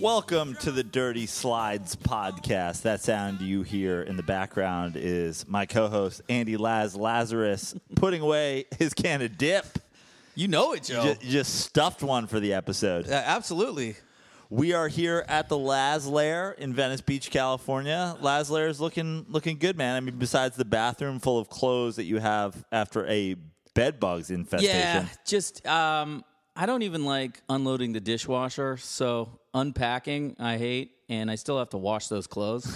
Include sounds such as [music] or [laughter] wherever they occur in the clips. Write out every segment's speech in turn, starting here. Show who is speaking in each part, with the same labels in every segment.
Speaker 1: Welcome to the Dirty Slides podcast. That sound you hear in the background is my co-host Andy Laz Lazarus putting away his can of dip.
Speaker 2: You know it, Joe.
Speaker 1: Ju- just stuffed one for the episode.
Speaker 2: Oh. Yeah, absolutely.
Speaker 1: We are here at the Laz Lair in Venice Beach, California. Laz Lair is looking looking good, man. I mean, besides the bathroom full of clothes that you have after a bed bugs infestation.
Speaker 2: Yeah, just um, I don't even like unloading the dishwasher, so unpacking I hate, and I still have to wash
Speaker 1: [laughs]
Speaker 2: those clothes.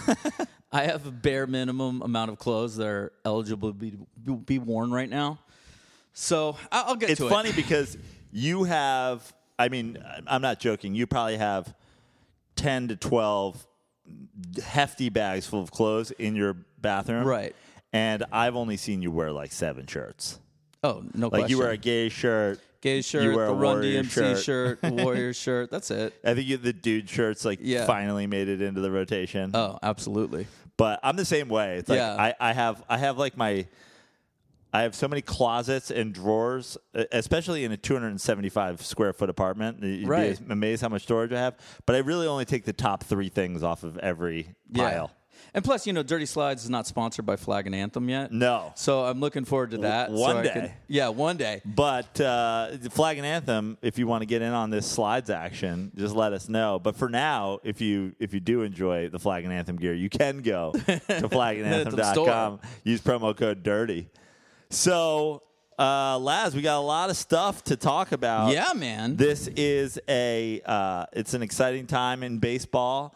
Speaker 2: I have a bare minimum amount of clothes that are eligible to be, be worn right now, so I- I'll get
Speaker 1: it's
Speaker 2: to it.
Speaker 1: funny because you have i mean I- i'm not joking you probably have 10 to 12 hefty bags full of clothes in your bathroom
Speaker 2: Right.
Speaker 1: and i've only seen you wear like seven shirts
Speaker 2: Oh no,
Speaker 1: like
Speaker 2: question.
Speaker 1: you wear a gay shirt
Speaker 2: gay shirt,
Speaker 1: you wear
Speaker 2: the
Speaker 1: a
Speaker 2: Run
Speaker 1: Warrior
Speaker 2: DMC shirt, the
Speaker 1: [laughs]
Speaker 2: Warrior shirt. That's it.
Speaker 1: i think you, the dude shirts like
Speaker 2: Yeah.
Speaker 1: finally made it into the rotation
Speaker 2: Oh, absolutely.
Speaker 1: but I'm the same way. It's like
Speaker 2: Yeah.
Speaker 1: I, I have I have like my I have so many closets and drawers, e- especially in a 275 square foot apartment. You'd
Speaker 2: Right.
Speaker 1: be amazed how much storage I have. But I really only take the top three things off of every pile.
Speaker 2: And plus, you know, Dirty Slides is not sponsored by Flag and Anthem yet.
Speaker 1: No.
Speaker 2: So I'm looking forward to that.
Speaker 1: W- one
Speaker 2: so I
Speaker 1: day.
Speaker 2: can- yeah, one day.
Speaker 1: But uh, the Flag and Anthem, if you want to get in on this slides action, just let us know. But for now, if you if you do enjoy the Flag and Anthem gear, you can go to flagandanthem.com. Use promo code DIRTY. So, uh, Laz, we got a lot of stuff to talk about.
Speaker 2: Yeah, man.
Speaker 1: Uh, This is a uh, it's an exciting time in baseball.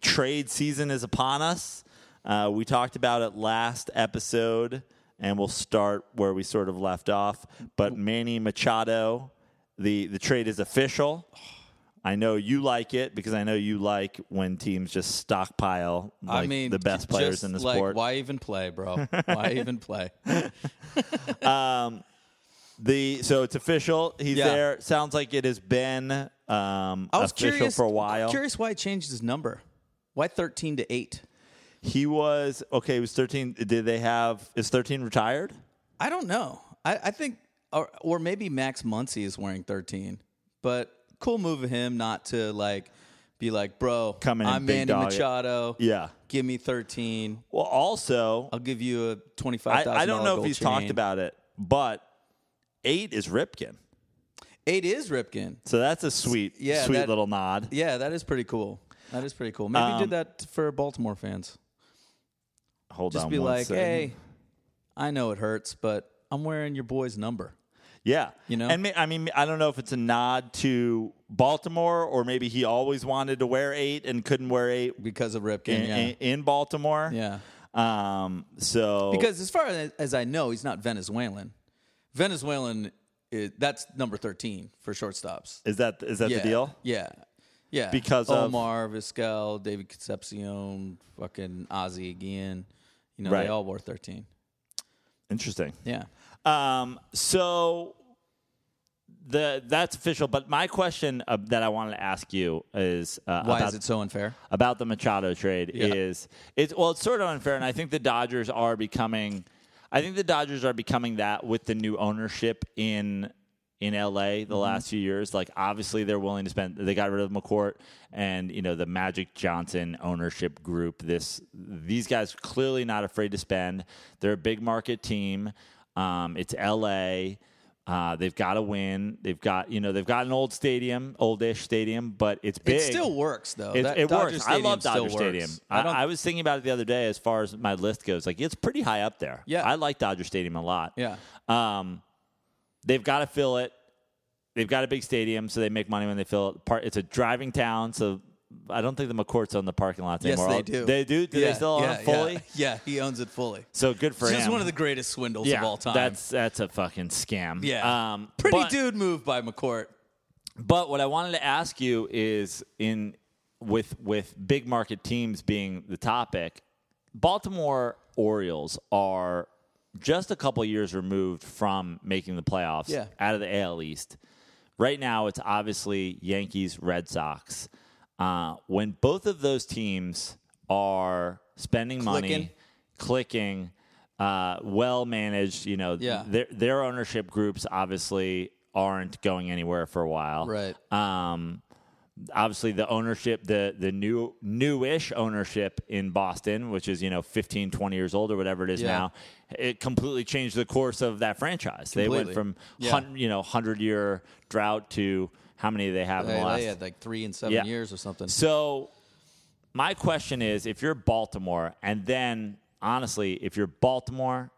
Speaker 1: Trade season is upon us. Uh, we talked about it last episode, and we'll start where we sort of left off. But Manny Machado, the the trade is official. I know you like it because I know you like when teams just stockpile like
Speaker 2: I mean,
Speaker 1: the best
Speaker 2: j-
Speaker 1: players
Speaker 2: just
Speaker 1: in the
Speaker 2: like,
Speaker 1: sport.
Speaker 2: Why even
Speaker 1: [laughs]
Speaker 2: play, bro? Why even play?
Speaker 1: The so it's official. He's
Speaker 2: Yeah.
Speaker 1: there. Sounds like it has been um,
Speaker 2: I was
Speaker 1: official
Speaker 2: curious
Speaker 1: for a while.
Speaker 2: Curious why he changed his number. Why 13 to 8?
Speaker 1: He was okay. He was thirteen. Did they have? Is thirteen retired?
Speaker 2: I don't know. I, I think, or, or maybe Max Muncy is wearing 13. But cool move of him not to like be like, bro,
Speaker 1: Come in and
Speaker 2: I'm
Speaker 1: big
Speaker 2: Manny
Speaker 1: dog it.
Speaker 2: Machado.
Speaker 1: Yeah.
Speaker 2: Give me 13.
Speaker 1: Well, also,
Speaker 2: I'll give you a
Speaker 1: I,
Speaker 2: 25,000.
Speaker 1: I don't know if he's talked about
Speaker 2: about.
Speaker 1: it, but eight is Ripken.
Speaker 2: Eight is Ripken.
Speaker 1: So that's a sweet,
Speaker 2: Yeah,
Speaker 1: sweet
Speaker 2: that-
Speaker 1: little nod.
Speaker 2: Yeah, that is pretty cool. That is pretty cool. Maybe he
Speaker 1: Um,
Speaker 2: did that for Baltimore fans.
Speaker 1: Hold
Speaker 2: Just
Speaker 1: on,
Speaker 2: be
Speaker 1: one
Speaker 2: like,
Speaker 1: second.
Speaker 2: hey, I know it hurts, but I'm wearing your boy's number.
Speaker 1: yeah,
Speaker 2: you know?
Speaker 1: And ma- I mean, I don't know if it's a nod to Baltimore or maybe he always wanted to wear eight and couldn't wear eight
Speaker 2: Because of Ripken,
Speaker 1: in,
Speaker 2: yeah.
Speaker 1: in, in Baltimore.
Speaker 2: yeah.
Speaker 1: Um. So
Speaker 2: Because as far as, as I know, he's not Venezuelan. Venezuelan, is, that's number 13 for shortstops.
Speaker 1: is that is that
Speaker 2: Yeah.
Speaker 1: the deal?
Speaker 2: Yeah. Yeah.
Speaker 1: Because of-
Speaker 2: Omar, Vizquel, David Concepcion, fucking Ozzy again. You know,
Speaker 1: Right.
Speaker 2: they all wore 13.
Speaker 1: Interesting.
Speaker 2: Yeah.
Speaker 1: Um, so the that's official. But my question uh, that I wanted to ask you is uh,
Speaker 2: Why
Speaker 1: about
Speaker 2: is it so unfair?
Speaker 1: about the Machado trade is it's well, it's sort of unfair, and I think the Dodgers are becoming. I think the Dodgers are becoming that with the new ownership in in LA the last few years. Like obviously they're willing to spend. They got rid of McCourt and you know the Magic Johnson ownership group. This these guys clearly not afraid to spend. They're a big market team. Um, it's LA. Uh, they've got to win. They've got you know they've got an old stadium, oldish stadium, but it's big.
Speaker 2: It still works though.
Speaker 1: It,
Speaker 2: That
Speaker 1: it
Speaker 2: Dodger
Speaker 1: works. I
Speaker 2: Stadium
Speaker 1: love
Speaker 2: still
Speaker 1: Oh, Dodger
Speaker 2: works.
Speaker 1: Stadium. I,
Speaker 2: I don't.
Speaker 1: I, was thinking about it the other day as far as my list goes. Like, it's pretty high up there.
Speaker 2: Yeah.
Speaker 1: I like Dodger Stadium a lot.
Speaker 2: yeah,
Speaker 1: Um, they've got to fill it. They've got a big stadium, so they make money when they fill it. Part, it's a driving town, so I don't think the McCourts own the parking lots
Speaker 2: yes,
Speaker 1: anymore.
Speaker 2: they do.
Speaker 1: They do? Do
Speaker 2: yeah,
Speaker 1: they still own
Speaker 2: yeah,
Speaker 1: it fully?
Speaker 2: Yeah, yeah, he owns it fully.
Speaker 1: So good for
Speaker 2: It's
Speaker 1: him.
Speaker 2: just one of the greatest swindles
Speaker 1: yeah,
Speaker 2: of all time.
Speaker 1: That's that's a fucking scam.
Speaker 2: yeah,
Speaker 1: Um,
Speaker 2: pretty
Speaker 1: but-
Speaker 2: dude move by McCourt.
Speaker 1: But what I wanted to ask you is in with with big market teams being the topic, Baltimore Orioles are just a couple years removed from making the playoffs
Speaker 2: Yeah.
Speaker 1: out of the AL East. Right now, it's obviously Yankees, Red Sox. Uh, when both of those teams are spending
Speaker 2: Clicking.
Speaker 1: money, clicking, uh, well managed, you know,
Speaker 2: Yeah.
Speaker 1: their their ownership groups obviously aren't going anywhere for a while.
Speaker 2: Right.
Speaker 1: Um, obviously the ownership the the new newish ownership in Boston which is you know 15 20 years old or whatever it is
Speaker 2: Yeah.
Speaker 1: now it completely changed the course of that franchise they went
Speaker 2: Completely.
Speaker 1: from
Speaker 2: Yeah.
Speaker 1: hun- you know 100 year drought to how many do they have in
Speaker 2: They,
Speaker 1: the last
Speaker 2: they had like three and seven
Speaker 1: Yeah.
Speaker 2: years or something.
Speaker 1: so my question is if you're Baltimore and then honestly if you're Baltimore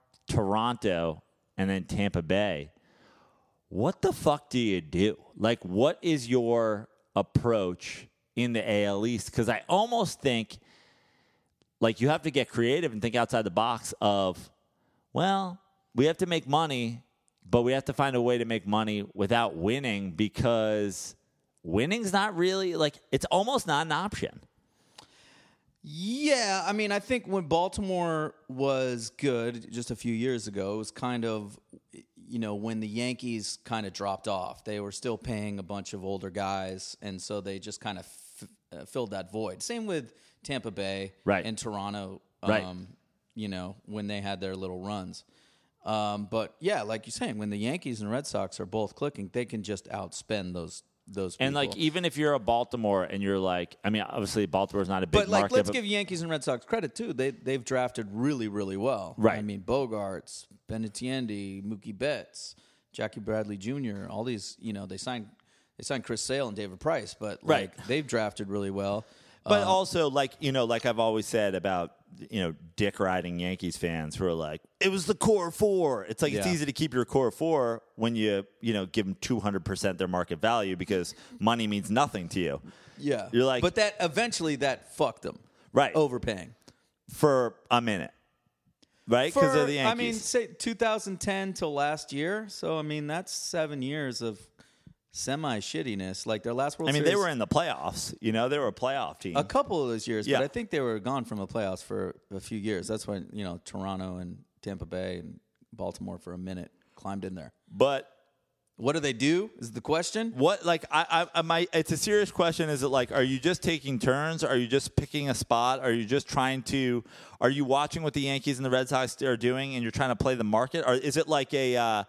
Speaker 1: Toronto and then Tampa Bay what the fuck do you do? Like, what is your approach in the AL East? Because I almost think like you have to get creative and think outside the box of, well, we have to make money, but we have to find a way to make money without winning because winning's not really like it's almost not an option.
Speaker 2: Yeah, I mean, I think when Baltimore was good just a few years ago, it was kind of, you know, when the Yankees kind of dropped off. They were still paying a bunch of older guys, and so they just kind of f- uh, filled that void. Same with Tampa Bay
Speaker 1: Right.
Speaker 2: and Toronto, um,
Speaker 1: Right.
Speaker 2: you know, when they had their little runs. Um, but yeah, like you're saying, when the Yankees and Red Sox are both clicking, they can just outspend those those people.
Speaker 1: And like, even if you're a Baltimore and you're like, I mean, obviously Baltimore's not a big
Speaker 2: But like,
Speaker 1: market,
Speaker 2: let's
Speaker 1: but-
Speaker 2: give Yankees and Red Sox credit too. They they've drafted really really well.
Speaker 1: Right.
Speaker 2: I mean, Bogarts, Benintendi, Mookie Betts, Jackie Bradley Jr. All these, you know, they signed they signed Chris Sale and David Price, but like
Speaker 1: Right.
Speaker 2: they've drafted really well.
Speaker 1: But also, like you know, like I've always said about you know dick riding Yankees fans who are like, it was the core four. It's like it's
Speaker 2: Yeah.
Speaker 1: easy to keep your core four when you you know give them two hundred percent their market value because money means nothing to you.
Speaker 2: yeah,
Speaker 1: You're like-
Speaker 2: but that eventually that fucked them
Speaker 1: Right.
Speaker 2: overpaying.
Speaker 1: for a minute, right? Because
Speaker 2: For,
Speaker 1: of the Yankees.
Speaker 2: I mean, say 2010 till last year. So I mean, that's seven years of semi shittiness. Like their last World
Speaker 1: I mean,
Speaker 2: Series.
Speaker 1: they were in the playoffs. You know, they were a playoff team.
Speaker 2: a couple of those years,
Speaker 1: Yeah.
Speaker 2: but I think they were gone from the playoffs for a few years. That's when you know Toronto and Tampa Bay and Baltimore for a minute climbed in there.
Speaker 1: But
Speaker 2: What do they do? Is the question?
Speaker 1: What like I I my it's a serious question. Is it like are you just taking turns? Are you just picking a spot? Are you just trying to? Are you watching what the Yankees and the Red Sox are doing, and you're trying to play the market? Or is it like a? Uh,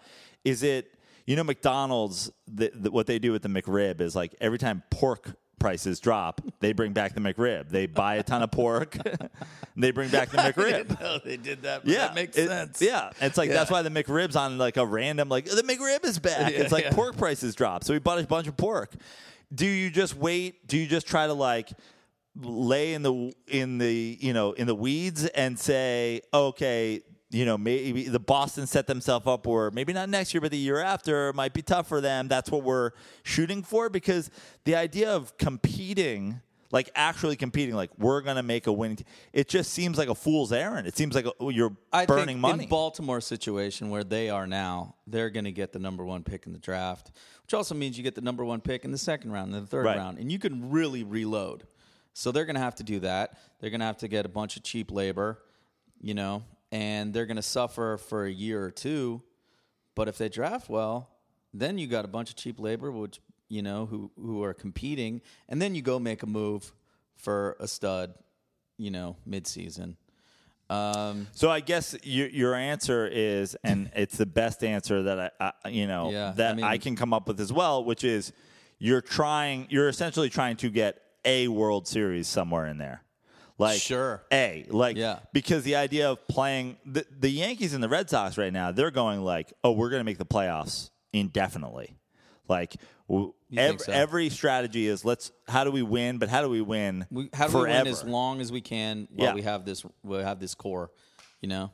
Speaker 1: is it you know McDonald's? The, the, what they do with the McRib is like every time pork prices drop, they bring back the McRib. They buy a ton of pork, [laughs] and they bring back the
Speaker 2: [laughs]
Speaker 1: McRib.
Speaker 2: No, they did that.
Speaker 1: Yeah, it- Yeah, it's like that's why the McRib's on like a random like the McRib is back.
Speaker 2: [laughs] Yeah,
Speaker 1: it's like
Speaker 2: yeah.
Speaker 1: pork prices drop, so we bought a bunch of pork. Do you just wait? Do you just try to like lay in the in the you know in the weeds and say okay? You know, maybe the Boston set themselves up, or maybe not next year, but the year after might be tough for them. That's what we're shooting for because the idea of competing like actually competing, like we're gonna make a winning. T- it just seems like a fool's errand. It seems like a, oh, you're
Speaker 2: I
Speaker 1: burning
Speaker 2: think
Speaker 1: money.
Speaker 2: in Baltimore situation where they are now, they're going to get the number one pick in the draft, which also means you get the number one pick in the second round, and the third
Speaker 1: Right.
Speaker 2: round, and you can really reload. So they're going to have to do that. They're going to have to get a bunch of cheap labor, you know, and they're going to suffer for a year or two. But if they draft well, then you got a bunch of cheap labor, which you know who who are competing, and then you go make a move for a stud, you know, midseason. Um,
Speaker 1: so I guess your, your answer is,
Speaker 2: [laughs]
Speaker 1: and it's the best answer that I, I you know,
Speaker 2: Yeah,
Speaker 1: that I,
Speaker 2: I mean-
Speaker 1: can come up with as well, which is you're trying, you're essentially trying to get a World Series somewhere in there. Like
Speaker 2: Sure.
Speaker 1: a like
Speaker 2: Yeah.
Speaker 1: because the idea of playing the, the Yankees and the Red Sox right now, they're going like, oh, we're going to make the playoffs indefinitely. Like w-
Speaker 2: think
Speaker 1: ev-
Speaker 2: so?
Speaker 1: every strategy is let's how do we win, but how do we win
Speaker 2: we, how do
Speaker 1: forever?
Speaker 2: we win as long as we can while
Speaker 1: Yeah.
Speaker 2: we have this we have this core, you know,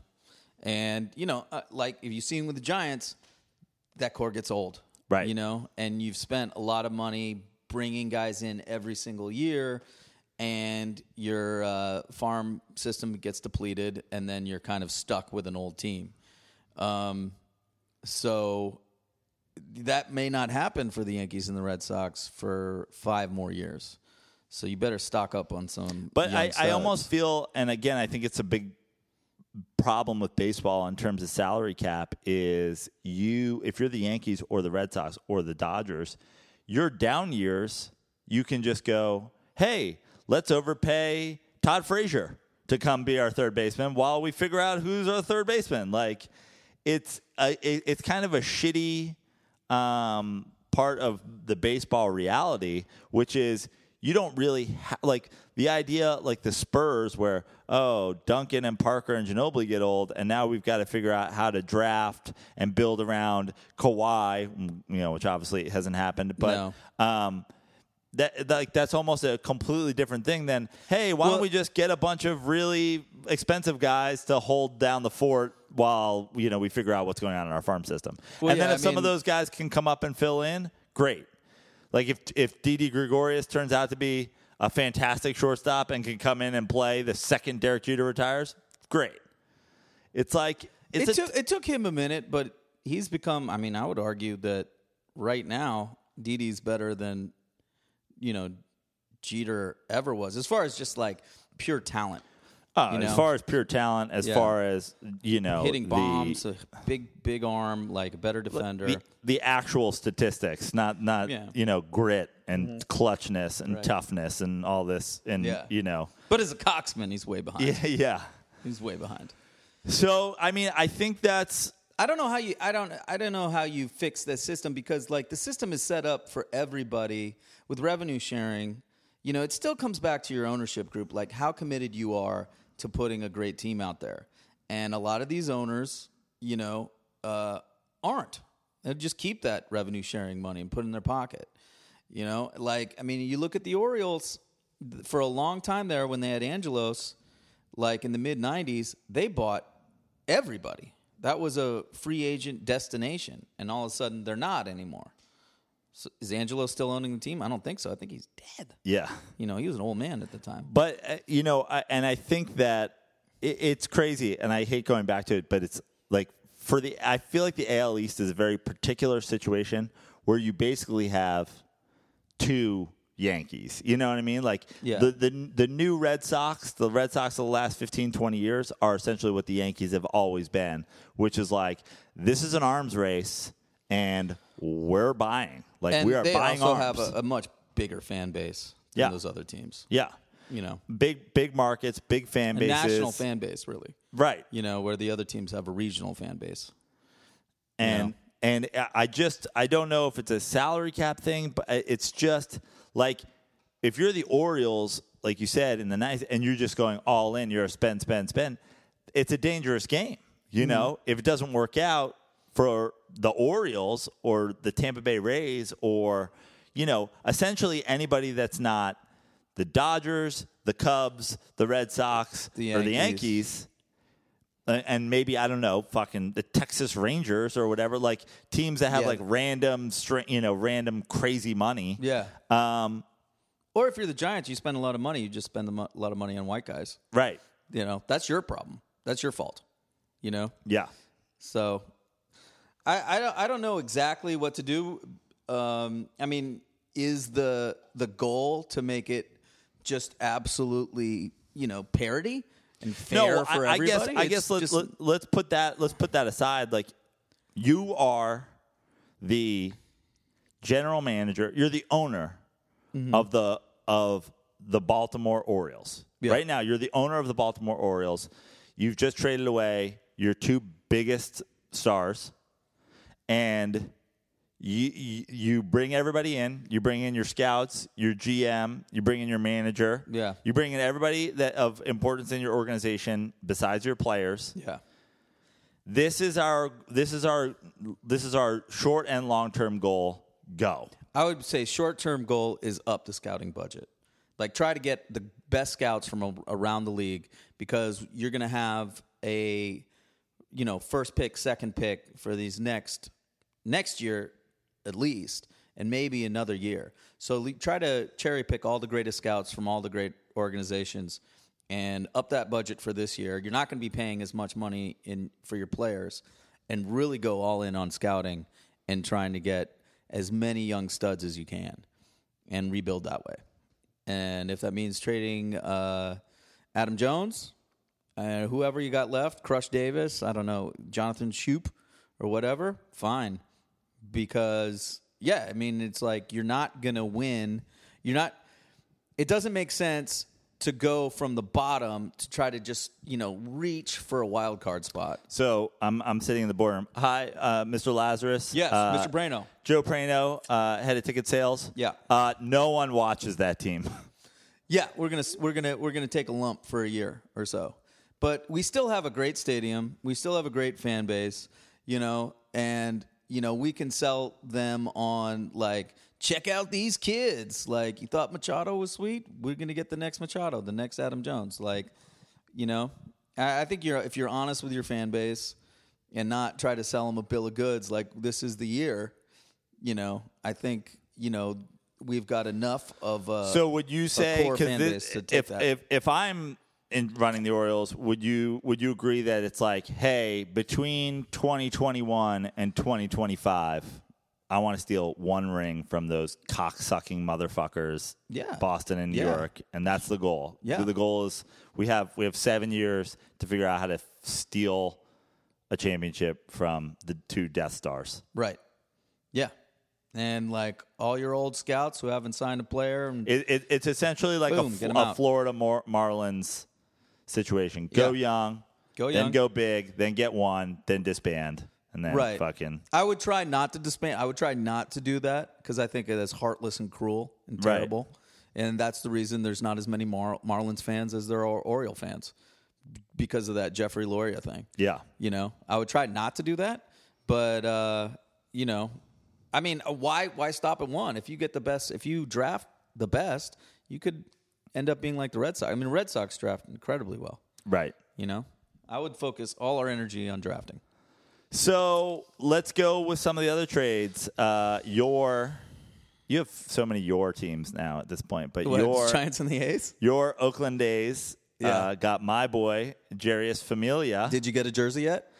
Speaker 2: and you know, uh, like if you've seen with the Giants, that core gets old,
Speaker 1: Right.
Speaker 2: You know, and you've spent a lot of money bringing guys in every single year, and your uh, farm system gets depleted, and then you're kind of stuck with an old team. Um, so that may not happen for the Yankees and the Red Sox for five more years. So you better stock up on some.
Speaker 1: But
Speaker 2: young
Speaker 1: I, I
Speaker 2: studs.
Speaker 1: almost feel, and again, I think it's a big problem with baseball in terms of salary cap is you if you're the Yankees or the Red Sox or the Dodgers, your down years, you can just go, "Hey, let's overpay Todd Frazier to come be our third baseman while we figure out who's our third baseman." Like it's a, it, it's kind of a shitty um, part of the baseball reality, which is you don't really ha- like the idea like the Spurs where oh Duncan and Parker and Ginobili get old and now we've got to figure out how to draft and build around Kawhi m- you know which obviously hasn't happened but um that, that- like that's almost a completely different thing than hey why don't
Speaker 2: Well-
Speaker 1: we just get a bunch of really expensive guys to hold down the fort while you know we figure out what's going on in our farm system
Speaker 2: Well,
Speaker 1: and then
Speaker 2: yeah,
Speaker 1: if
Speaker 2: I
Speaker 1: some of
Speaker 2: mean-
Speaker 1: those guys can come up and fill in great like if if Didi Gregorius turns out to be a fantastic shortstop and can come in and play the second Derek Jeter retires, great. It's like it's
Speaker 2: it
Speaker 1: a
Speaker 2: took it took him a minute, but he's become. I mean, I would argue that right now, Didi's better than you know Jeter ever was, as far as just like pure talent,
Speaker 1: uh,
Speaker 2: you
Speaker 1: as
Speaker 2: know.
Speaker 1: far as pure talent, as
Speaker 2: Yeah.
Speaker 1: far as you know,
Speaker 2: hitting
Speaker 1: Oh, the-
Speaker 2: bombs, a big big arm, like a better defender.
Speaker 1: The, the actual statistics, not not
Speaker 2: Yeah. Mm-hmm.
Speaker 1: you know grit and clutchness and
Speaker 2: Right.
Speaker 1: toughness and all this and
Speaker 2: Yeah.
Speaker 1: you
Speaker 2: [laughs]
Speaker 1: know
Speaker 2: but as a coxman, he's way behind.
Speaker 1: yeah yeah.
Speaker 2: He's way behind.
Speaker 1: So I mean, I think that's
Speaker 2: I don't know how you I don't I don't know how you fix that system because like the system is set up for everybody with revenue sharing. You know, it still comes back to your ownership group, like how committed you are to putting a great team out there. And a lot of these owners, you know, uh, aren't. They just keep that revenue sharing money and put it in their pocket. You know, like I mean, you look at the Orioles th- for a long time there when they had Angelos, like in the mid '90s, they bought everybody. That was a free agent destination, and all of a sudden they're not anymore. So is Angelo still owning the team? I don't think so. I think he's dead.
Speaker 1: yeah.
Speaker 2: You know, he was an old man at the time.
Speaker 1: But uh, you know, I, and I think that it, it's crazy, and I hate going back to it, but it's like for the I feel like the AL East is a very particular situation where you basically have two Yankees. You know what I mean? Like
Speaker 2: Yeah.
Speaker 1: the, the the new Red Sox, the Red Sox of the last 15, 20 years are essentially what the Yankees have always been, which is like this is an arms race and we're buying. Like
Speaker 2: And
Speaker 1: we are
Speaker 2: they
Speaker 1: buying
Speaker 2: also
Speaker 1: arms.
Speaker 2: have a, a much bigger fan base than
Speaker 1: Yeah.
Speaker 2: those other teams.
Speaker 1: yeah.
Speaker 2: You know,
Speaker 1: big big markets, big fan
Speaker 2: a
Speaker 1: bases,
Speaker 2: national fan base, really.
Speaker 1: right?
Speaker 2: You know, where the other teams have a regional fan base.
Speaker 1: And and I- I just I don't know if it's a salary cap thing, but I- it's just like if you're the Orioles, like you said in the night, and you're just going all in, you're a spend, spend, spend. It's a dangerous game, you
Speaker 2: Mm-hmm.
Speaker 1: know. If it doesn't work out for the Orioles or the Tampa Bay Rays or you know, essentially anybody that's not the Dodgers, the Cubs, the Red Sox,
Speaker 2: The
Speaker 1: or the
Speaker 2: Yankees.
Speaker 1: Yankees, Uh, and maybe I don't know, fucking the Texas Rangers or whatever, like teams that have
Speaker 2: Yeah.
Speaker 1: like random, stra- you know, random crazy money.
Speaker 2: Yeah.
Speaker 1: Um,
Speaker 2: Or if you're the Giants, you spend a lot of money. You just spend a mo- lot of money on white guys.
Speaker 1: right.
Speaker 2: You know, that's your problem. That's your fault. You know,
Speaker 1: Yeah.
Speaker 2: So I I don't, I don't know exactly what to do. Um, I mean, is the the goal to make it just absolutely you know parity and fair
Speaker 1: no,
Speaker 2: for
Speaker 1: I, I
Speaker 2: everybody?
Speaker 1: guess I
Speaker 2: It's
Speaker 1: guess let's
Speaker 2: just-
Speaker 1: let, let's put that let's put that aside. Like you are the general manager. You're the owner
Speaker 2: Mm-hmm.
Speaker 1: of the of the Baltimore Orioles. Right now, you're the owner of the Baltimore Orioles. You've just traded away your two biggest stars, and you, you you bring everybody in. You bring in your scouts, your GM, you bring in your manager.
Speaker 2: Yeah.
Speaker 1: you bring in everybody that of importance in your organization besides your players
Speaker 2: yeah.
Speaker 1: this is our this is our this is our short and long term goal go
Speaker 2: I would say short term goal is up the scouting budget. Like try to get the best scouts from a, around the league because you're going to have a you know first pick, second pick for these next next year at least and maybe another year. So le- try to cherry pick all the greatest scouts from all the great organizations and up that budget for this year. You're not going to be paying as much money in for your players and really go all in on scouting and trying to get as many young studs as you can and rebuild that way. And if that means trading uh, Adam Jones, Uh, whoever you got left, Crush Davis, I don't know, Jonathan Shoup or whatever, fine. Because, yeah, I mean, it's like you're not going to win. You're not, it doesn't make sense to go from the bottom to try to just, you know, reach for a wild card spot.
Speaker 1: So I'm I'm sitting in the boardroom. Hi, uh, Mr. Lazarus.
Speaker 2: Yes,
Speaker 1: Uh,
Speaker 2: Mr. Brano.
Speaker 1: Joe Prano, uh, head of ticket sales.
Speaker 2: Yeah.
Speaker 1: Uh, no one watches that team. [laughs]
Speaker 2: Yeah, we're gonna we're gonna we're gonna take a lump for a year or so, but we still have a great stadium. We still have a great fan base, you know, and you know we can sell them on like check out these kids. Like you thought Machado was sweet, we're gonna get the next Machado, the next Adam Jones. Like, you know, I, I think you're if you're honest with your fan base and not try to sell them a bill of goods like this is the year, you know, I think you know. We've got enough of uh,
Speaker 1: So would you say
Speaker 2: core
Speaker 1: 'cause
Speaker 2: fan
Speaker 1: thi-
Speaker 2: base to take
Speaker 1: if,
Speaker 2: that.
Speaker 1: if if I'm in running the Orioles, would you would you agree that it's like, hey, between 2021 and 2025, I want to steal one ring from those cocksucking motherfuckers,
Speaker 2: Yeah.
Speaker 1: Boston and New
Speaker 2: Yeah.
Speaker 1: York, and that's the goal.
Speaker 2: Yeah.
Speaker 1: the goal is we have we have seven years to figure out how to steal a championship from the two Death Stars.
Speaker 2: Right. Yeah. And like all your old scouts who haven't signed a player. And,
Speaker 1: It, it, it's essentially like
Speaker 2: Boom,
Speaker 1: a, Fl-
Speaker 2: get 'em
Speaker 1: a
Speaker 2: out.
Speaker 1: Florida Mar- Marlins situation. Go
Speaker 2: Yeah.
Speaker 1: young,
Speaker 2: Go
Speaker 1: then
Speaker 2: young.
Speaker 1: go big, then get one, then disband, and then
Speaker 2: Right.
Speaker 1: fucking
Speaker 2: I would try not to disband. I would try not to do that because I think that's heartless and cruel and
Speaker 1: Right.
Speaker 2: terrible. And that's the reason there's not as many Mar- Marlins fans as there are Oriole fans because of that Jeffrey Loria thing.
Speaker 1: yeah.
Speaker 2: You know, I would try not to do that, but uh, you know, I mean, uh, why why stop at one? If you get the best, if you draft the best, you could end up being like the Red Sox. I mean, Red Sox draft incredibly well.
Speaker 1: Right.
Speaker 2: You know, I would focus all our energy on drafting.
Speaker 1: So let's go with some of the other trades. Uh, your you have so many your teams now at this point, but
Speaker 2: What,
Speaker 1: your
Speaker 2: Giants and the A's.
Speaker 1: your Oakland A's
Speaker 2: Yeah.
Speaker 1: uh, got my boy Jarius Familia.
Speaker 2: Did you get a jersey yet?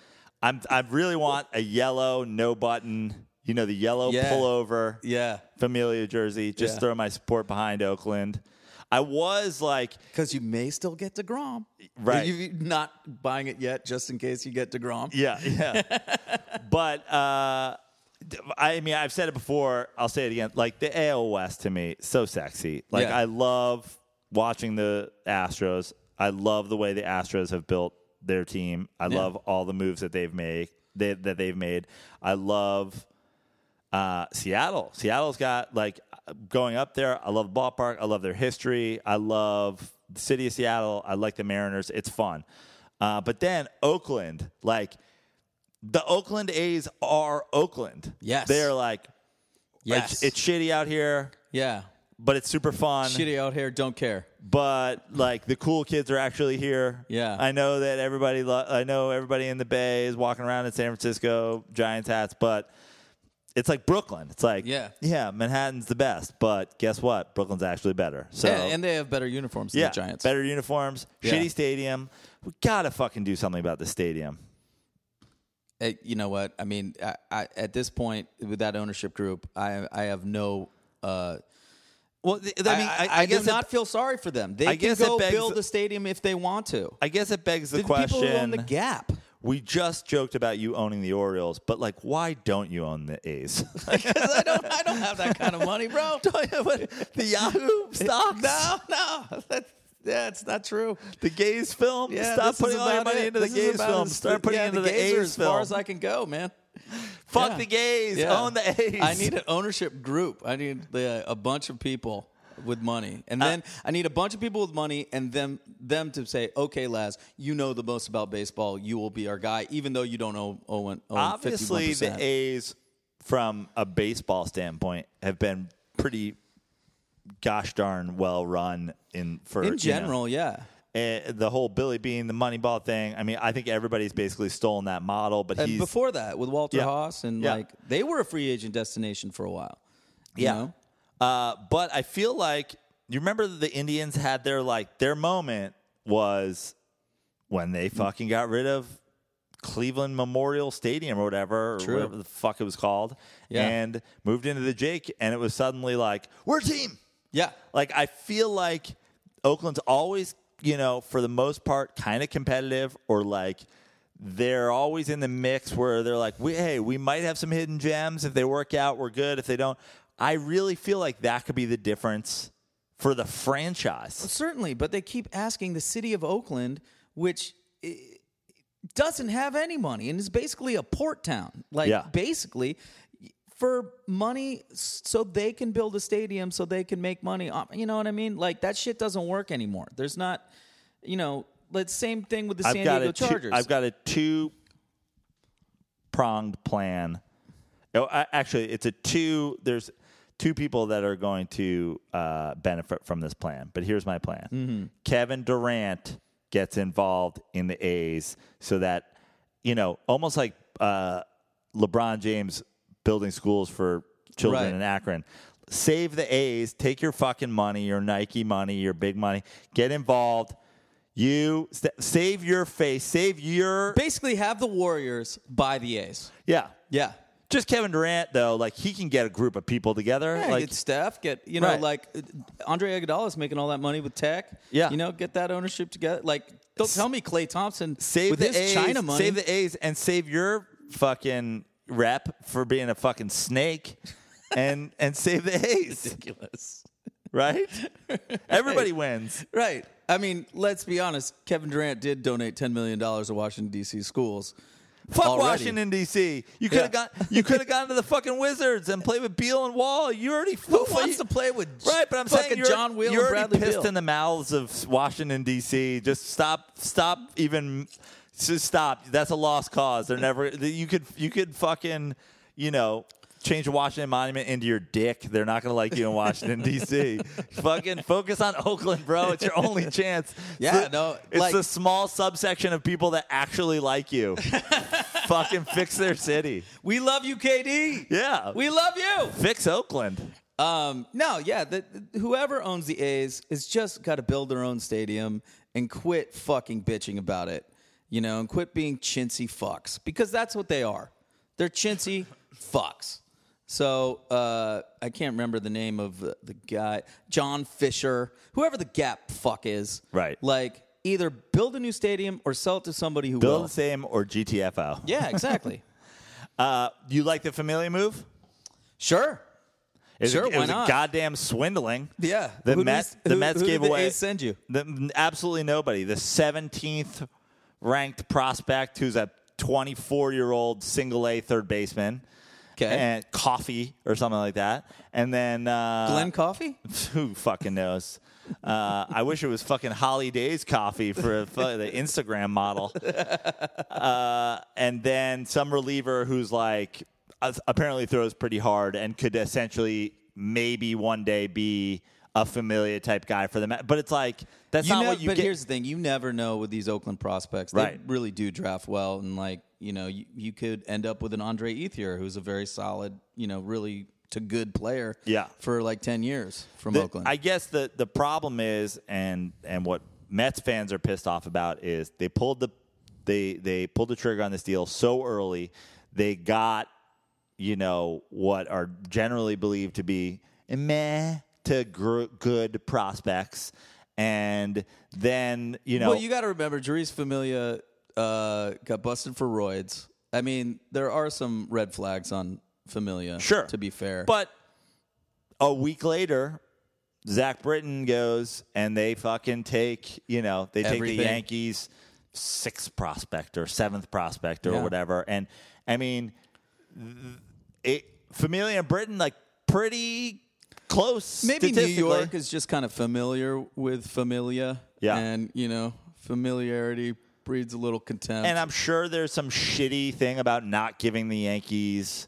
Speaker 1: I'm I really want a yellow no button. You know the yellow
Speaker 2: Yeah.
Speaker 1: pullover.
Speaker 2: Yeah,
Speaker 1: Familia jersey. Just
Speaker 2: Yeah.
Speaker 1: throw my support behind Oakland. I was like,
Speaker 2: because you may still get Degrom.
Speaker 1: Right.
Speaker 2: You- you not buying it yet, just in case you get Degrom.
Speaker 1: yeah, [laughs] yeah. but uh, d- I mean, I've said it before. I'll say it again. Like the AL West to me, so sexy. Like
Speaker 2: Yeah.
Speaker 1: I love watching the Astros. I love the way the Astros have built their team. I
Speaker 2: Yeah.
Speaker 1: love all the moves that they've made. They, that they've made. I love uh, Seattle. Seattle's got like going up there. I love the ballpark. I love their history. I love the city of Seattle. I like the Mariners. It's fun. Uh, but then Oakland, like the Oakland A's are Oakland.
Speaker 2: Yes.
Speaker 1: they're like
Speaker 2: Yes.
Speaker 1: it's, it's shitty out here,
Speaker 2: yeah.
Speaker 1: but it's super fun.
Speaker 2: Shitty out here. Don't care.
Speaker 1: But like the cool kids are actually here.
Speaker 2: Yeah.
Speaker 1: I know that everybody. Lo- I know everybody in the Bay is walking around in San Francisco Giants hats, but it's like Brooklyn. It's like
Speaker 2: Yeah.
Speaker 1: yeah, Manhattan's the best, but guess what? Brooklyn's actually better. So
Speaker 2: yeah, and they have better uniforms than
Speaker 1: yeah,
Speaker 2: the Giants.
Speaker 1: better uniforms,
Speaker 2: Yeah.
Speaker 1: shitty stadium. We gotta fucking do something about the stadium.
Speaker 2: Uh, you know what? I mean, I, I, at this point with that ownership group, I I have no. Uh,
Speaker 1: Well, th- I mean, I, I
Speaker 2: do
Speaker 1: guess it-
Speaker 2: not feel sorry for them. They
Speaker 1: I
Speaker 2: can
Speaker 1: guess it
Speaker 2: go
Speaker 1: begs-
Speaker 2: build a stadium if they want to.
Speaker 1: I guess it begs the
Speaker 2: The
Speaker 1: question.
Speaker 2: people who own the
Speaker 1: [laughs]
Speaker 2: gap.
Speaker 1: we just joked about you owning the Orioles, but like, why don't you own the A's? [laughs]
Speaker 2: Because I don't, I don't have that kind of money, bro.
Speaker 1: the Yahoo stocks,
Speaker 2: no, no, that's, that's not true.
Speaker 1: the Gays film.
Speaker 2: Yeah,
Speaker 1: Stop
Speaker 2: this is
Speaker 1: putting all your
Speaker 2: about
Speaker 1: money
Speaker 2: it.
Speaker 1: into
Speaker 2: This
Speaker 1: the
Speaker 2: is
Speaker 1: Gays
Speaker 2: about
Speaker 1: film.
Speaker 2: as-
Speaker 1: Start putting
Speaker 2: yeah,
Speaker 1: into
Speaker 2: the
Speaker 1: the,
Speaker 2: gays are
Speaker 1: A's
Speaker 2: as far
Speaker 1: film.
Speaker 2: as I can go, man.
Speaker 1: Fuck
Speaker 2: yeah.
Speaker 1: the Gays.
Speaker 2: Yeah.
Speaker 1: Own the A's.
Speaker 2: I need an ownership group. I need the, a bunch of people with money, and
Speaker 1: Uh,
Speaker 2: then I need a bunch of people with money, and them them to say, "Okay, Laz, you know the most about baseball. You will be our guy, even though you don't know Owen."
Speaker 1: Obviously, the
Speaker 2: eight.
Speaker 1: A's, from a baseball standpoint, have been pretty gosh darn well run in for you know,
Speaker 2: in general, yeah,
Speaker 1: eh, the whole Billy Bean, the Moneyball thing. I mean, I think everybody's basically stolen that model, but
Speaker 2: and
Speaker 1: he's
Speaker 2: before that with Walter
Speaker 1: Yeah.
Speaker 2: Haas, and
Speaker 1: Yeah.
Speaker 2: like they were a free agent destination for a while. you know?
Speaker 1: Uh, but I feel like you remember the Indians had their like their moment was when they
Speaker 2: Mm.
Speaker 1: fucking got rid of Cleveland Memorial Stadium or whatever, or
Speaker 2: True.
Speaker 1: whatever the fuck it was called,
Speaker 2: Yeah.
Speaker 1: and moved into the Jake, and it was suddenly like we're a team.
Speaker 2: yeah,
Speaker 1: Like I feel like Oakland's always you know, for the most part, kind of competitive or like they're always in the mix where they're like, we, hey, we might have some hidden gems. If they work out, we're good. If they don't, I really feel like that could be the difference for the franchise.
Speaker 2: Certainly, but they keep asking the city of Oakland, which eh, doesn't have any money and is basically a port town. Like
Speaker 1: Yeah.
Speaker 2: basically for money s- so they can build a stadium so they can make money. off- You know what I mean? Like that shit doesn't work anymore. There's not, you know, like same thing with the San
Speaker 1: I've got
Speaker 2: Diego
Speaker 1: a two,
Speaker 2: Chargers.
Speaker 1: I've got a two pronged plan. Oh, I, actually, it's a two. There's two people that are going to uh, benefit from this plan. But here's my plan:
Speaker 2: Mm-hmm.
Speaker 1: Kevin Durant gets involved in the A's so that you know, almost like uh, LeBron James building schools for children
Speaker 2: Right.
Speaker 1: in Akron. Save the A's. Take your fucking money, your Nike money, your big money. Get involved. You st- save your face. Save your
Speaker 2: basically have the Warriors buy the A's.
Speaker 1: yeah.
Speaker 2: Yeah.
Speaker 1: Just Kevin Durant though, like he can get a group of people together.
Speaker 2: Yeah,
Speaker 1: like
Speaker 2: get Steph, get you know,
Speaker 1: Right.
Speaker 2: like uh, Andre Iguodala's making all that money with Tech.
Speaker 1: Yeah.
Speaker 2: you know, get that ownership together. Like, don't tell me Clay Thompson
Speaker 1: save
Speaker 2: with
Speaker 1: the
Speaker 2: his
Speaker 1: A's,
Speaker 2: China money.
Speaker 1: save the A's, and save your fucking rep for being a fucking
Speaker 2: [laughs]
Speaker 1: snake, and and save the A's,
Speaker 2: ridiculous, [laughs]
Speaker 1: right? Everybody wins.
Speaker 2: right? I mean, let's be honest. Kevin Durant did donate ten million dollars to Washington D.C. schools.
Speaker 1: Fuck
Speaker 2: already.
Speaker 1: Washington D.C. You could have
Speaker 2: Yeah.
Speaker 1: got you could have gone to the fucking Wizards and played with Beal and Wall. You already
Speaker 2: Who wants to play with
Speaker 1: Right, but I'm
Speaker 2: fucking
Speaker 1: saying you're,
Speaker 2: John Wheel
Speaker 1: you're
Speaker 2: and
Speaker 1: already
Speaker 2: Bradley
Speaker 1: pissed
Speaker 2: Beal?
Speaker 1: in the mouths of Washington D.C. Just stop, stop, even just stop. That's a lost cause. They're never. You could, you could fucking, you know, change the Washington Monument into your dick. They're not gonna like you in Washington [laughs] D.C. fucking focus on Oakland, bro. It's your
Speaker 2: [laughs]
Speaker 1: only chance.
Speaker 2: Yeah,
Speaker 1: It's the-
Speaker 2: no,
Speaker 1: it's
Speaker 2: like-
Speaker 1: the small subsection of people that actually like
Speaker 2: [laughs]
Speaker 1: you. fucking fix their city.
Speaker 2: we love you, KD.
Speaker 1: Yeah,
Speaker 2: we love you.
Speaker 1: fix Oakland.
Speaker 2: Um, no, yeah, the, whoever owns the A's has just got to build their own stadium and quit fucking bitching about it, you know, and quit being chintzy fucks because that's what they are. They're chintzy fucks. So uh, I can't remember the name of the, the guy, John Fisher, whoever the Gap fuck is.
Speaker 1: Right.
Speaker 2: Like either build a new stadium or sell it to somebody who
Speaker 1: Bill
Speaker 2: will.
Speaker 1: the same or GTFO. [laughs]
Speaker 2: Yeah, exactly.
Speaker 1: Uh, you like the familiar move?
Speaker 2: sure.
Speaker 1: It was
Speaker 2: Sure,
Speaker 1: a, it
Speaker 2: why
Speaker 1: was a
Speaker 2: not?
Speaker 1: goddamn swindling.
Speaker 2: Yeah.
Speaker 1: The
Speaker 2: Who do we-
Speaker 1: Mets. the
Speaker 2: who-
Speaker 1: Mets
Speaker 2: who
Speaker 1: gave
Speaker 2: did the
Speaker 1: away
Speaker 2: A's send you?
Speaker 1: the- absolutely nobody. The seventeenth ranked prospect, who's a twenty-four-year-old single A third baseman,
Speaker 2: 'Kay.
Speaker 1: and coffee or something like that, and then uh,
Speaker 2: Glenn Coffee?
Speaker 1: [laughs] who fucking knows? Uh, I wish it was fucking Holly Days coffee for a, fu- the Instagram model. Uh, and then some reliever who's like uh, apparently throws pretty hard and could essentially maybe one day be a familiar type guy for the Met. But it's like that's
Speaker 2: You
Speaker 1: not
Speaker 2: know,
Speaker 1: what you
Speaker 2: but
Speaker 1: get.
Speaker 2: here's the thing: you never know with these Oakland prospects. They
Speaker 1: Right.
Speaker 2: really do draft well, and like you know, you, you could end up with an Andre Ethier, who's a very solid, you know, really to good player.
Speaker 1: Yeah.
Speaker 2: for like ten years from
Speaker 1: The-
Speaker 2: Oakland.
Speaker 1: I guess the the problem is, and and what Mets fans are pissed off about is they pulled the they they pulled the trigger on this deal so early. They got you know what are generally believed to be meh to gr- good prospects, and then you know
Speaker 2: Well, you got to remember, Juri's Familia uh, got busted for roids. I mean, there are some red flags on Familia.
Speaker 1: Sure.
Speaker 2: to be fair,
Speaker 1: But a week later, Zach Britton goes and they fucking take, you know, they take the
Speaker 2: Everything.
Speaker 1: Yankees sixth prospect or seventh prospect or
Speaker 2: Yeah.
Speaker 1: whatever. And I mean, th- it, Familia and Britton, like pretty close.
Speaker 2: maybe New
Speaker 1: statistically.
Speaker 2: York is just kind of familiar with Familia.
Speaker 1: Yeah.
Speaker 2: and you know, familiarity breeds a little contempt.
Speaker 1: And I'm sure there's some shitty thing about not giving the Yankees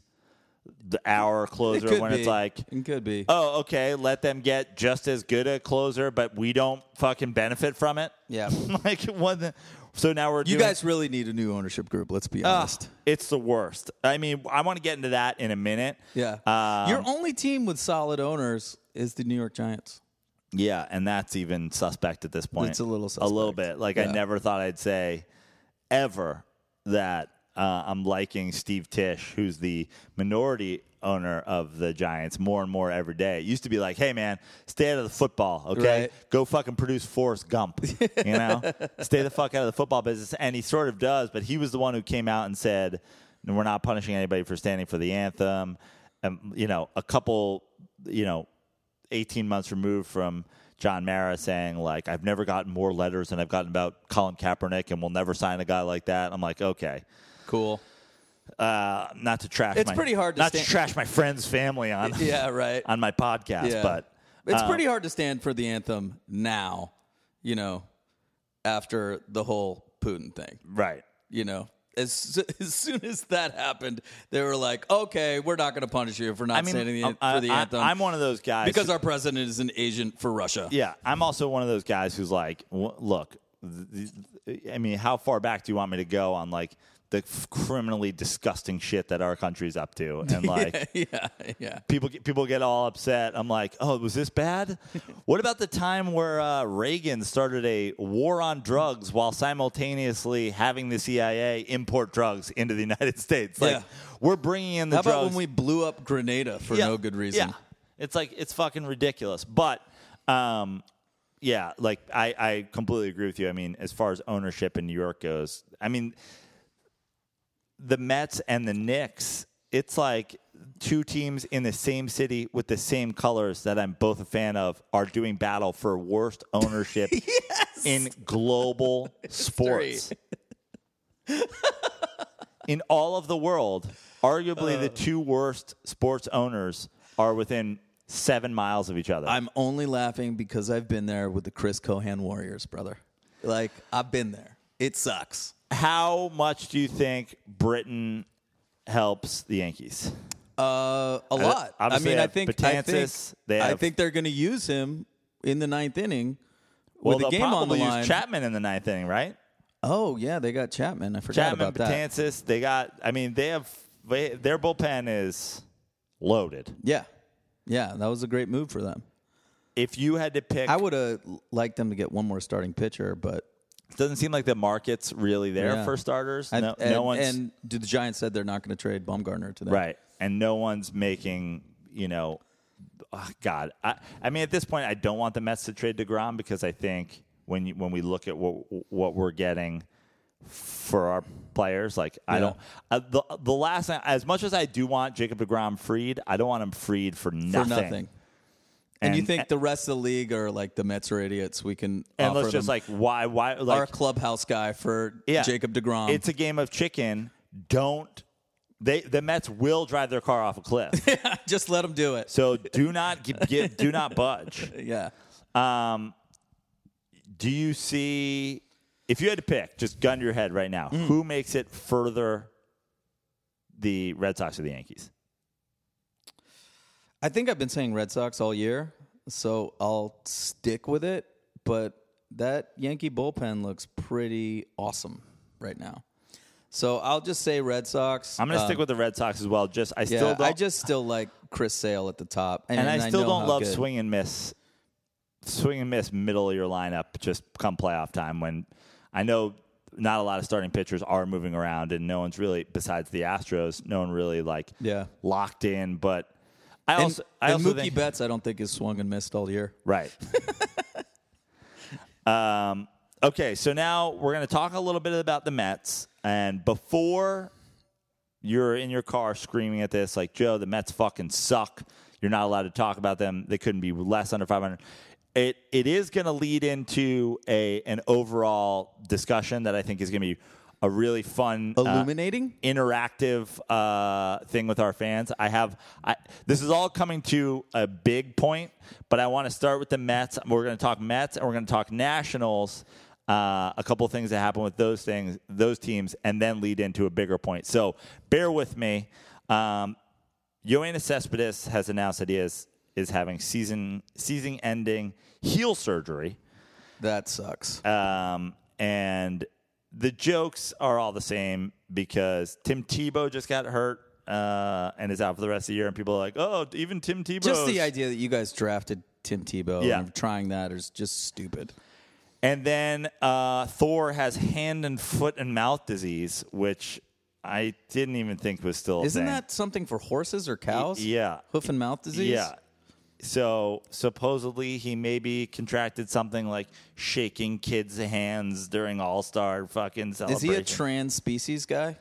Speaker 1: the hour
Speaker 2: It
Speaker 1: closer
Speaker 2: could
Speaker 1: when it's
Speaker 2: be.
Speaker 1: like
Speaker 2: it could be.
Speaker 1: oh, okay, let them get just as good a closer, but we don't fucking benefit from it. [laughs]
Speaker 2: Yeah.
Speaker 1: like what? The, so now we're
Speaker 2: You
Speaker 1: doing,
Speaker 2: guys really need a new ownership group. Let's be
Speaker 1: Ah,
Speaker 2: honest.
Speaker 1: it's the worst. I mean, I want to get into that in a minute.
Speaker 2: yeah,
Speaker 1: Um,
Speaker 2: your only team with solid owners is the New York Giants.
Speaker 1: Yeah, and that's even suspect at this point.
Speaker 2: It's a little
Speaker 1: a little
Speaker 2: suspect.
Speaker 1: bit. Like I
Speaker 2: Yeah.
Speaker 1: never thought I'd say ever that uh, I'm liking Steve Tisch, who's the minority owner of the Giants, more and more every day. It used to be like, hey, man, stay out of the football, okay?
Speaker 2: Right.
Speaker 1: Go fucking produce Forrest Gump, you
Speaker 2: [laughs]
Speaker 1: know? stay the fuck out of the football business. And he sort of does, but he was the one who came out and said, we're not punishing anybody for standing for the anthem. And, you know, a couple, you know, 18 months removed from John Mara saying, like, I've never gotten more letters than I've gotten about Colin Kaepernick and we'll never sign a guy like that. I'm like, okay.
Speaker 2: Cool.
Speaker 1: Uh, not to trash
Speaker 2: It's
Speaker 1: my-
Speaker 2: pretty hard to
Speaker 1: not
Speaker 2: stand-
Speaker 1: to trash my friend's family on
Speaker 2: [laughs] [laughs] Yeah, right.
Speaker 1: on my podcast,
Speaker 2: Yeah.
Speaker 1: but
Speaker 2: it's
Speaker 1: uh,
Speaker 2: pretty hard to stand for the anthem now, you know, after the whole Putin thing.
Speaker 1: right.
Speaker 2: You know, as, so- [laughs] as soon as that happened, they were like, okay, we're not going to punish you for not
Speaker 1: I mean, oh,
Speaker 2: standing the,
Speaker 1: I,
Speaker 2: for the anthem
Speaker 1: am one of those guys
Speaker 2: um, because our president is an agent for Russia.
Speaker 1: Yeah, I'm also one of those guys who's like, w- look, th- th- I mean, how far back do you want me to go on like the f- criminally disgusting shit that our country's up to, and like.
Speaker 2: [laughs] [laughs] yeah, yeah.
Speaker 1: People get, people get all upset. I'm like, oh, was this bad?
Speaker 2: [laughs]
Speaker 1: what about the time where uh, Reagan started a war on drugs while simultaneously having the CIA import drugs into the United States? Like,
Speaker 2: Yeah.
Speaker 1: we're bringing in the
Speaker 2: How about
Speaker 1: drugs
Speaker 2: when we blew up Grenada for no good reason?
Speaker 1: yeah. It's like it's fucking ridiculous. But um yeah, like I, I completely agree with you. I mean, as far as ownership in New York goes, I mean the Mets and the Knicks, it's like two teams in the same city with the same colors that I'm both a fan of are doing battle for worst
Speaker 2: [laughs]
Speaker 1: ownership in global sports. in all of the world, arguably
Speaker 2: Um.
Speaker 1: the two worst sports owners are within seven miles of each other.
Speaker 2: I'm only laughing because I've been there with the Chris Cohan Warriors, brother. Like, I've been there. It sucks.
Speaker 1: How much do you think Britain helps the Yankees?
Speaker 2: Uh, a lot. I
Speaker 1: obviously
Speaker 2: mean,
Speaker 1: they
Speaker 2: I
Speaker 1: have
Speaker 2: think, I think
Speaker 1: Betances, they
Speaker 2: I
Speaker 1: have-
Speaker 2: think they're going to use him in the ninth inning
Speaker 1: Well,
Speaker 2: with the
Speaker 1: they'll
Speaker 2: game on the
Speaker 1: probably
Speaker 2: line.
Speaker 1: use Chapman in the ninth inning, right?
Speaker 2: oh yeah, they got Chapman. I forgot
Speaker 1: Chapman,
Speaker 2: about that.
Speaker 1: Betances, they got. I mean, they have. They, their bullpen is loaded.
Speaker 2: Yeah, yeah, that was a great move for them.
Speaker 1: If you had to pick,
Speaker 2: I would have liked them to get one more starting pitcher, but
Speaker 1: it doesn't seem like the market's really there
Speaker 2: Yeah.
Speaker 1: for starters.
Speaker 2: I-
Speaker 1: no,
Speaker 2: and,
Speaker 1: no one's
Speaker 2: and the Giants said they're not going to trade Baumgartner to them.
Speaker 1: right, and no one's making. You know, oh, God. I, I mean, at this point, I don't want the Mets to trade Degrom because I think when you, when we look at what what we're getting for our players, like I
Speaker 2: Yeah.
Speaker 1: don't. Uh, the the last thing- as much as I do want Jacob Degrom freed, I don't want him freed for
Speaker 2: for
Speaker 1: nothing.
Speaker 2: nothing. And, you think Oh, the rest of the league are like the Mets are idiots? We can
Speaker 1: and
Speaker 2: offer
Speaker 1: let's just
Speaker 2: them
Speaker 1: like why why like
Speaker 2: our clubhouse guy for
Speaker 1: yeah,
Speaker 2: Jacob Degrom.
Speaker 1: It's a game of chicken. Don't they? The Mets will drive their car off a cliff.
Speaker 2: [laughs] just let him do it.
Speaker 1: so do not gi- get do not
Speaker 2: [laughs]
Speaker 1: budge.
Speaker 2: Yeah.
Speaker 1: Um, do you see? If you had to pick, just gun to your head right now,
Speaker 2: Mm.
Speaker 1: who makes it further? The Red Sox or the Yankees?
Speaker 2: I think I've been saying Red Sox all year, so I'll stick with it. But that Yankee bullpen looks pretty awesome right now. So I'll just say Red Sox.
Speaker 1: I'm going to
Speaker 2: Uh,
Speaker 1: stick with the Red Sox as well. Just I
Speaker 2: yeah,
Speaker 1: still don't,
Speaker 2: I just still like Chris Sale at the top, and,
Speaker 1: and I still
Speaker 2: know
Speaker 1: don't
Speaker 2: how
Speaker 1: love
Speaker 2: good-
Speaker 1: swing and miss, swing and miss middle of your lineup just come playoff time when I know not a lot of starting pitchers are moving around and no one's really besides the Astros, no one really like
Speaker 2: Yeah.
Speaker 1: locked in. But I
Speaker 2: And,
Speaker 1: also I
Speaker 2: and
Speaker 1: also
Speaker 2: Mookie
Speaker 1: think
Speaker 2: Betts, I don't think has swung and missed all year.
Speaker 1: right. [laughs] um, okay, so now we're going to talk a little bit about the Mets and before you're in your car screaming at this, like, Joe, the Mets fucking suck. You're not allowed to talk about them. They couldn't be less under 500. It, it is going to lead into a an overall discussion that I think is going to be a really fun, uh,
Speaker 2: Illuminating?
Speaker 1: interactive uh, thing with our fans. I have I, this is all coming to a big point, but I want to start with the Mets. We're going to talk Mets and we're going to talk Nationals. Uh, a couple of things that happen with those things, those teams, and then lead into a bigger point. So bear with me. Um, Yoenis Cespedes has announced that he is is having season season ending heel surgery.
Speaker 2: That sucks.
Speaker 1: Um, and the jokes are all the same because Tim Tebow just got hurt uh, and is out for the rest of the year, and people are like, "Oh, even Tim Tebow."
Speaker 2: Just the idea that you guys drafted Tim Tebow
Speaker 1: Yeah.
Speaker 2: and trying that is just stupid.
Speaker 1: And then uh, Thor has hand and foot and mouth disease, which I didn't even think was still a
Speaker 2: Isn't
Speaker 1: thing.
Speaker 2: that something for horses or cows?
Speaker 1: yeah.
Speaker 2: Hoof and mouth disease?
Speaker 1: Yeah. So supposedly he maybe contracted something like shaking kids' hands during All Star fucking
Speaker 2: Is
Speaker 1: celebration.
Speaker 2: he a trans species guy?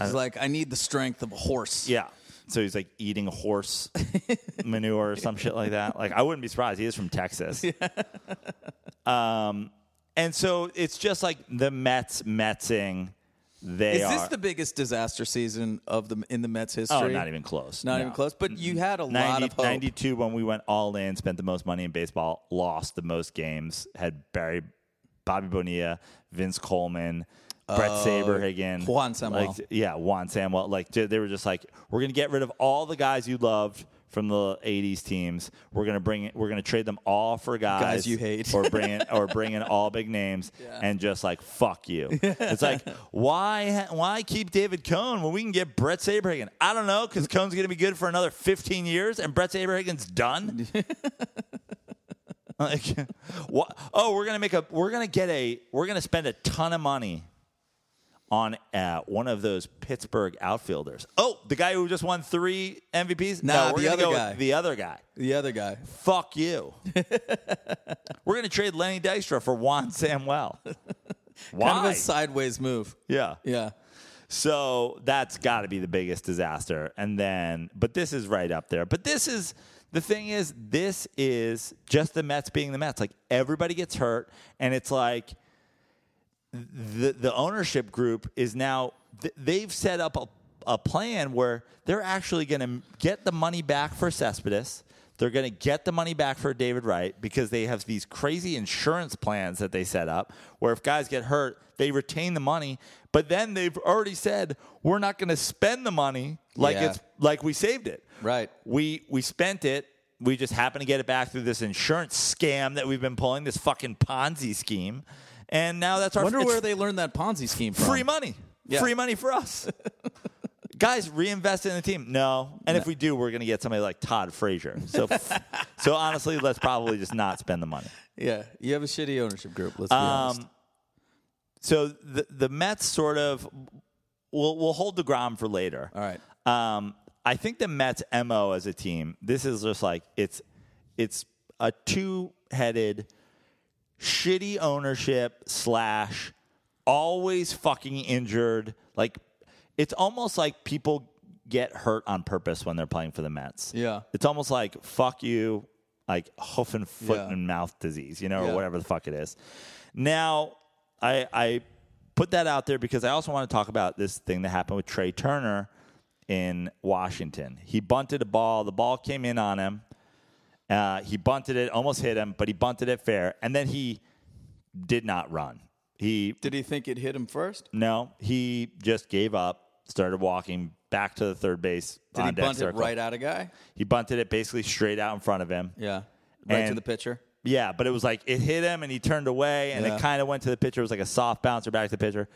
Speaker 2: He's like, I need the strength of a horse.
Speaker 1: yeah. So he's like eating
Speaker 2: [laughs]
Speaker 1: horse manure or some shit like that. Like I wouldn't be surprised. He is from Texas. um, and so it's just like the Mets Metsing. They
Speaker 2: Is this
Speaker 1: are
Speaker 2: the biggest disaster season of the in the Mets history?
Speaker 1: oh, not even close.
Speaker 2: Not
Speaker 1: No.
Speaker 2: even close. But you had a
Speaker 1: 90
Speaker 2: lot of hope.
Speaker 1: 92 when we went all in, spent the most money in baseball, lost the most games, had Barry, Bobby Bonilla, Vince Coleman, Brett Saberhagen,
Speaker 2: Oh, Juan Samuel.
Speaker 1: Like, yeah, Juan Samuel. Like dude, they were just like, we're gonna get rid of all the guys you loved from the '80s teams. We're gonna bring it. We're gonna trade them all for guys,
Speaker 2: Guys you hate. [laughs]
Speaker 1: or bring in, or bring in all big names, and just like fuck
Speaker 2: [laughs]
Speaker 1: you. it's like why why keep David Cohn when we can get Brett Saberhagen? I don't know because Cohn's gonna be good for another 15 years, and Brett Saberhagen's done. like, [laughs] what? Oh, we're gonna make a. We're gonna get a. We're gonna spend a ton of money on uh, one of those Pittsburgh outfielders. Oh, the guy who just won three MVPs.
Speaker 2: Nah,
Speaker 1: no, we're
Speaker 2: the
Speaker 1: gonna
Speaker 2: other
Speaker 1: go with
Speaker 2: guy.
Speaker 1: The other guy.
Speaker 2: the other guy.
Speaker 1: Fuck
Speaker 2: [laughs]
Speaker 1: you. we're gonna trade Lenny Dykstra for Juan Samuel. Why?
Speaker 2: Kind of a sideways move.
Speaker 1: yeah.
Speaker 2: Yeah.
Speaker 1: So that's got to be the biggest disaster. And then, but this is right up there. But this is the thing is, this is just the Mets being the Mets. Like everybody gets hurt, and it's like the the ownership group is now th- they've set up a, a plan where they're actually going to get the money back for Cespedes. They're going to get the money back for David Wright because they have these crazy insurance plans that they set up where if guys get hurt, they retain the money. But then they've already said we're not going to spend the money like
Speaker 2: Yeah.
Speaker 1: it's like we saved it.
Speaker 2: Right.
Speaker 1: We we spent it. We just happen to get it back through this insurance scam that we've been pulling, this fucking Ponzi scheme. And now that's our
Speaker 2: Wonder
Speaker 1: it's
Speaker 2: where they learned that Ponzi scheme from.
Speaker 1: free money.
Speaker 2: Yeah.
Speaker 1: Free money for us. [laughs] Guys, reinvest in the team. No. And if we do, we're going to get somebody like Todd Frazier. So, f- so honestly, let's probably just not spend the money.
Speaker 2: Yeah. You have a shitty ownership group. Let's be honest.
Speaker 1: Um, so the the Mets sort of we'll we'll hold the ground for later.
Speaker 2: All right.
Speaker 1: Um, I think the Mets mo as a team. This is just like it's it's a two headed shitty ownership slash always fucking injured. Like it's almost like people get hurt on purpose when they're playing for the Mets.
Speaker 2: Yeah.
Speaker 1: It's almost like fuck you, like hoof and foot
Speaker 2: Yeah.
Speaker 1: and mouth disease, you know,
Speaker 2: Yeah.
Speaker 1: or whatever the fuck it is. Now, I I put that out there because I also want to talk about this thing that happened with Trey Turner in Washington. He bunted a ball, the ball came in on him. Uh, he bunted it, almost hit him, but he bunted it fair, and then he did not run. He
Speaker 2: Did he think it hit him first?
Speaker 1: no, he just gave up, started walking back to the third base.
Speaker 2: Did he
Speaker 1: on deck
Speaker 2: bunt it
Speaker 1: circle.
Speaker 2: right at a guy?
Speaker 1: He bunted it basically straight out in front of him.
Speaker 2: Yeah. Right to
Speaker 1: And-
Speaker 2: the pitcher.
Speaker 1: Yeah, but it was like it hit him and he turned away and
Speaker 2: Yeah.
Speaker 1: it kind of went to the pitcher. It was like a soft bouncer back to the pitcher.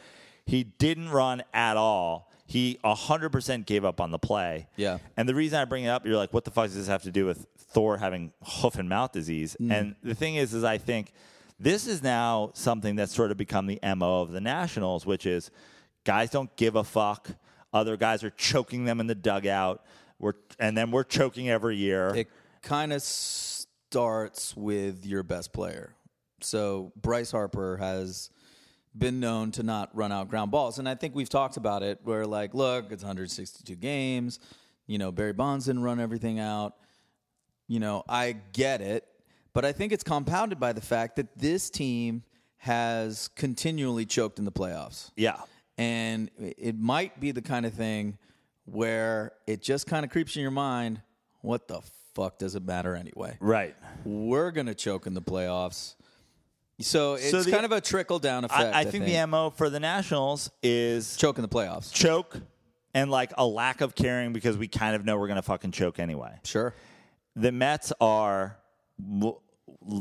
Speaker 1: He didn't run at all. He 100% gave up on the play.
Speaker 2: Yeah.
Speaker 1: And the reason I bring it up, you're like, what the fuck does this have to do with Thor having hoof and mouth disease?
Speaker 2: Mm.
Speaker 1: And the thing is, is I think this is now something that's sort of become the MO of the Nationals, which is guys don't give a fuck. Other guys are choking them in the dugout. We're, and then we're choking every year.
Speaker 2: It kind of starts with your best player. So Bryce Harper has been known to not run out ground balls. And I think we've talked about it where, like, look, it's 162 games. You know, Barry Bonds didn't run everything out. You know, I get it. But I think it's compounded by the fact that this team has continually choked in the playoffs.
Speaker 1: yeah.
Speaker 2: And it might be the kind of thing where it just kind of creeps in your mind what the fuck does it matter anyway?
Speaker 1: Right.
Speaker 2: We're going to choke in the playoffs. So it's
Speaker 1: the-
Speaker 2: kind of a trickle down effect.
Speaker 1: I, I think, the MO for the Nationals is
Speaker 2: choke in the playoffs.
Speaker 1: choke and like a lack of caring because we kind of know we're going to fucking choke anyway.
Speaker 2: Sure.
Speaker 1: The Mets are w-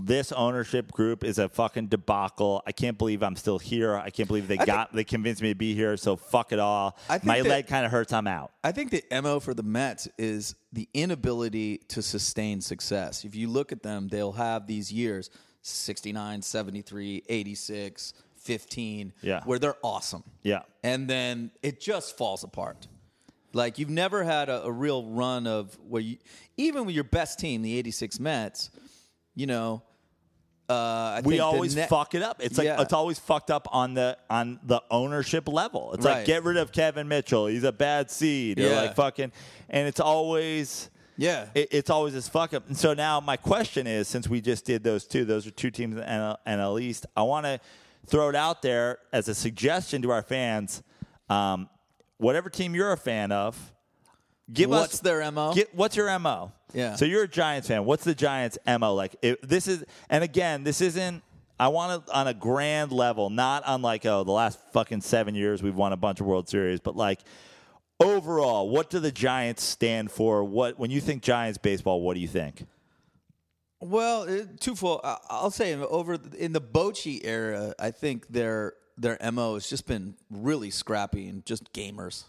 Speaker 1: this ownership group is a fucking debacle. I can't believe I'm still here. I can't believe they got they convinced me to be here, so fuck it all.
Speaker 2: I think
Speaker 1: My
Speaker 2: that-
Speaker 1: leg kind of hurts. I'm out.
Speaker 2: I think the MO for the Mets is the inability to sustain success. If you look at them, they'll have these years 69, 73, 86, 15,
Speaker 1: Yeah.
Speaker 2: where they're awesome.
Speaker 1: Yeah.
Speaker 2: And then it just falls apart. Like you've never had a, a real run of where you, even with your best team, the 86 Mets, you know, uh, I think
Speaker 1: we
Speaker 2: the
Speaker 1: always
Speaker 2: ne-
Speaker 1: fuck it up. It's like
Speaker 2: Yeah.
Speaker 1: it's always fucked up on the on the ownership level. It's
Speaker 2: Right.
Speaker 1: like get rid of Kevin Mitchell. He's a bad seed. Or
Speaker 2: Yeah.
Speaker 1: like fucking, and it's always
Speaker 2: Yeah.
Speaker 1: it, it's always this fuck up. And so now my question is, since we just did those two, those are two teams in NL, NL East. I want to throw it out there as a suggestion to our fans. Um, whatever team you're a fan of, give
Speaker 2: What's
Speaker 1: us
Speaker 2: their MO?
Speaker 1: Get, what's your mo?
Speaker 2: Yeah.
Speaker 1: So you're a Giants fan. What's the Giants mo like? If this is, and again, this isn't. I want it on a grand level, not on like oh the last fucking seven years we've won a bunch of World Series, but like overall, what do the Giants stand for? What when you think Giants baseball, what do you think?
Speaker 2: Well, it- twofold. I- I'll say over in the Bochy era, I think their their mo has just been really scrappy and just gamers.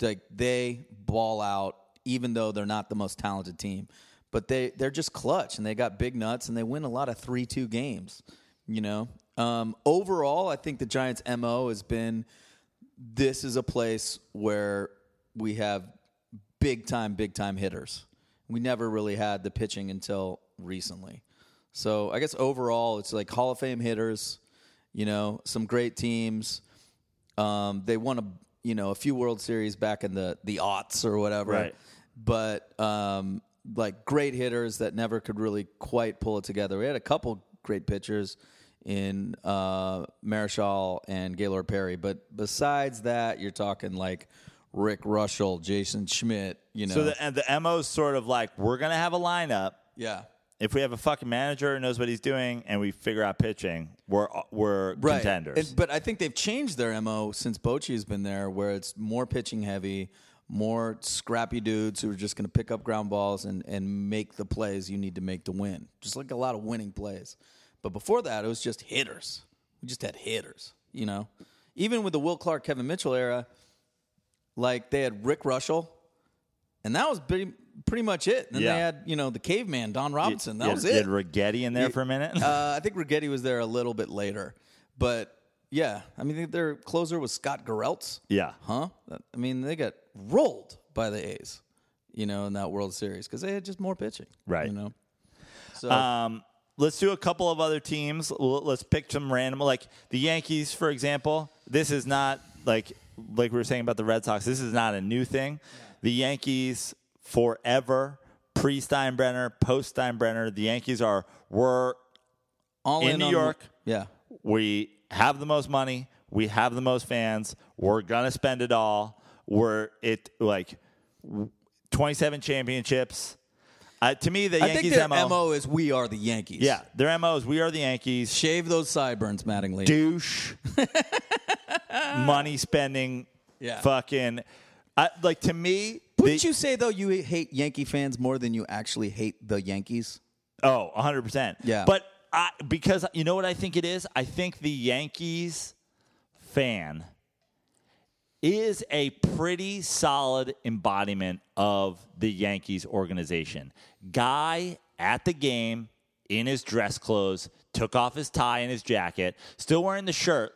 Speaker 2: Like they ball out, even though they're not the most talented team, but they they're just clutch and they got big nuts and they win a lot of three two games. You know, um, overall, I think the Giants' mo has been this is a place where we have big time, big time hitters. We never really had the pitching until recently. So I guess overall, it's like Hall of Fame hitters, you know, some great teams. Um, they won a you know a few World Series back in the the aughts or whatever,
Speaker 1: Right.
Speaker 2: but um, like great hitters that never could really quite pull it together. We had a couple great pitchers in uh, Marischal and Gaylord Perry, but besides that, you're talking like Rick Rushell, Jason Schmidt, you know,
Speaker 1: So the and the mo is sort of like we're gonna have a lineup.
Speaker 2: yeah.
Speaker 1: If we have a fucking manager who knows what he's doing and we figure out pitching, we're we're contenders.
Speaker 2: And- but I think they've changed their MO since Bochy has been there, where it's more pitching heavy, more scrappy dudes who are just going to pick up ground balls and, and make the plays you need to make to win. Just like a lot of winning plays. But before that, it was just hitters. We just had hitters, you know? Even with the Will Clark, Kevin Mitchell era, like they had Rick Rushell, and that was pretty, pretty much it. Then
Speaker 1: Yeah.
Speaker 2: they had, you know, the caveman, Don Robinson. That
Speaker 1: You-
Speaker 2: was
Speaker 1: you
Speaker 2: it.
Speaker 1: had Rigetti in there for a minute.
Speaker 2: Uh, I think Rigetti was there a little bit later, but yeah, I mean their closer was Scott Gereltz.
Speaker 1: [laughs] yeah.
Speaker 2: Huh? I mean they got rolled by the A's, you know, in that World Series because they had just more pitching,
Speaker 1: Right.
Speaker 2: You know, so
Speaker 1: Um, let's do a couple of other teams. L- let's pick some random, like the Yankees, for example. This is not like like we were saying about the Red Sox. This is not a new thing. The Yankees forever pre Steinbrenner, post Steinbrenner. The Yankees are were
Speaker 2: all
Speaker 1: in
Speaker 2: in
Speaker 1: New
Speaker 2: on-
Speaker 1: York.
Speaker 2: yeah,
Speaker 1: we have the most money, we have the most fans, we're gonna spend it all. We're it like twenty seven championships. Uh, to me, the
Speaker 2: I
Speaker 1: Yankees
Speaker 2: think their
Speaker 1: MO
Speaker 2: mo. is we are the Yankees.
Speaker 1: yeah, their MO is we are the Yankees.
Speaker 2: shave those sideburns, Mattingly.
Speaker 1: Douche. money spending.
Speaker 2: Yeah.
Speaker 1: Fucking. I, like, to me.
Speaker 2: Wouldn't
Speaker 1: the-
Speaker 2: you say though you hate Yankee fans more than you actually hate the Yankees?
Speaker 1: Oh, 100%.
Speaker 2: Yeah.
Speaker 1: But I, because you know what I think it is? I think the Yankees fan is a pretty solid embodiment of the Yankees organization. Guy at the game in his dress clothes, took off his tie and his jacket, still wearing the shirt,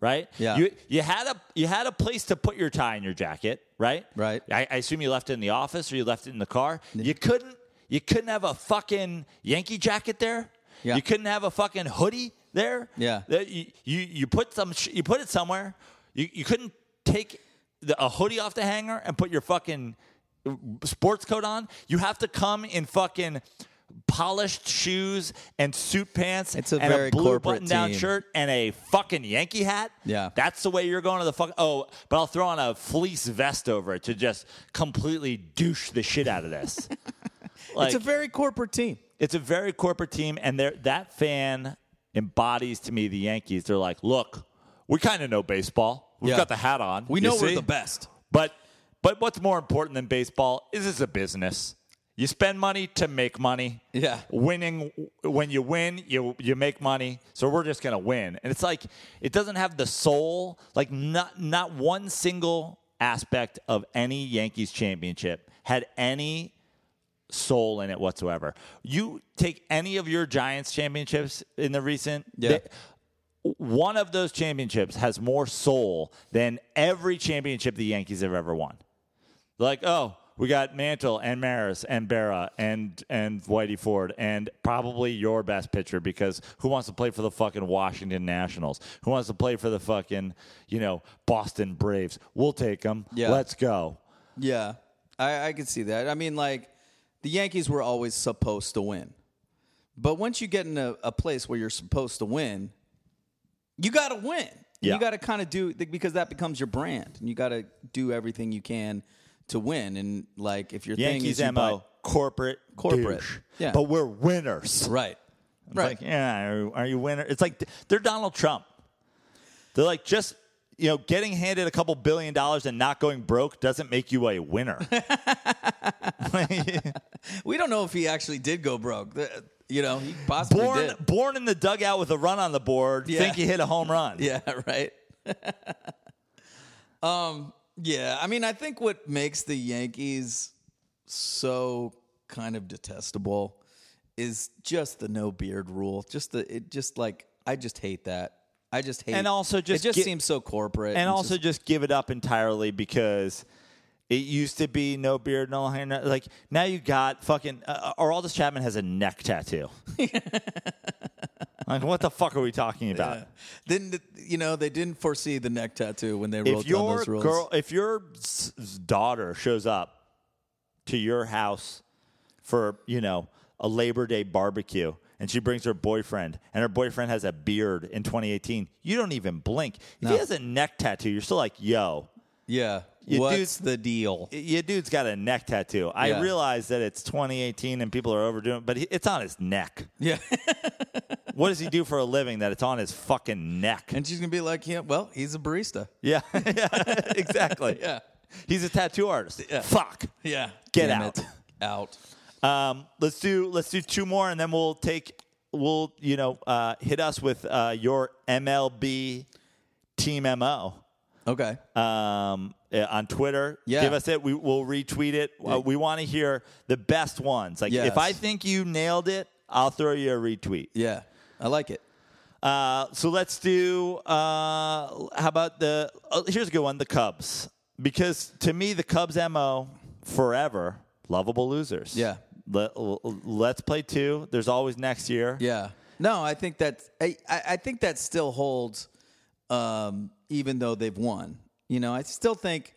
Speaker 1: right?
Speaker 2: Yeah.
Speaker 1: You you had a you had a place to put your tie and your jacket, right?
Speaker 2: Right.
Speaker 1: I, I assume you left it in the office or you left it in the car. You couldn't you couldn't have a fucking Yankee jacket there.
Speaker 2: Yeah.
Speaker 1: You couldn't have a fucking hoodie there.
Speaker 2: Yeah.
Speaker 1: That You, you you put some sh- you put it somewhere. You you couldn't take the, a hoodie off the hanger and put your fucking sports coat on. You have to come in fucking polished shoes and suit pants
Speaker 2: It's a
Speaker 1: and
Speaker 2: very
Speaker 1: a blue
Speaker 2: corporate
Speaker 1: button down
Speaker 2: team.
Speaker 1: shirt and a fucking Yankee hat.
Speaker 2: Yeah.
Speaker 1: That's the way you're going to the fuck. Oh, but I'll throw on a fleece vest over it to just completely douche the shit out of
Speaker 2: [laughs]
Speaker 1: this. like,
Speaker 2: it's a very corporate team.
Speaker 1: it's a very corporate team, and they're- that fan embodies to me the Yankees. They're like, look, we kind of know baseball. We've
Speaker 2: Yeah.
Speaker 1: got the hat on.
Speaker 2: We
Speaker 1: you
Speaker 2: know we're
Speaker 1: see?
Speaker 2: the best.
Speaker 1: But but what's more important than baseball is it's a business. You spend money to make money.
Speaker 2: Yeah.
Speaker 1: Winning when you win, you you make money. So we're just gonna win. And it's like it doesn't have the soul, like not not one single aspect of any Yankees championship had any soul in it whatsoever. You take any of your Giants championships in the recent
Speaker 2: Yeah.
Speaker 1: one of those championships has more soul than every championship the Yankees have ever won. Like, oh, we got Mantle and Maris and Berra and and Whitey Ford and probably your best pitcher because who wants to play for the fucking Washington Nationals? Who wants to play for the fucking you know Boston Braves? We'll take them.
Speaker 2: Yeah.
Speaker 1: Let's go.
Speaker 2: Yeah, I, I could see that. I mean, like the Yankees were always supposed to win, but once you get in a, a place where you're supposed to win, you got to win.
Speaker 1: Yeah.
Speaker 2: You got to kind of do because that becomes your brand, and you got to do everything you can to win. And like if your thing
Speaker 1: Yankees
Speaker 2: is you
Speaker 1: mo
Speaker 2: buy-
Speaker 1: corporate
Speaker 2: Corporate.
Speaker 1: douche.
Speaker 2: Yeah.
Speaker 1: But we're winners.
Speaker 2: right,
Speaker 1: It's
Speaker 2: right,
Speaker 1: Like, yeah, are, are you winner? It's like th- they're Donald Trump. They're like just you know getting handed a couple billion dollars and not going broke doesn't make you a winner.
Speaker 2: [laughs]
Speaker 1: [laughs]
Speaker 2: We don't know if he actually did go broke. The- You know, he possibly
Speaker 1: born
Speaker 2: did.
Speaker 1: born in the dugout with a run on the board,
Speaker 2: Yeah.
Speaker 1: think you hit a home run.
Speaker 2: Yeah, [laughs] right. um, yeah, I mean, I think what makes the Yankees so kind of detestable is just the no beard rule. Just the it just like I just hate that. I just hate
Speaker 1: And also just
Speaker 2: it just
Speaker 1: get-
Speaker 2: seems so corporate.
Speaker 1: and also just, give it up entirely because it used to be no beard, no hair. No, like now you got fucking uh, Araldis Chapman has a neck
Speaker 2: [laughs]
Speaker 1: tattoo. like what the fuck are we talking about?
Speaker 2: then you know they didn't foresee the neck tattoo when they
Speaker 1: If
Speaker 2: wrote down
Speaker 1: your
Speaker 2: those rules.
Speaker 1: girl, if your s- s- daughter shows up to your house for you know a Labor Day barbecue. And she brings her boyfriend, and her boyfriend has a beard in 2018. You don't even blink. If he has a neck tattoo, you're still like, yo,
Speaker 2: yeah,
Speaker 1: You
Speaker 2: what's
Speaker 1: dudes-
Speaker 2: the deal?
Speaker 1: your dude's got a neck tattoo. I
Speaker 2: Yeah.
Speaker 1: realize that it's 2018 and people are overdoing it, but he- it's on his neck.
Speaker 2: Yeah, [laughs]
Speaker 1: What does he do for a living that it's on his fucking neck?
Speaker 2: and she's gonna be like, yeah, well, he's a barista.
Speaker 1: yeah, [laughs] yeah, exactly.
Speaker 2: Yeah,
Speaker 1: He's a tattoo artist. Fuck.
Speaker 2: yeah,
Speaker 1: Get
Speaker 2: Damn
Speaker 1: out.
Speaker 2: it. out.
Speaker 1: Um, let's do let's do two more and then we'll take we'll you know uh, hit us with uh, your MLB team mo.
Speaker 2: Okay.
Speaker 1: um, uh, on Twitter.
Speaker 2: Yeah.
Speaker 1: Give us it. We will retweet it. Uh, we want to hear the best ones. Like
Speaker 2: Yes.
Speaker 1: if I think you nailed it, I'll throw you a retweet.
Speaker 2: Yeah, I like it.
Speaker 1: Uh, so let's do. Uh, how about the? Oh, here's a good one. The Cubs, because to me the Cubs mo forever lovable losers.
Speaker 2: Yeah.
Speaker 1: Let, let's play two. There's always next year.
Speaker 2: Yeah. No, I think that I, I I think that still holds, um, even though they've won. You know, I still think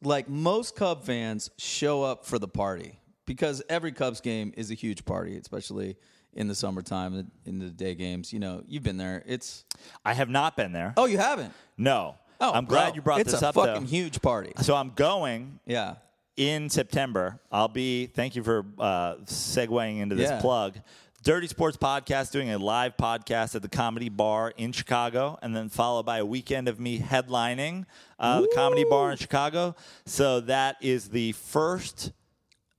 Speaker 2: like most Cub fans show up for the party because every Cubs game is a huge party, especially in the summertime in the day games. You know, you've been there. It's
Speaker 1: I have not been there.
Speaker 2: oh, you haven't.
Speaker 1: No.
Speaker 2: Oh,
Speaker 1: I'm
Speaker 2: bro,
Speaker 1: glad you brought
Speaker 2: it's
Speaker 1: this
Speaker 2: a
Speaker 1: up. though.
Speaker 2: fucking huge party.
Speaker 1: So I'm going
Speaker 2: Yeah.
Speaker 1: in September, I'll be. Thank you for uh, segueing into this
Speaker 2: Yeah.
Speaker 1: plug. Dirty Sports Podcast doing a live podcast at the Comedy Bar in Chicago, and then followed by a weekend of me headlining uh, the Comedy Bar in Chicago. So that is the first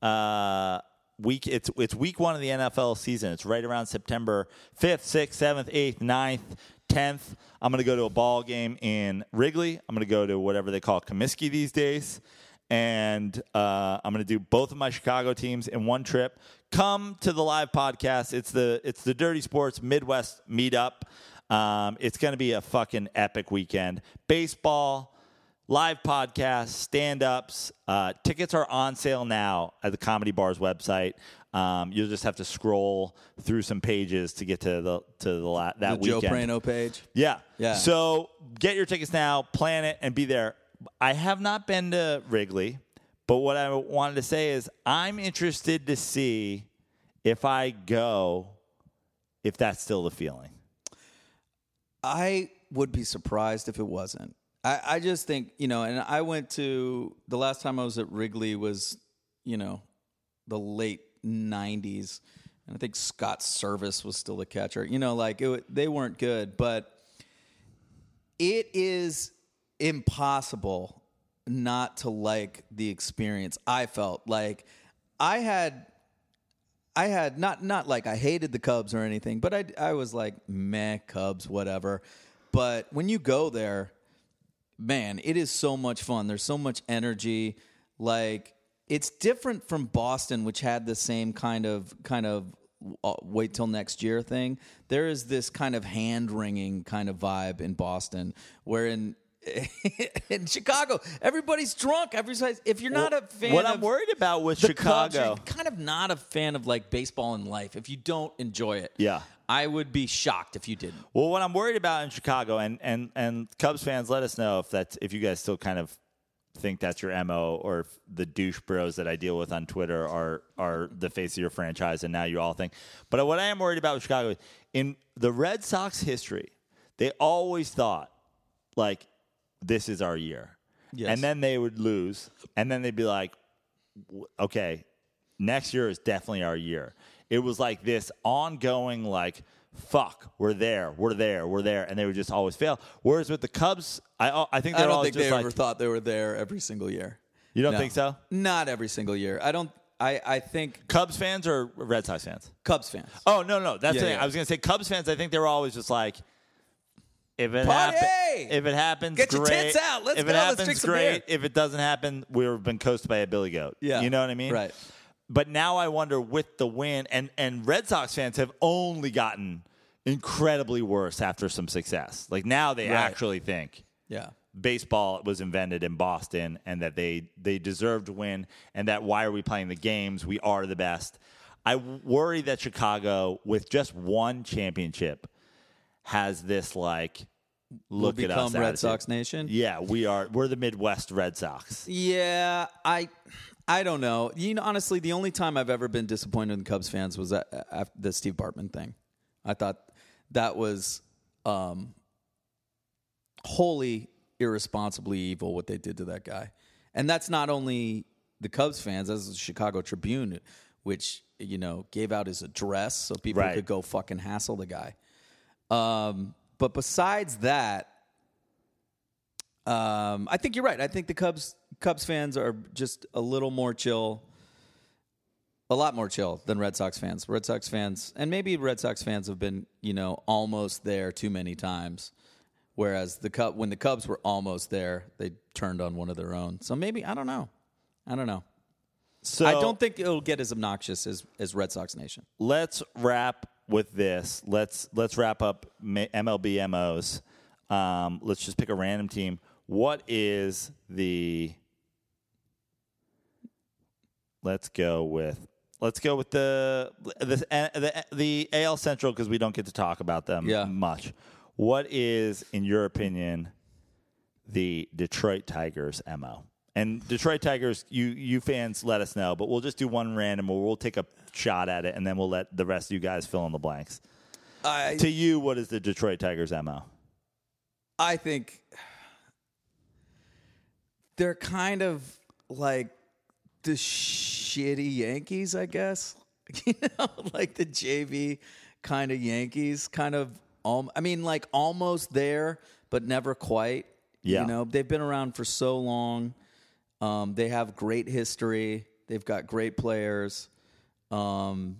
Speaker 1: uh, week. It's it's week one of the NFL season. It's right around September fifth, sixth, seventh, eighth, 9th, tenth. I'm gonna go to a ball game in Wrigley. I'm gonna go to whatever they call Comiskey these days, and uh, I'm gonna do both of my Chicago teams in one trip. Come to the live podcast. It's the it's the Dirty Sports Midwest Meetup. Um, it's gonna be a fucking epic weekend. Baseball live podcasts, stand ups. Uh, tickets are on sale now at the Comedy Bar's website. Um, you'll just have to scroll through some pages to get to the to the la- that
Speaker 2: The Joe
Speaker 1: weekend.
Speaker 2: Prano page.
Speaker 1: Yeah,
Speaker 2: Yeah.
Speaker 1: So get your tickets now, plan it, and be there. I have not been to Wrigley, but what I wanted to say is I'm interested to see if I go, if that's still the feeling.
Speaker 2: I would be surprised if it wasn't. I, I just think, you know, and I went to the last time I was at Wrigley was, you know, the late 90s. And I think Scott Service was still the catcher. You know, like it, wa- they weren't good, but it is impossible not to like the experience. I felt like I had I had not not like I hated the Cubs or anything, but I I was like meh Cubs whatever. But when you go there, man, it is so much fun. There's so much energy. Like it's different from Boston, which had the same kind of kind of uh, wait till next year thing. There is this kind of hand wringing kind of vibe in Boston, where in [laughs] in Chicago everybody's drunk. Everybody's if you're not a fan.
Speaker 1: what
Speaker 2: of
Speaker 1: I'm worried about with
Speaker 2: the Cubs,
Speaker 1: Chicago.
Speaker 2: you're kind of not a fan of like baseball and life. If you don't enjoy it,
Speaker 1: Yeah.
Speaker 2: I would be shocked if you didn't.
Speaker 1: Well, what I'm worried about in Chicago, and and and Cubs fans, let us know if that's if you guys still kind of think that's your mo, or if the douche bros that I deal with on Twitter are are the face of your franchise, and now you all think. But what I am worried about with Chicago is in the Red Sox history, they always thought like this is our year,
Speaker 2: Yes.
Speaker 1: and then they would lose, and then they'd be like, w- okay, next year is definitely our year. It was like this ongoing, like, fuck, we're there, we're there, we're there, and they would just always fail. Whereas with the Cubs, I I think
Speaker 2: I
Speaker 1: they're
Speaker 2: don't
Speaker 1: always
Speaker 2: think they
Speaker 1: just like,
Speaker 2: ever thought they were there every single year.
Speaker 1: you don't
Speaker 2: No.
Speaker 1: think so?
Speaker 2: Not every single year. I don't. I I think
Speaker 1: Cubs fans or Red Sox fans?
Speaker 2: Cubs fans.
Speaker 1: Oh no, no, that's
Speaker 2: Yeah,
Speaker 1: the thing.
Speaker 2: yeah.
Speaker 1: I was gonna say Cubs fans. I think they were always just like, if it
Speaker 2: Party!
Speaker 1: happens, if it happens,
Speaker 2: Get your
Speaker 1: great.
Speaker 2: tits out. Let's
Speaker 1: if
Speaker 2: go.
Speaker 1: it
Speaker 2: Let's
Speaker 1: happens,
Speaker 2: drink some
Speaker 1: great.
Speaker 2: beer.
Speaker 1: If it doesn't happen, we've been coached by a billy goat.
Speaker 2: Yeah.
Speaker 1: you know what I mean,
Speaker 2: Right.
Speaker 1: But now I wonder with the win and and Red Sox fans have only gotten incredibly worse after some success. Like now they
Speaker 2: Right.
Speaker 1: actually think
Speaker 2: Yeah.
Speaker 1: baseball was invented in Boston and that they they deserve to win and that why are we playing the games? We are the best. I worry that Chicago with just one championship has this like
Speaker 2: Will
Speaker 1: look at
Speaker 2: become
Speaker 1: us
Speaker 2: Red
Speaker 1: attitude.
Speaker 2: Sox Nation.
Speaker 1: Yeah, we are we're the Midwest Red Sox.
Speaker 2: Yeah, I I don't know. You know, honestly, the only time I've ever been disappointed in Cubs fans was that, after the Steve Bartman thing. I thought that was um, wholly irresponsibly evil what they did to that guy, and that's not only the Cubs fans. That's the Chicago Tribune, which you know gave out his address so people
Speaker 1: Right.
Speaker 2: could go fucking hassle the guy. Um, but besides that, um, I think you're right. I think the Cubs Cubs fans are just a little more chill, a lot more chill than Red Sox fans. Red Sox fans, and maybe Red Sox fans have been, you know, almost there too many times. Whereas the Cub, when the Cubs were almost there, they turned on one of their own. So maybe I don't know. I don't know.
Speaker 1: So
Speaker 2: I don't think it'll get as obnoxious as as Red Sox Nation.
Speaker 1: let's wrap with this. Let's let's wrap up ma- MLB MOs. Um, let's just pick a random team. What is the? Let's go with let's go with the the eh, the, the AL Central because we don't get to talk about them
Speaker 2: Yeah.
Speaker 1: much. What is, in your opinion, the Detroit Tigers mo? And Detroit Tigers, you you fans, let us know. But we'll just do one random, or we'll take a shot at it, and then we'll let the rest of you guys fill in the blanks.
Speaker 2: I
Speaker 1: To you, what is the Detroit Tigers mo?
Speaker 2: I think they're kind of like the shitty Yankees, I guess. [laughs] You know, like the JV kind of Yankees, kind of. Um, I mean, like almost there, but never quite.
Speaker 1: Yeah.
Speaker 2: you know, they've been around for so long. Um, they have great history. They've got great players. Um,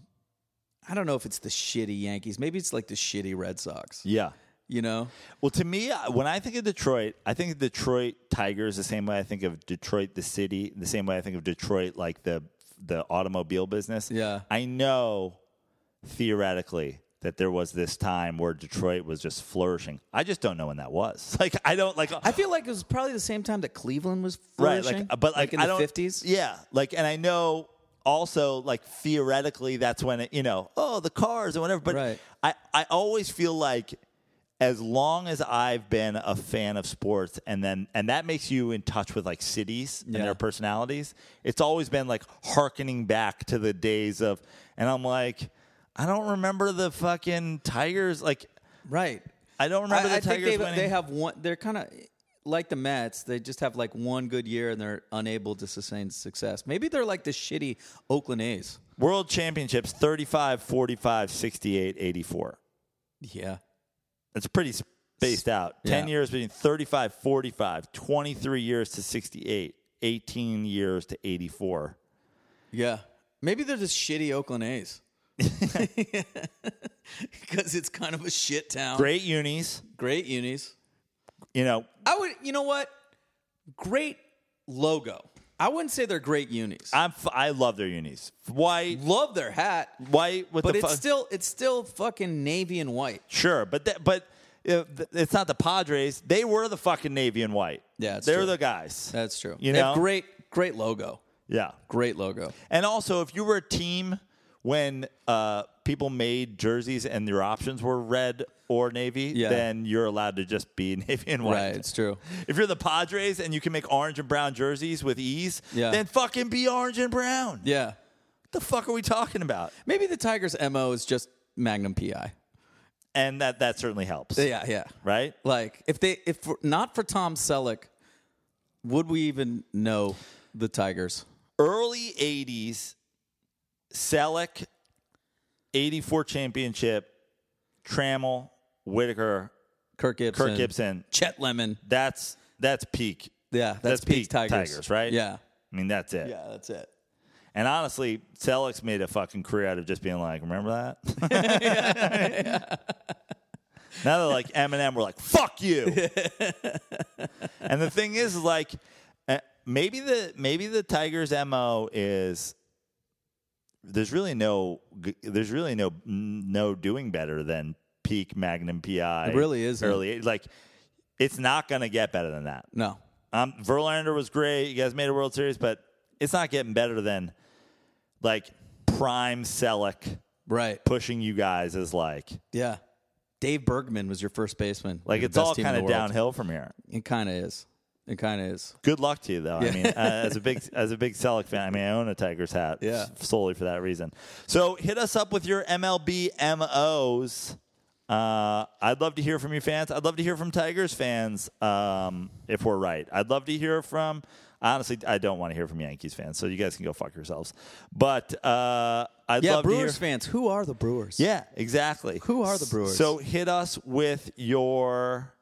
Speaker 2: I don't know if it's the shitty Yankees. Maybe it's like the shitty Red Sox.
Speaker 1: Yeah.
Speaker 2: You know,
Speaker 1: Well, to me, I- when I think of Detroit, I think of Detroit Tigers the same way I think of Detroit the city, the same way I think of Detroit like the the automobile business.
Speaker 2: Yeah.
Speaker 1: I know theoretically that there was this time where Detroit was just flourishing. I just don't know when that was. [laughs] Like I don't like
Speaker 2: I feel like it was probably the same time that Cleveland was
Speaker 1: right
Speaker 2: flourishing,
Speaker 1: like uh, but like,
Speaker 2: eh? in
Speaker 1: I
Speaker 2: the
Speaker 1: don't-
Speaker 2: fifties.
Speaker 1: yeah like and i know also like theoretically that's when it you know oh the cars and whatever but
Speaker 2: Right.
Speaker 1: i i always feel like as long as i've been a fan of sports and then and that makes you in touch with like cities
Speaker 2: Yeah.
Speaker 1: and their personalities it's always been like harkening back to the days of and i'm like i don't remember the fucking tigers like
Speaker 2: Right.
Speaker 1: i don't remember
Speaker 2: I,
Speaker 1: the
Speaker 2: I think
Speaker 1: tigers
Speaker 2: they,
Speaker 1: winning
Speaker 2: they have one. They're kind of like the Mets. They just have like one good year and they're unable to sustain success. Maybe they're like the shitty Oakland A's.
Speaker 1: world championships 35 45 68 84
Speaker 2: Yeah.
Speaker 1: It's pretty spaced out. 10
Speaker 2: Yeah.
Speaker 1: years between 35, 45, 23 years to 68, 18 years to 84.
Speaker 2: Yeah. Maybe they're just shitty
Speaker 1: [laughs]
Speaker 2: Oakland A's. Because it's kind of a shit town.
Speaker 1: Great unis,
Speaker 2: Great unis.
Speaker 1: you know,
Speaker 2: I would, you know what? Great logo. I wouldn't say they're great unis. I
Speaker 1: I'm f- I love their unis. White,
Speaker 2: love their hat,
Speaker 1: white with
Speaker 2: but
Speaker 1: the
Speaker 2: it's
Speaker 1: fu-
Speaker 2: still it's still fucking navy and white.
Speaker 1: sure, but that, but uh, th- it's not the Padres. They were the fucking navy and white.
Speaker 2: Yeah, it's
Speaker 1: they're
Speaker 2: true.
Speaker 1: the guys.
Speaker 2: That's true.
Speaker 1: You
Speaker 2: They have
Speaker 1: know?
Speaker 2: great great logo.
Speaker 1: yeah.
Speaker 2: Great logo.
Speaker 1: And also, if you were a team when uh, people made jerseys and your options were red or navy,
Speaker 2: Yeah.
Speaker 1: then you're allowed to just be [laughs] navy and white.
Speaker 2: Right, it's true.
Speaker 1: If you're the Padres and you can make orange and brown jerseys with ease,
Speaker 2: Yeah.
Speaker 1: then fucking be orange and brown.
Speaker 2: Yeah.
Speaker 1: What the fuck are we talking about?
Speaker 2: Maybe the Tigers MO is just Magnum PI.
Speaker 1: And that that certainly helps.
Speaker 2: Yeah, yeah.
Speaker 1: Right?
Speaker 2: Like if they if not for Tom Selleck, would we even know the Tigers?
Speaker 1: Early 80s, Selleck, 84 championship, Trammell, Whitaker,
Speaker 2: Kirk Gibson.
Speaker 1: Kirk Gibson.
Speaker 2: Chet Lemon.
Speaker 1: That's that's peak.
Speaker 2: Yeah, that's,
Speaker 1: That's
Speaker 2: peak,
Speaker 1: peak
Speaker 2: Tigers.
Speaker 1: Tigers, right?
Speaker 2: Yeah.
Speaker 1: I mean, that's it.
Speaker 2: Yeah, that's it.
Speaker 1: And honestly, Selleck's made a fucking career out of just being like, remember that? [laughs]
Speaker 2: [laughs]
Speaker 1: now they're like Eminem, we're like, fuck
Speaker 2: [laughs]
Speaker 1: you. and the thing is, is like, eh, maybe the maybe the Tigers' mo is there's really no g- there's really no no doing better than peak Magnum PI.
Speaker 2: It really isn't.
Speaker 1: Early like, it's not gonna get better than that.
Speaker 2: No.
Speaker 1: Um, Verlander was great. You guys made a World Series, but it's not getting better than like prime Selleck
Speaker 2: Right.
Speaker 1: pushing you guys is like
Speaker 2: Yeah. Dave Bergman was your first baseman.
Speaker 1: like
Speaker 2: You're
Speaker 1: it's
Speaker 2: the best
Speaker 1: all
Speaker 2: team in
Speaker 1: kind
Speaker 2: the
Speaker 1: of
Speaker 2: world.
Speaker 1: downhill from here.
Speaker 2: It kind of is. It kind of is.
Speaker 1: Good luck to you though. I mean, uh, as a big as a big Selleck fan, I mean, I own a Tigers hat
Speaker 2: Yeah.
Speaker 1: s- solely for that reason. So hit us up with your MLB MOs. Uh, I'd love to hear from you fans. I'd love to hear from Tigers fans um, if we're right. I'd love to hear from. Honestly, I don't want to hear from Yankees fans, so you guys can go fuck yourselves. But uh, I'd
Speaker 2: Yeah,
Speaker 1: love
Speaker 2: Brewers
Speaker 1: to hear.
Speaker 2: fans. Who are the Brewers?
Speaker 1: Yeah, exactly.
Speaker 2: Who are the Brewers?
Speaker 1: So hit us with your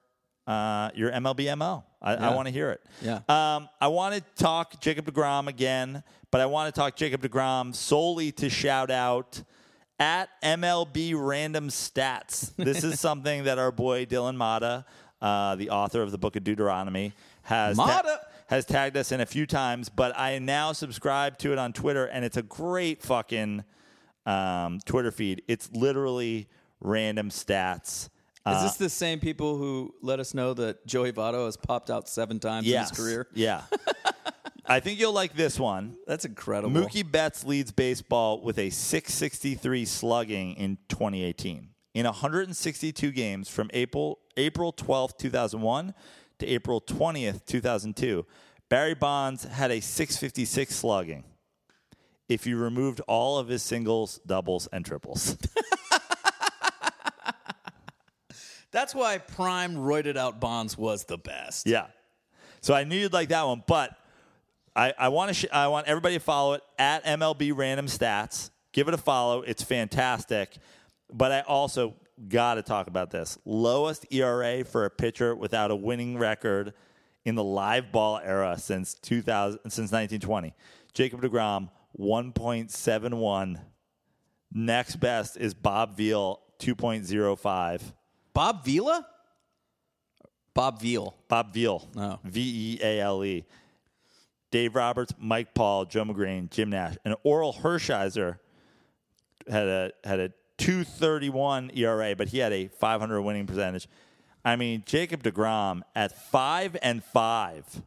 Speaker 1: uh, your MLB MO. I, I want to hear it.
Speaker 2: Yeah.
Speaker 1: Um, I want to talk Jacob Degrom again, but I want to talk Jacob Degrom solely to shout out at MLB Random Stats. This
Speaker 2: [laughs]
Speaker 1: is something that our boy Dylan Mata, uh, the author of the Book of Deuteronomy, has ta-
Speaker 2: Mata!
Speaker 1: has tagged us in a few times, but I now subscribe to it on Twitter, and it's a great fucking um, Twitter feed. It's literally random stats.
Speaker 2: Is this the same people who let us know that Joey Votto has popped out seven times
Speaker 1: Yes.
Speaker 2: in his career?
Speaker 1: Yeah. [laughs] I think you'll like this one.
Speaker 2: That's incredible.
Speaker 1: Mookie Betts leads baseball with a 663 slugging in 2018. In 162 games from April April 12th, 2001 to April 20th, 2002, Barry Bonds had a 656 slugging. If you removed all of his singles, doubles, and triples. [laughs]
Speaker 2: That's why prime roided out Bonds was the best.
Speaker 1: Yeah. So I knew you'd like that one, but I, I want to sh- I want everybody to follow it at MLB Random Stats. Give it a follow. It's fantastic. But I also got to talk about this lowest ERA for a pitcher without a winning record in the live ball era since 2000 since 1920. Jacob DeGrom 1.71. Next best is Bob Veal 2.05.
Speaker 2: Bob Vila? Bob Veal.
Speaker 1: Bob Veal.
Speaker 2: Oh.
Speaker 1: V E A L E. Dave Roberts, Mike Paul, Joe McGrain, Jim Nash, and Oral Hershiser had a had a 231 ERA, but he had a 500 winning percentage. I mean, Jacob DeGrom at 5 and 5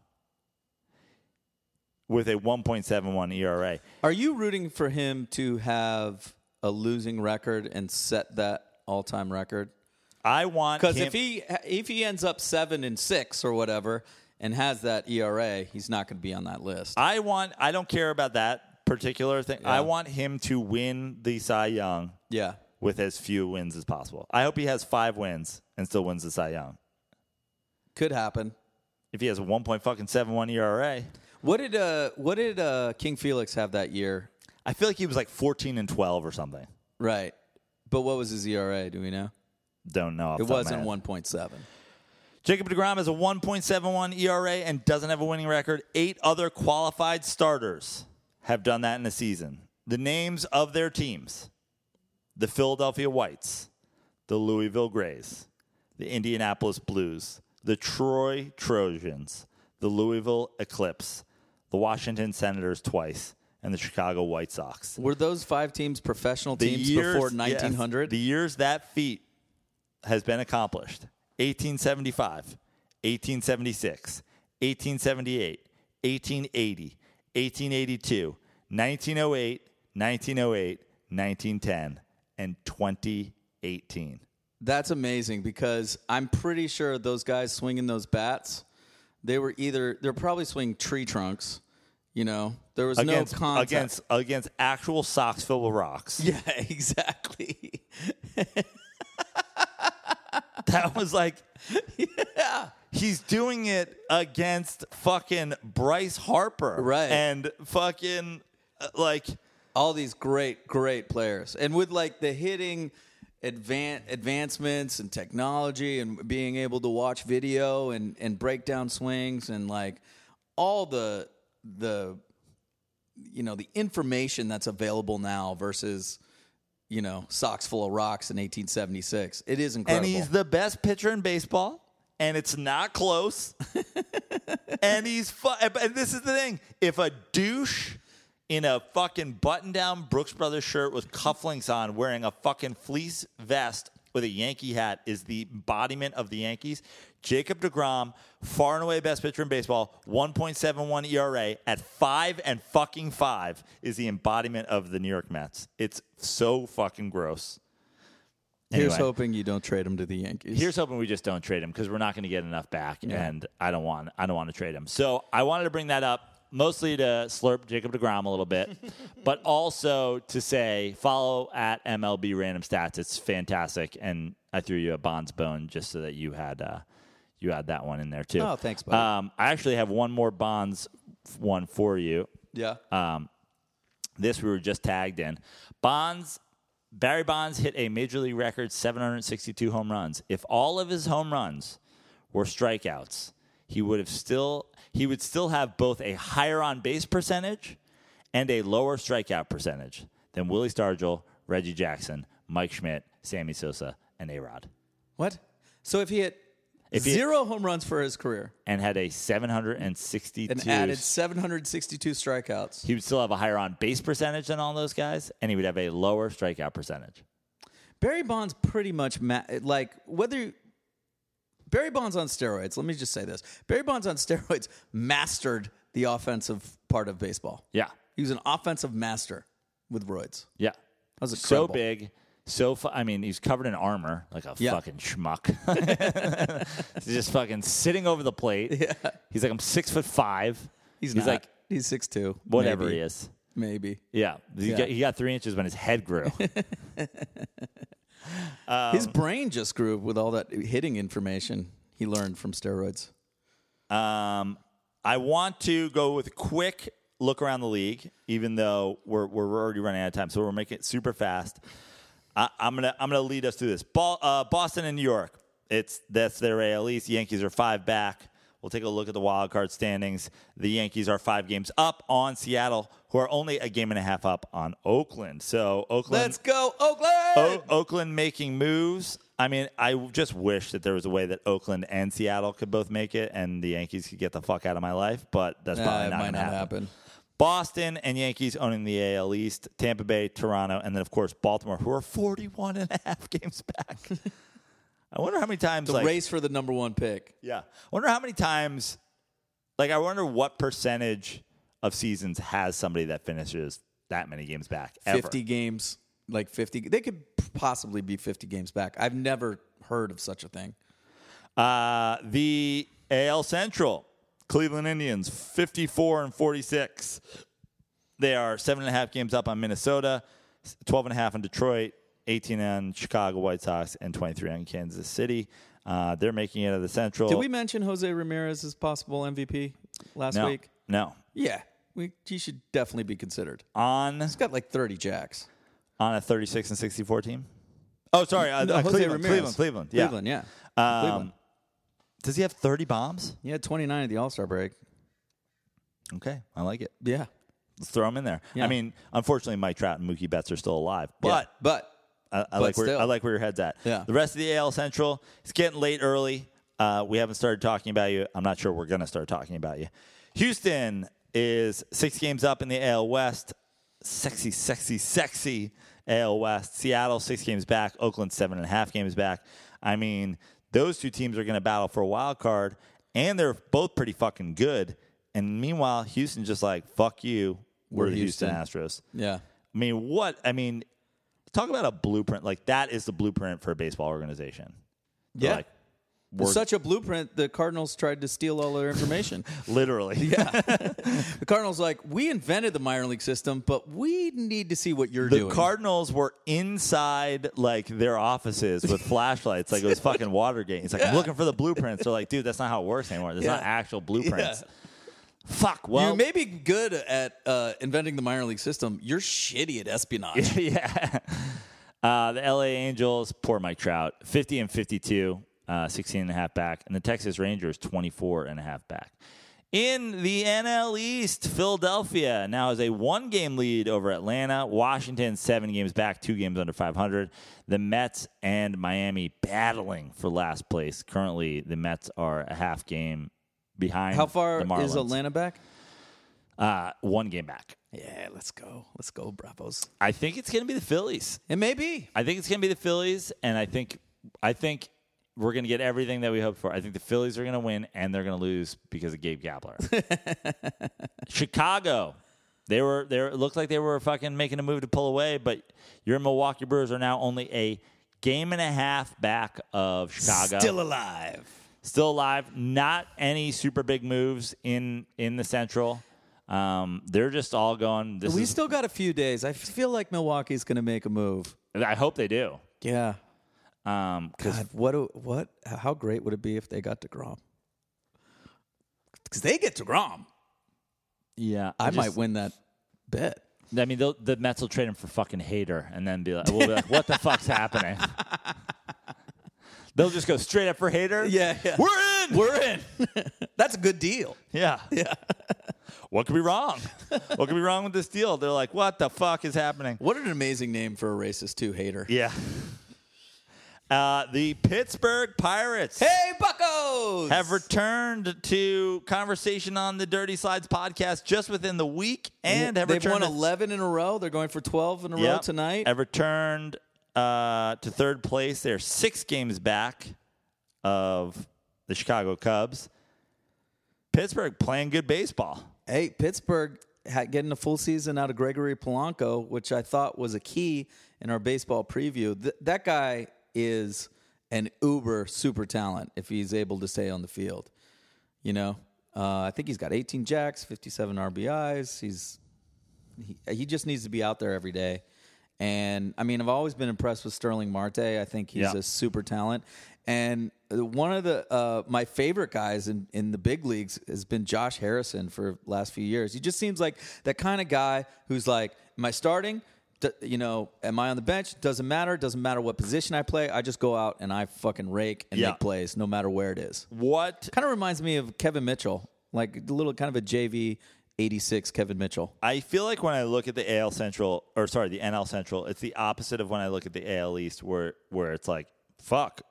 Speaker 1: with a 1.71 ERA.
Speaker 2: Are you rooting for him to have a losing record and set that all time record?
Speaker 1: I want
Speaker 2: Because
Speaker 1: him-
Speaker 2: if he if he ends up seven and six or whatever and has that ERA, he's not going to be on that list.
Speaker 1: I want I don't care about that particular thing. I want him to win the Cy Young.
Speaker 2: yeah,
Speaker 1: with as few wins as possible. I hope he has five wins and still wins the Cy Young.
Speaker 2: could happen.
Speaker 1: If he has a one point fucking seven one E ERA,
Speaker 2: What did uh What did uh King Felix have that year?
Speaker 1: I feel like he was like fourteen and twelve or something.
Speaker 2: Right, but what was his ERA? Do we know?
Speaker 1: Don't know. Off
Speaker 2: It
Speaker 1: the top of my
Speaker 2: wasn't
Speaker 1: head.
Speaker 2: one point seven.
Speaker 1: Jacob Degrom has a one point seven one ERA and doesn't have a winning record. Eight other qualified starters have done that in a season. The names of their teams: the Philadelphia Whites, the Louisville Grays, the Indianapolis Blues, the Troy Trojans, the Louisville Eclipse, the Washington Senators twice, and the Chicago White Sox.
Speaker 2: Were those five teams professional
Speaker 1: The
Speaker 2: teams
Speaker 1: years-
Speaker 2: before
Speaker 1: yes,
Speaker 2: 1900?
Speaker 1: the years that feat has been accomplished 1875, 1876, 1878, 1880, 1882, 1908, 1908, 1910, and 2018.
Speaker 2: That's amazing because I'm pretty sure those guys swinging those bats, they were either they're probably swinging tree trunks. You know, there was
Speaker 1: Against,
Speaker 2: no contact.
Speaker 1: against against actual socks filled with rocks.
Speaker 2: [laughs] yeah, exactly.
Speaker 1: That was like, [laughs] He's doing it against fucking Bryce Harper,
Speaker 2: Right.
Speaker 1: And fucking uh, like
Speaker 2: all these great, great players, and with like the hitting advan- advancements and technology, and being able to watch video and and break down swings, and like all the the you know the information that's available now versus you know socks full of rocks in 1876. It is incredible.
Speaker 1: and he's the best pitcher in baseball, and it's not close. and he's fu- and this is the thing: if a douche in a fucking button-down Brooks Brothers shirt with cufflinks on, wearing a fucking fleece vest with a Yankee hat, is the embodiment of the Yankees. Jacob Degrom, far and away best pitcher in baseball, 1.71 ERA E at five and fucking five, is the embodiment of the New York Mets. It's so fucking gross.
Speaker 2: Here's
Speaker 1: Anyway.
Speaker 2: hoping you don't trade him to the Yankees.
Speaker 1: Here's hoping we just don't trade him because we're not going to get enough back, and I don't want I don't want to trade him. So I wanted to bring that up mostly to slurp Jacob Degrom a little
Speaker 2: [laughs]
Speaker 1: bit, but also to say follow at MLB Random Stats. It's fantastic, and I threw you a Bonds bone just so that you had uh, you had that one in there too.
Speaker 2: Oh, thanks, buddy.
Speaker 1: Um, I actually have one more Bonds f- one for you
Speaker 2: yeah.
Speaker 1: uh, this we were just tagged in. Bonds, Barry Bonds hit a major league record 762 home runs. If all of his home runs were strikeouts, he would have still he would still have both a higher on base percentage and a lower strikeout percentage than Willie Stargell, Reggie Jackson, Mike Schmidt, Sammy Sosa, and A Rod,
Speaker 2: what? So if he hit
Speaker 1: If he-
Speaker 2: zero home runs for his career
Speaker 1: and had a 762
Speaker 2: and added 762 strikeouts.
Speaker 1: he would still have a higher on base percentage than all those guys, and he would have a lower strikeout percentage.
Speaker 2: Barry Bonds pretty much ma- like whether Barry Bonds on steroids. Let me just say this: Barry Bonds on [laughs] steroids mastered the offensive part of baseball.
Speaker 1: Yeah,
Speaker 2: He was an offensive master with roids.
Speaker 1: yeah.
Speaker 2: That was
Speaker 1: so
Speaker 2: incredible.
Speaker 1: big, so fu- I mean, he's covered in armor like a
Speaker 2: Yeah.
Speaker 1: fucking schmuck. [laughs] he's just fucking sitting over the plate. He's like, I'm six foot five.
Speaker 2: He's,
Speaker 1: he's
Speaker 2: not.
Speaker 1: like
Speaker 2: he's six two.
Speaker 1: whatever
Speaker 2: maybe,
Speaker 1: he is.
Speaker 2: Maybe
Speaker 1: Yeah, he, Got, he got three inches when his head grew. Um,
Speaker 2: his brain just grew with all that hitting information he learned from steroids.
Speaker 1: um, I want to go with a quick look around the league, even though we're we're already running out of time, so we're making it super fast. I, I'm gonna I'm gonna lead us through this. Bal- uh, Boston and New York. It's that's their AL East. Yankees are five back. We'll take a look at the wild card standings. The Yankees are five games up on Seattle, who are only a game and a half up on Oakland. So Oakland,
Speaker 2: Let's go Oakland!
Speaker 1: O- Oakland making moves. I mean, I just wish that there was a way that Oakland and Seattle could both make it, and the Yankees could get the fuck out of my life. But that's
Speaker 2: Nah,
Speaker 1: probably
Speaker 2: it
Speaker 1: Oh. not
Speaker 2: might
Speaker 1: going to
Speaker 2: not
Speaker 1: happen.
Speaker 2: happen.
Speaker 1: Boston and Yankees owning the AL East. Tampa Bay, Toronto, and then of course Baltimore, who are 41 and a half [laughs] games back. I wonder how many times like
Speaker 2: Race for the number one pick.
Speaker 1: yeah. I wonder how many times, like, I wonder what percentage of seasons has somebody that finishes that many games back ever.
Speaker 2: 50 games, like 50. They could possibly be 50 games back. I've never heard of such a thing.
Speaker 1: Uh, the AL Central, Cleveland Indians, 54 and 46. They are seven and a half games up on Minnesota, 12 and a half on Detroit, 18 on Chicago White Sox, and 23 on Kansas City. Uh, they're making it out of the Central.
Speaker 2: Did we mention Jose Ramirez as possible MVP last
Speaker 1: no,
Speaker 2: week?
Speaker 1: no.
Speaker 2: Yeah. We, he should definitely be considered.
Speaker 1: On
Speaker 2: He's got like 30 jacks.
Speaker 1: on a 36 and 64 team. Oh, sorry, uh, uh, Cleveland, Cleveland, Cleveland, yeah.
Speaker 2: Cleveland, yeah.
Speaker 1: Um,
Speaker 2: Cleveland.
Speaker 1: Does he have 30 bombs?
Speaker 2: He had 29 at the All Star break.
Speaker 1: Okay, I like it.
Speaker 2: Yeah.
Speaker 1: Let's throw him in there.
Speaker 2: Yeah.
Speaker 1: I mean, unfortunately, Mike Trout and Mookie Betts are still alive, but
Speaker 2: Yeah. but
Speaker 1: I, I like where
Speaker 2: still.
Speaker 1: I like where your head's at.
Speaker 2: Yeah.
Speaker 1: The rest of the AL Central, it's getting late early. Uh, we haven't started talking about you. I'm not sure we're going to start talking about you. Houston is six games up in the AL West. Sexy, sexy, sexy AL West. Seattle six games back. Oakland seven and a half games back. I mean, those two teams are going to battle for a wild card, and they're both pretty fucking good. And meanwhile, Houston's just like fuck you. We're,
Speaker 2: We're
Speaker 1: the Houston.
Speaker 2: Houston.
Speaker 1: Astros.
Speaker 2: Yeah.
Speaker 1: I mean, what? I mean, talk about a blueprint. Like that is the blueprint for a baseball organization. They're
Speaker 2: Yeah.
Speaker 1: like,
Speaker 2: It's
Speaker 1: we're-
Speaker 2: Such a blueprint, the Cardinals tried to steal all their [laughs] information.
Speaker 1: literally.
Speaker 2: the Cardinals like, we invented the minor league system, but we need to see what you're
Speaker 1: The
Speaker 2: doing.
Speaker 1: Cardinals were inside like their offices with flashlights, like it
Speaker 2: [laughs]
Speaker 1: was fucking Watergate. It's like I'm looking for the blueprints. They're like, dude, that's not how it works anymore. That's not
Speaker 2: [laughs] Yeah.
Speaker 1: actual blueprints. Fuck. Well,
Speaker 2: you may be good at uh, inventing the minor league system. You're shitty at espionage.
Speaker 1: [laughs] yeah. Uh, the LA Angels, poor Mike Trout, 50 and 52, uh, 16 and a half back. And the Texas Rangers, 24 and a half back. In the NL East, Philadelphia now is a one game lead over Atlanta. Washington, seven games back, two games under 500. The Mets and Miami battling for last place. Currently, the Mets are a half game behind.
Speaker 2: How far
Speaker 1: the Marlins.
Speaker 2: is Atlanta back?
Speaker 1: Uh, one game back.
Speaker 2: Yeah, let's go. Let's go, Bravos.
Speaker 1: I think it's going to be the Phillies.
Speaker 2: It may be.
Speaker 1: I think it's going to be the Phillies, and I think I think we're going to get everything that we hoped for. I think the Phillies are going to win, and they're going to lose because of Gabe
Speaker 2: [laughs]
Speaker 1: Gabler. Chicago, they were they were, it looked like they were fucking making a move to pull away, but your Milwaukee Brewers are now only a game and a half back of Chicago
Speaker 2: Still alive.
Speaker 1: still alive. Not any super big moves in in the Central. Um, they're just all going. This
Speaker 2: We
Speaker 1: is.
Speaker 2: still got a few days. I feel like Milwaukee's going to make a move.
Speaker 1: I hope they do.
Speaker 2: Yeah.
Speaker 1: Um, 'cause
Speaker 2: God, what? a- What? How great would it be if they got Degrom? Because they get Degrom,
Speaker 1: yeah,
Speaker 2: I,
Speaker 1: just-
Speaker 2: might win that bet.
Speaker 1: I mean, they'll- the Mets will trade him for fucking Hater, and then be like, we'll be like, "What the fuck's happening?" They'll just go straight up for Hater.
Speaker 2: Yeah, yeah.
Speaker 1: we're in.
Speaker 2: We're in. [laughs] That's a good deal.
Speaker 1: yeah, yeah. [laughs] What could be wrong? what could be wrong with this deal? They're like, "What the fuck is happening?"
Speaker 2: What an amazing name for a racist too hater.
Speaker 1: Yeah. Uh, the Pittsburgh Pirates
Speaker 2: Hey, Buckos!
Speaker 1: have returned to conversation on the Dirty Slides podcast just within the week, and have
Speaker 2: they've
Speaker 1: returned
Speaker 2: won
Speaker 1: to-
Speaker 2: eleven in a row. They're going for twelve in a row
Speaker 1: Yep.
Speaker 2: tonight.
Speaker 1: Have returned uh, to third place. They're six games back of the Chicago Cubs. Pittsburgh playing good baseball.
Speaker 2: Hey, Pittsburgh had getting a full season out of Gregory Polanco, which I thought was a key in our baseball preview. Th- that guy is an uber super talent if he's able to stay on the field. You know, uh, I think he's got 18 jacks, 57 RBIs. He's he, he just needs to be out there every day. And I mean, I've always been impressed with Sterling Marte. I think he's
Speaker 1: Yeah.
Speaker 2: a super talent. And uh, one of the uh, my favorite guys in, in the big leagues has been Josh Harrison for the last few years. He just seems like that kind of guy who's like, "Am I starting? D- you know, am I on the bench? Doesn't matter. Doesn't matter what position I play. I just go out and I fucking rake and
Speaker 1: Yeah.
Speaker 2: make plays, no matter where it is."
Speaker 1: What
Speaker 2: Kind of reminds me of Kevin Mitchell, like a little kind of a JV '86 Kevin Mitchell.
Speaker 1: I feel like when I look at the AL Central, or sorry, the NL Central, it's the opposite of when I look at the AL East, where where it's like, fuck.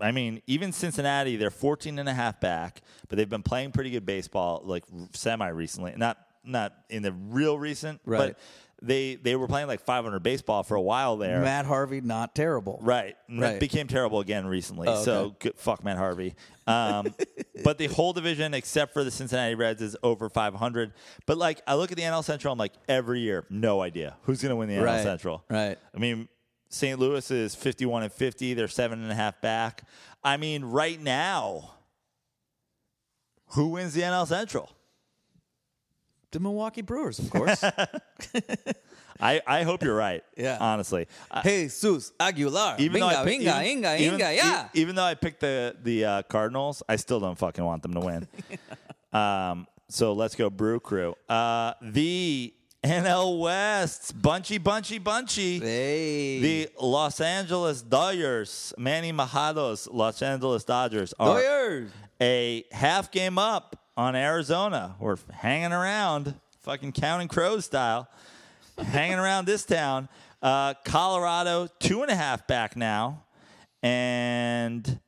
Speaker 1: I mean, even Cincinnati, they're 14 and a half back, but they've been playing pretty good baseball, like semi recently. Not not in the real recent,
Speaker 2: Right.
Speaker 1: but they they were playing like 500 baseball for a while there.
Speaker 2: Matt Harvey, not terrible.
Speaker 1: Right. And
Speaker 2: Right. Oh,
Speaker 1: That became terrible again recently.
Speaker 2: okay.
Speaker 1: So good, fuck Matt
Speaker 2: [laughs]
Speaker 1: Harvey. Um, but the whole division, except for the Cincinnati Reds, is over 500. But like, I look at the NL Central, I'm like, every year, no idea who's going to win the
Speaker 2: Right.
Speaker 1: NL Central.
Speaker 2: Right.
Speaker 1: I mean, St. Louis is 51 and 50. They're seven and a half back. I mean, right now, who wins the NL Central?
Speaker 2: The Milwaukee Brewers,
Speaker 1: [laughs]
Speaker 2: of course.
Speaker 1: I, I hope you're right.
Speaker 2: [laughs] Yeah.
Speaker 1: Honestly. I-
Speaker 2: Jesus Aguilar.
Speaker 1: even though I
Speaker 2: Vinga,
Speaker 1: pick-
Speaker 2: vinga,
Speaker 1: even-
Speaker 2: vinga,
Speaker 1: even-
Speaker 2: vinga,
Speaker 1: e-
Speaker 2: yeah.
Speaker 1: even though I picked the the uh, Cardinals, I still don't fucking want them to
Speaker 2: [laughs]
Speaker 1: win. um, so let's go Brew Crew. Uh, the NL West's bunchy, bunchy, bunchy.
Speaker 2: Hey.
Speaker 1: The Los Angeles Dodgers, Manny Majado's Los Angeles Dodgers
Speaker 2: Oh,
Speaker 1: are
Speaker 2: Warriors.
Speaker 1: a half game up on Arizona. We're hanging around, fucking counting crows style, hanging around this town. Uh, Colorado, two and a half back now, and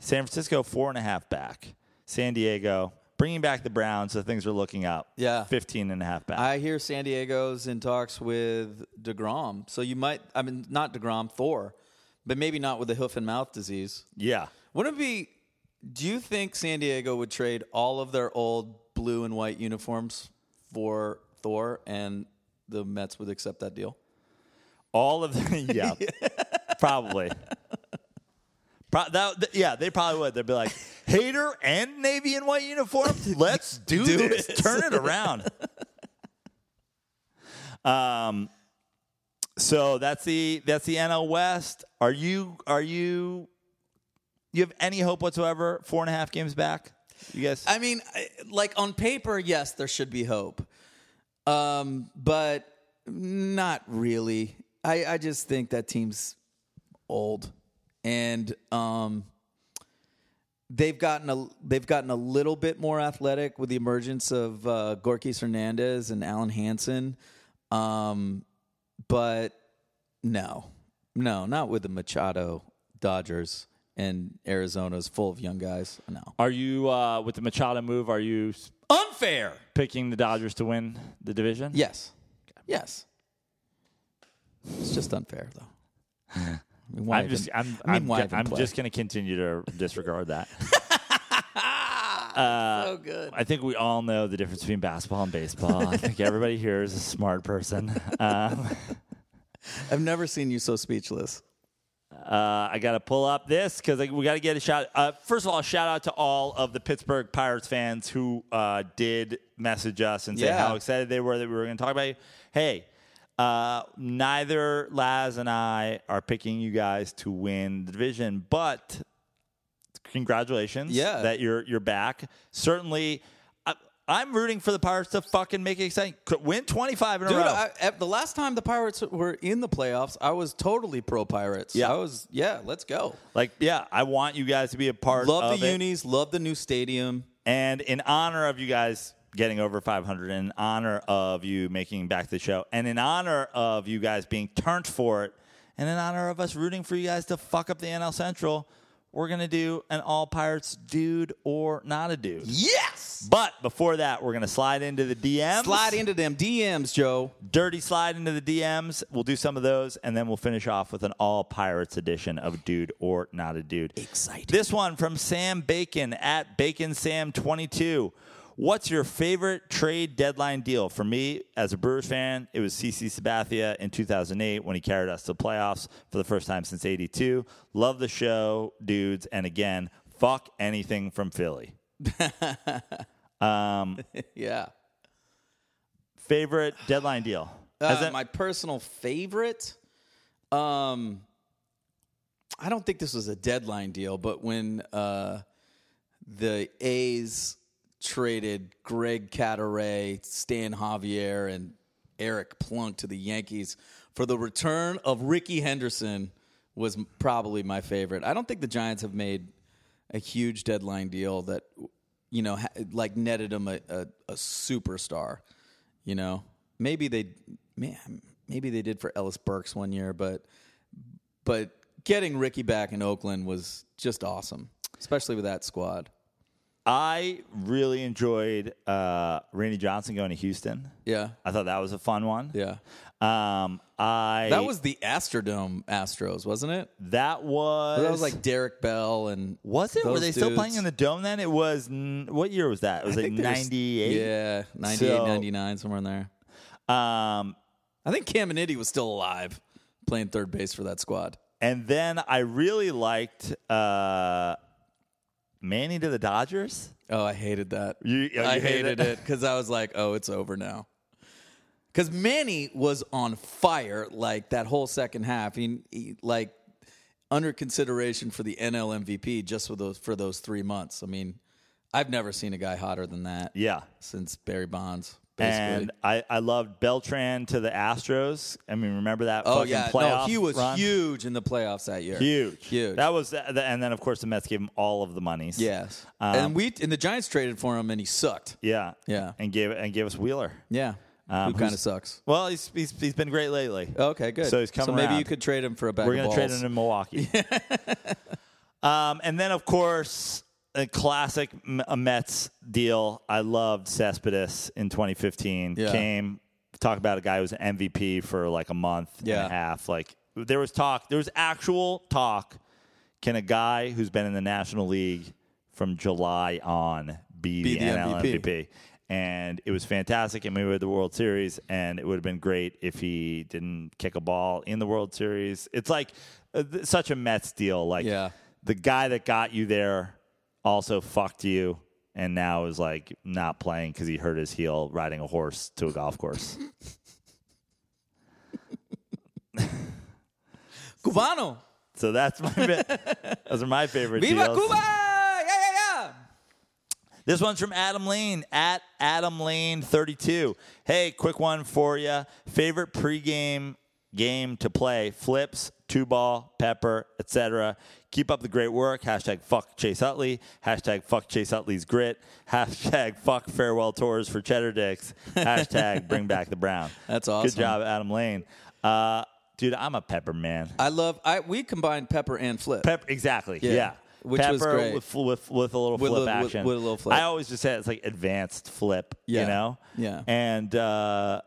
Speaker 1: San Francisco, four and a half back. San Diego, bringing back the Browns, so things are looking up.
Speaker 2: Yeah.
Speaker 1: 15 and a half back.
Speaker 2: I hear San Diego's in talks with DeGrom. So you might, I mean, not DeGrom, Thor, but maybe not with the hoof and mouth disease.
Speaker 1: yeah.
Speaker 2: Wouldn't it be, do you think San Diego would trade all of their old blue and white uniforms for Thor and the Mets would accept that deal?
Speaker 1: All of them. [laughs] Yeah. probably. Pro- that, th- yeah, they probably would. They'd be like, Hater and Navy and white [laughs] uniform. Let's do, this. Turn it around. um, so that's the that's the NL West. Are you are you you have any hope whatsoever? Four and a half games back. You guys.
Speaker 2: I mean, I- like on paper, yes, there should be hope, um, but not really. I, I just think that team's old, and um, they've gotten a they've gotten a little bit more athletic with the emergence of uh, Gorky Hernandez and Alan Hansen, um, but no, no, not with the Machado Dodgers. And Arizona's full of young guys. No.
Speaker 1: Are you uh, with the Machado move? Are you s-
Speaker 2: Unfair.
Speaker 1: picking the Dodgers to win the division?
Speaker 2: Yes. Yes. It's just unfair, though. [laughs] I mean, why
Speaker 1: I'm just
Speaker 2: even-
Speaker 1: I'm
Speaker 2: I mean,
Speaker 1: I'm,
Speaker 2: why
Speaker 1: ju-
Speaker 2: even
Speaker 1: I'm
Speaker 2: play?
Speaker 1: just going to continue to disregard that. [laughs]
Speaker 2: so good.
Speaker 1: I think we all know the difference between basketball and baseball. I think everybody here is a smart person.
Speaker 2: [laughs]
Speaker 1: Um,
Speaker 2: I've never seen you so speechless.
Speaker 1: uh, I got to pull up this because we got to get a shout. Uh, first of all, shout out to all of the Pittsburgh Pirates fans who uh, did message us and say
Speaker 2: Yeah.
Speaker 1: how excited they were that we were going to talk about you. Hey, uh, neither Laz and I are picking you guys to win the division, but congratulations
Speaker 2: Yeah.
Speaker 1: that you're you're back. Certainly, I, I'm rooting for the Pirates to fucking make it exciting. Could win 25 in
Speaker 2: Dude,
Speaker 1: a row.
Speaker 2: I, at the last time the Pirates were in the playoffs, I was totally pro Pirates.
Speaker 1: Yeah.
Speaker 2: I was, yeah, let's go.
Speaker 1: like, yeah, I want you guys to be a part
Speaker 2: Love
Speaker 1: of
Speaker 2: the
Speaker 1: it.
Speaker 2: unis, love the new stadium.
Speaker 1: And in honor of you guys getting over 500, in honor of you making back the show, and in honor of you guys being turned for it, and in honor of us rooting for you guys to fuck up the NL Central, we're going to do an All Pirates dude or not a dude.
Speaker 2: Yes!
Speaker 1: But before that, we're going to slide into the DMs.
Speaker 2: Slide into them DMs, Joe.
Speaker 1: Dirty slide into the DMs. We'll do some of those, and then we'll finish off with an All Pirates edition of Dude or Not a Dude.
Speaker 2: Exciting.
Speaker 1: This one from Sam Bacon at BaconSam22. What's your favorite trade deadline deal? For me, as a Brewers fan, it was CC Sabathia in 2008 when he carried us to the playoffs for the first time since 82. Love the show, dudes. And again, fuck anything from Philly.
Speaker 2: Yeah.
Speaker 1: Favorite deadline deal?
Speaker 2: Uh,
Speaker 1: As in-
Speaker 2: my personal favorite. Um, I don't think this was a deadline deal, but when uh, the A's traded Greg Cataray, Stan Javier, and Eric Plunk to the Yankees for the return of Ricky Henderson was m- probably my favorite. I don't think the Giants have made a huge deadline deal that you know ha- like netted them a, a, a superstar. You know, maybe they man maybe they did for Ellis Burks one year, but but getting Ricky back in Oakland was just awesome, especially with that squad.
Speaker 1: I really enjoyed uh, Randy Johnson going to Houston.
Speaker 2: Yeah,
Speaker 1: I thought that was a fun one.
Speaker 2: yeah.
Speaker 1: Um, I
Speaker 2: That was the Astrodome Astros, wasn't it?
Speaker 1: that was
Speaker 2: That was like Derek Bell and
Speaker 1: Was it? Were
Speaker 2: those
Speaker 1: they still playing
Speaker 2: dudes.
Speaker 1: in the dome then? It was n- what year was that? It was
Speaker 2: I
Speaker 1: like
Speaker 2: think they were s-
Speaker 1: ninety eight.
Speaker 2: Yeah, 98,
Speaker 1: So-
Speaker 2: 99, somewhere in there.
Speaker 1: Um,
Speaker 2: I think Caminiti was still alive playing third base for that squad.
Speaker 1: and then I really liked uh, Manny to the Dodgers.
Speaker 2: Oh, I hated that.
Speaker 1: You- oh, you
Speaker 2: I
Speaker 1: hated
Speaker 2: hated
Speaker 1: it?
Speaker 2: it because I was like, oh, it's over now. Because Manny was on fire like that whole second half. He, he, like under consideration for the NL MVP just for those for those three months. I mean, I've never seen a guy hotter than that.
Speaker 1: Yeah,
Speaker 2: since Barry Bonds. Basically.
Speaker 1: and I, I loved Beltran to the Astros. I mean, remember that?
Speaker 2: oh
Speaker 1: fucking
Speaker 2: yeah,
Speaker 1: playoff
Speaker 2: no, he was
Speaker 1: run?
Speaker 2: huge in the playoffs that year.
Speaker 1: huge,
Speaker 2: huge.
Speaker 1: That was, the, the- and then of course the Mets gave him all of the monies.
Speaker 2: yes,
Speaker 1: Um,
Speaker 2: and we and the Giants traded for him, and he sucked.
Speaker 1: yeah,
Speaker 2: Yeah.
Speaker 1: and gave and gave us Wheeler.
Speaker 2: Yeah,
Speaker 1: Um,
Speaker 2: who kind of
Speaker 1: who's-
Speaker 2: sucks.
Speaker 1: Well, he's he's, he's been great lately.
Speaker 2: Okay, good.
Speaker 1: So he's coming
Speaker 2: So maybe
Speaker 1: around.
Speaker 2: you could trade him for a bag
Speaker 1: We're going
Speaker 2: of [laughs]
Speaker 1: to
Speaker 2: balls.
Speaker 1: trade it in Milwaukee. um, and then, of course, a classic M- a Mets deal. I loved Cespedes in 2015.
Speaker 2: Yeah.
Speaker 1: Came talk about a guy who was an MVP for like a month and
Speaker 2: Yeah.
Speaker 1: a half. Like there was talk, there was actual talk. Can a guy who's been in the National League from July on be,
Speaker 2: Be
Speaker 1: the,
Speaker 2: the
Speaker 1: NL
Speaker 2: MVP.
Speaker 1: MVP? And it was fantastic. And we were at the World Series, and it would have been great if he didn't kick a ball in the World Series. It's like uh, th- such a Mets deal. Like
Speaker 2: Yeah.
Speaker 1: the guy that got you there also fucked you and now is like not playing because he hurt his heel riding a horse to a golf course.
Speaker 3: Cubano.
Speaker 1: so that's my [laughs] fa- those are my favorite
Speaker 3: Viva
Speaker 1: deals.
Speaker 3: Cuba! Yeah, yeah, yeah.
Speaker 1: This one's from Adam Lane at Adam Lane thirty two. Hey, quick one for you. Favorite pregame game to play: flips, two ball, pepper, etc. Keep up the great work. Hashtag fuck Chase Utley. Hashtag fuck Chase Utley's grit. Hashtag fuck farewell tours for cheddar dicks. Hashtag bring back the brown.
Speaker 2: [laughs] That's awesome.
Speaker 1: Good job, Adam Lane. Uh, dude, I'm a pepper man.
Speaker 2: I love. I we combined pepper and flip.
Speaker 1: Pep, exactly. Yeah.
Speaker 2: which
Speaker 1: Pepper
Speaker 2: was great.
Speaker 1: With, with, with a little
Speaker 2: With
Speaker 1: flip
Speaker 2: a little- with-
Speaker 1: action.
Speaker 2: with a little flip.
Speaker 1: I always just say it's like advanced flip,
Speaker 2: Yeah.
Speaker 1: you know?
Speaker 2: Yeah.
Speaker 1: And uh,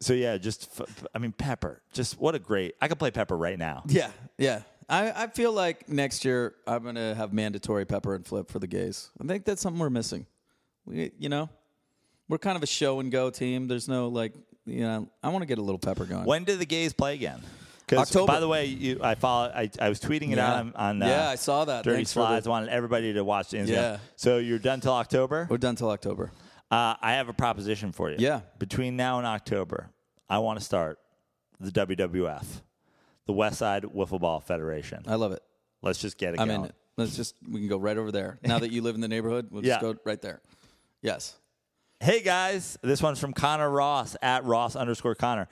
Speaker 1: so, yeah, just, f- f- I mean, Pepper, just what a great, I could play Pepper right
Speaker 2: [laughs]
Speaker 1: now.
Speaker 2: yeah, yeah. I, I feel like next year I'm gonna have mandatory pepper and flip for the gays. I think that's something we're missing. We, you know, we're kind of a show and go team. There's no like, you know, I want to get a little pepper going.
Speaker 1: When do the gays play again? 'Cause,
Speaker 2: October.
Speaker 1: By the way, you, I follow. I, I was tweeting it
Speaker 2: Yeah.
Speaker 1: out on, on uh,
Speaker 2: Yeah, I saw that.
Speaker 1: Dirty
Speaker 2: Thanks for the-
Speaker 1: Slides. I wanted everybody to watch the Instagram.
Speaker 2: Yeah.
Speaker 1: So you're done till October.
Speaker 2: we're done till October.
Speaker 1: Uh, I have a proposition for you.
Speaker 2: Yeah.
Speaker 1: Between now and October, I want to start the WWF, the West Side Wiffle Ball Federation.
Speaker 2: I love it.
Speaker 1: Let's just get it
Speaker 2: I'm
Speaker 1: going.
Speaker 2: in it. Let's just we can go right over there. Now that you live in the neighborhood, we'll
Speaker 1: Yeah.
Speaker 2: just go right there. Yes.
Speaker 1: Hey guys, this one's from Connor Ross at Ross underscore Connor.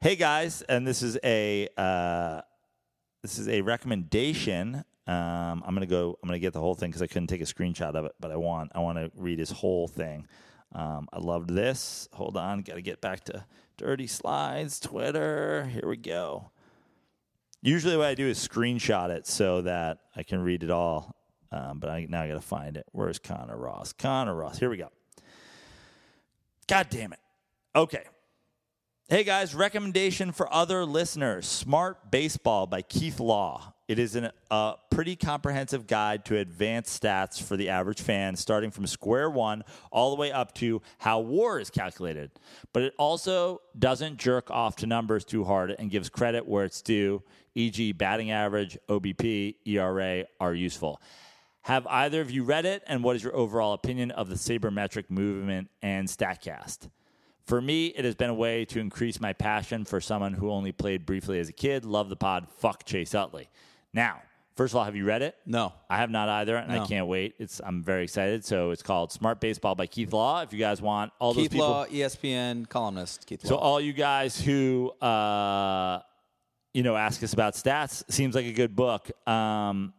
Speaker 1: Hey guys, and this is a uh, this is a recommendation. Um, I'm gonna go. I'm gonna get the whole thing because I couldn't take a screenshot of it, but I want I want to read his whole thing. Um, I loved this. Hold on, gotta get back to Dirty Slides Twitter. Here we go. Usually, what I do is screenshot it so that I can read it all. Um, but I, now I gotta find it. Where's Connor Ross? Connor Ross. Here we go. God damn it. Okay. Hey guys, recommendation for other listeners Smart Baseball by Keith Law. It is an- a pretty comprehensive guide to advanced stats for the average fan, starting from square one all the way up to how war is calculated. But it also doesn't jerk off to numbers too hard and gives credit where it's due, e.g., batting average, OBP, ERA E are useful. Have either of you read it, and what is your overall opinion of the sabermetric movement and StatCast? For me, it has been a way to increase my passion for someone who only played briefly as a kid. Love the pod. Fuck Chase Utley. Now, first of all, have you read it?
Speaker 2: No.
Speaker 1: I have not either, and I can't wait. It's I'm very excited. So it's called Smart Baseball by Keith Law. If you guys want all those
Speaker 2: Keith
Speaker 1: people,
Speaker 2: Law, E ESPN columnist. Keith
Speaker 1: so
Speaker 2: Law.
Speaker 1: all you guys who uh, you know ask us about stats seems like a good book. Um,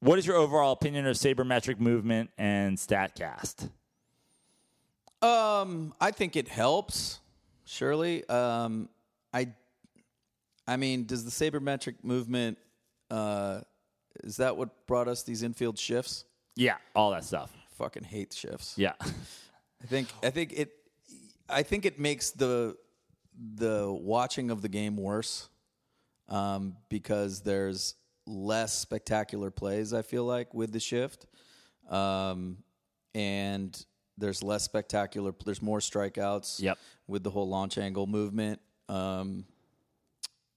Speaker 1: what is your overall opinion of sabermetric movement and Statcast?
Speaker 2: Um, I think it helps. Surely. Um, I. I mean, does the sabermetric movement? Uh, is that what brought us these infield shifts?
Speaker 1: Yeah, all that stuff.
Speaker 2: Fucking hate shifts.
Speaker 1: Yeah, [laughs]
Speaker 2: I think. I think it. I think it makes the the watching of the game worse um, because there's less spectacular plays. I feel like with the shift, um, and there's less spectacular. There's more strikeouts.
Speaker 1: Yep.
Speaker 2: With the whole launch angle movement. Um,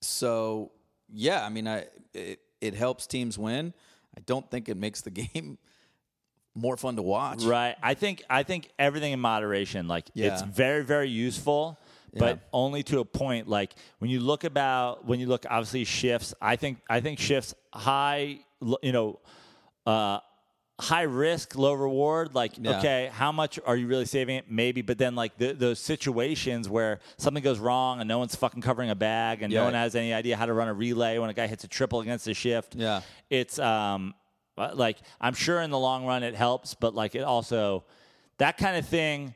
Speaker 2: so yeah, I mean, I it, it helps teams win. I don't think it makes the [laughs] game more fun to watch.
Speaker 1: right. I think I think everything in moderation. Like it's
Speaker 2: Yeah.
Speaker 1: very very useful. But
Speaker 2: Yeah.
Speaker 1: only to a point. Like when you look about when you look, obviously shifts. I think I think shifts high. l- You know, uh, high risk, low reward. Like, okay, how much are you really saving it? Maybe, but then like th those situations where something goes wrong and no one's fucking covering a bag and no
Speaker 2: Yeah.
Speaker 1: one has any idea how to run a relay when a guy hits a triple against a shift.
Speaker 2: Yeah.
Speaker 1: it's um uh, like I'm sure in the long run it helps, but like it also that kind of thing.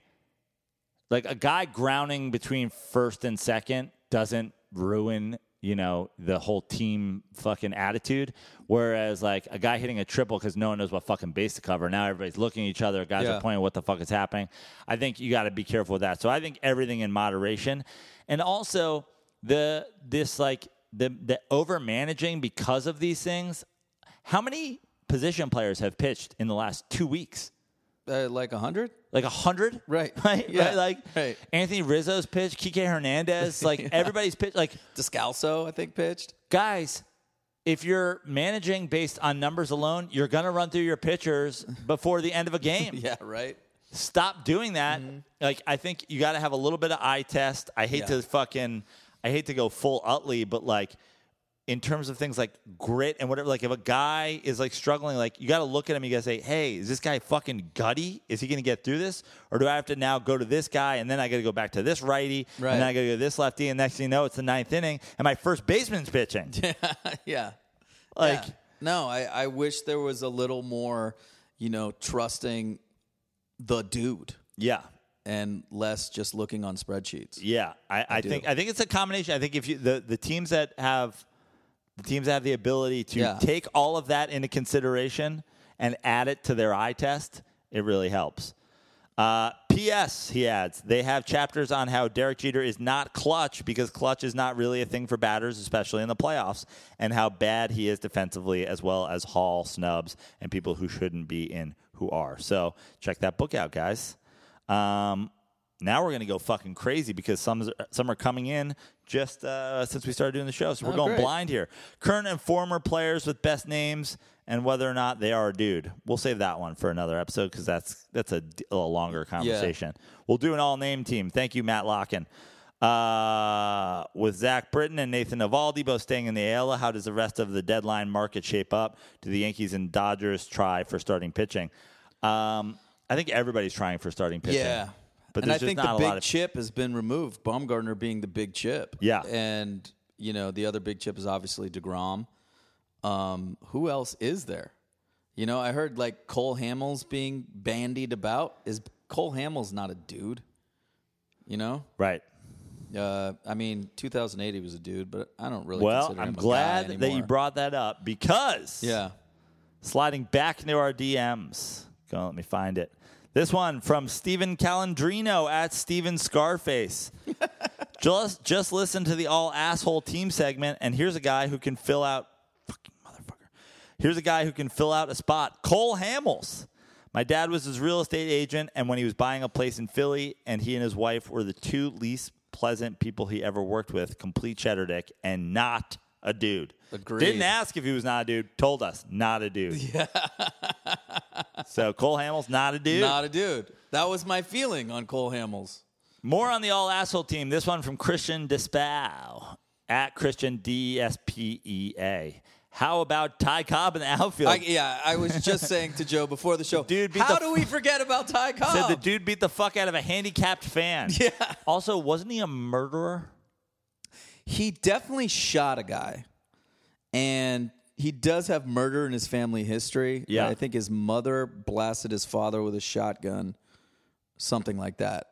Speaker 1: Like a guy grounding between first and second doesn't ruin you know, the whole team fucking attitude. Whereas like a guy hitting a triple because no one knows what fucking base to cover. Now everybody's looking at each other. Guys
Speaker 2: Yeah.
Speaker 1: are pointing what the fuck is happening. I think you got to be careful with that. So I think everything in moderation, and also the this like the the over managing because of these things. How many position players have pitched in the last two weeks?
Speaker 2: Uh, like a hundred?
Speaker 1: like a hundred,
Speaker 2: [laughs] Right.
Speaker 1: [laughs] Right,
Speaker 2: Yeah.
Speaker 1: right. Like
Speaker 2: Right.
Speaker 1: Anthony Rizzo's pitch, Kike Hernandez,
Speaker 2: [laughs]
Speaker 1: like everybody's pitch. Like
Speaker 2: Descalso, I think, pitched. [laughs]
Speaker 1: guys, if you're managing based on numbers alone, you're gonna run through your pitchers before the end of a game.
Speaker 2: [laughs] Yeah, right.
Speaker 1: Stop doing that. Like I think you got to have a little bit of eye test. I hate
Speaker 2: Mm-hmm. Yeah.
Speaker 1: to fucking, I hate to go full Utley, but like. In terms of things like grit and whatever, like if a guy is like struggling, like you got to look at him. You got to say, "Hey, is this guy fucking gutty? Is he going to get through this, or do I have to now go to this guy and then I got to go back to this righty
Speaker 2: Right.
Speaker 1: and then I got to go to this lefty? And next thing you know, it's the ninth inning and my first baseman's pitching.
Speaker 2: [laughs] yeah.
Speaker 1: like,
Speaker 2: Yeah. no, I, I wish there was a little more, you know, trusting the dude
Speaker 1: yeah,
Speaker 2: and less just looking on spreadsheets.
Speaker 1: Yeah, I, I think I think it's a combination. I think if you the, the teams that have the teams that have the ability to
Speaker 2: Yeah.
Speaker 1: take all of that into consideration and add it to their eye test, it really helps. Uh, P.S. He adds they have chapters on how Derek Jeter is not clutch because clutch is not really a thing for batters, especially in the playoffs, and how bad he is defensively, as well as Hall snubs and people who shouldn't be in who are. So check that book out, guys. Um, now we're gonna go fucking crazy because some some are coming in just uh, since we started doing the show, so we're going
Speaker 2: great.
Speaker 1: blind here. Current and former players with best names and whether or not they are a dude. We'll save that one for another episode because that's that's a, d- a longer conversation. We'll do an all name team. Thank you, Matt Locken. Uh, with Zach Britton and Nathan Navaldi both staying in the AL, how does the rest of the deadline market shape up? Do the Yankees and Dodgers try for starting pitching? Um, I think everybody's trying for starting pitching.
Speaker 2: Yeah.
Speaker 1: But
Speaker 2: and I
Speaker 1: there's just
Speaker 2: think
Speaker 1: not
Speaker 2: the
Speaker 1: a
Speaker 2: big
Speaker 1: lot of-
Speaker 2: chip has been removed. Baumgartner being the big chip.
Speaker 1: Yeah.
Speaker 2: And, you know, the other big chip is obviously DeGrom. Um, who else is there? You know, I heard like Cole Hamels being bandied about. Is Cole Hamels not a dude? You know?
Speaker 1: Right.
Speaker 2: Uh, I mean, 2008 he was a dude, but I don't really
Speaker 1: Well,
Speaker 2: consider him
Speaker 1: I'm
Speaker 2: a guy
Speaker 1: glad that you
Speaker 2: anymore.
Speaker 1: brought that up because
Speaker 2: Yeah.
Speaker 1: sliding back into our DMs. Go, on, let me find it. This one from Steven Calandrino at Steven Scarface. just just listen to the all asshole team segment, and here's a guy who can fill out fucking motherfucker. Here's a guy who can fill out a spot. Cole Hamels. My dad was his real estate agent, and when he was buying a place in Philly, and he and his wife were the two least pleasant people he ever worked with, complete cheddar dick, and not a dude.
Speaker 2: Agreed.
Speaker 1: Didn't ask if he was not a dude. Told us not a dude. Yeah. so Cole Hamels not a dude.
Speaker 2: Not a dude. That was my feeling on Cole Hamels.
Speaker 1: More on the all asshole team. This one from Christian Despow at Christian D E S P E A. How about Ty Cobb in the outfield?
Speaker 2: I, yeah, I was just saying to Joe before the show.
Speaker 1: Oh. [laughs] Dude beat
Speaker 2: how
Speaker 1: the-
Speaker 2: do we forget about Ty Cobb?
Speaker 1: Said the dude beat the fuck out of a handicapped
Speaker 2: [laughs]
Speaker 1: fan. Yeah. Also, wasn't he a murderer?
Speaker 2: he definitely shot a guy, and he does have murder in his family history.
Speaker 1: Yeah.
Speaker 2: I think his mother blasted his father with a shotgun, something like that,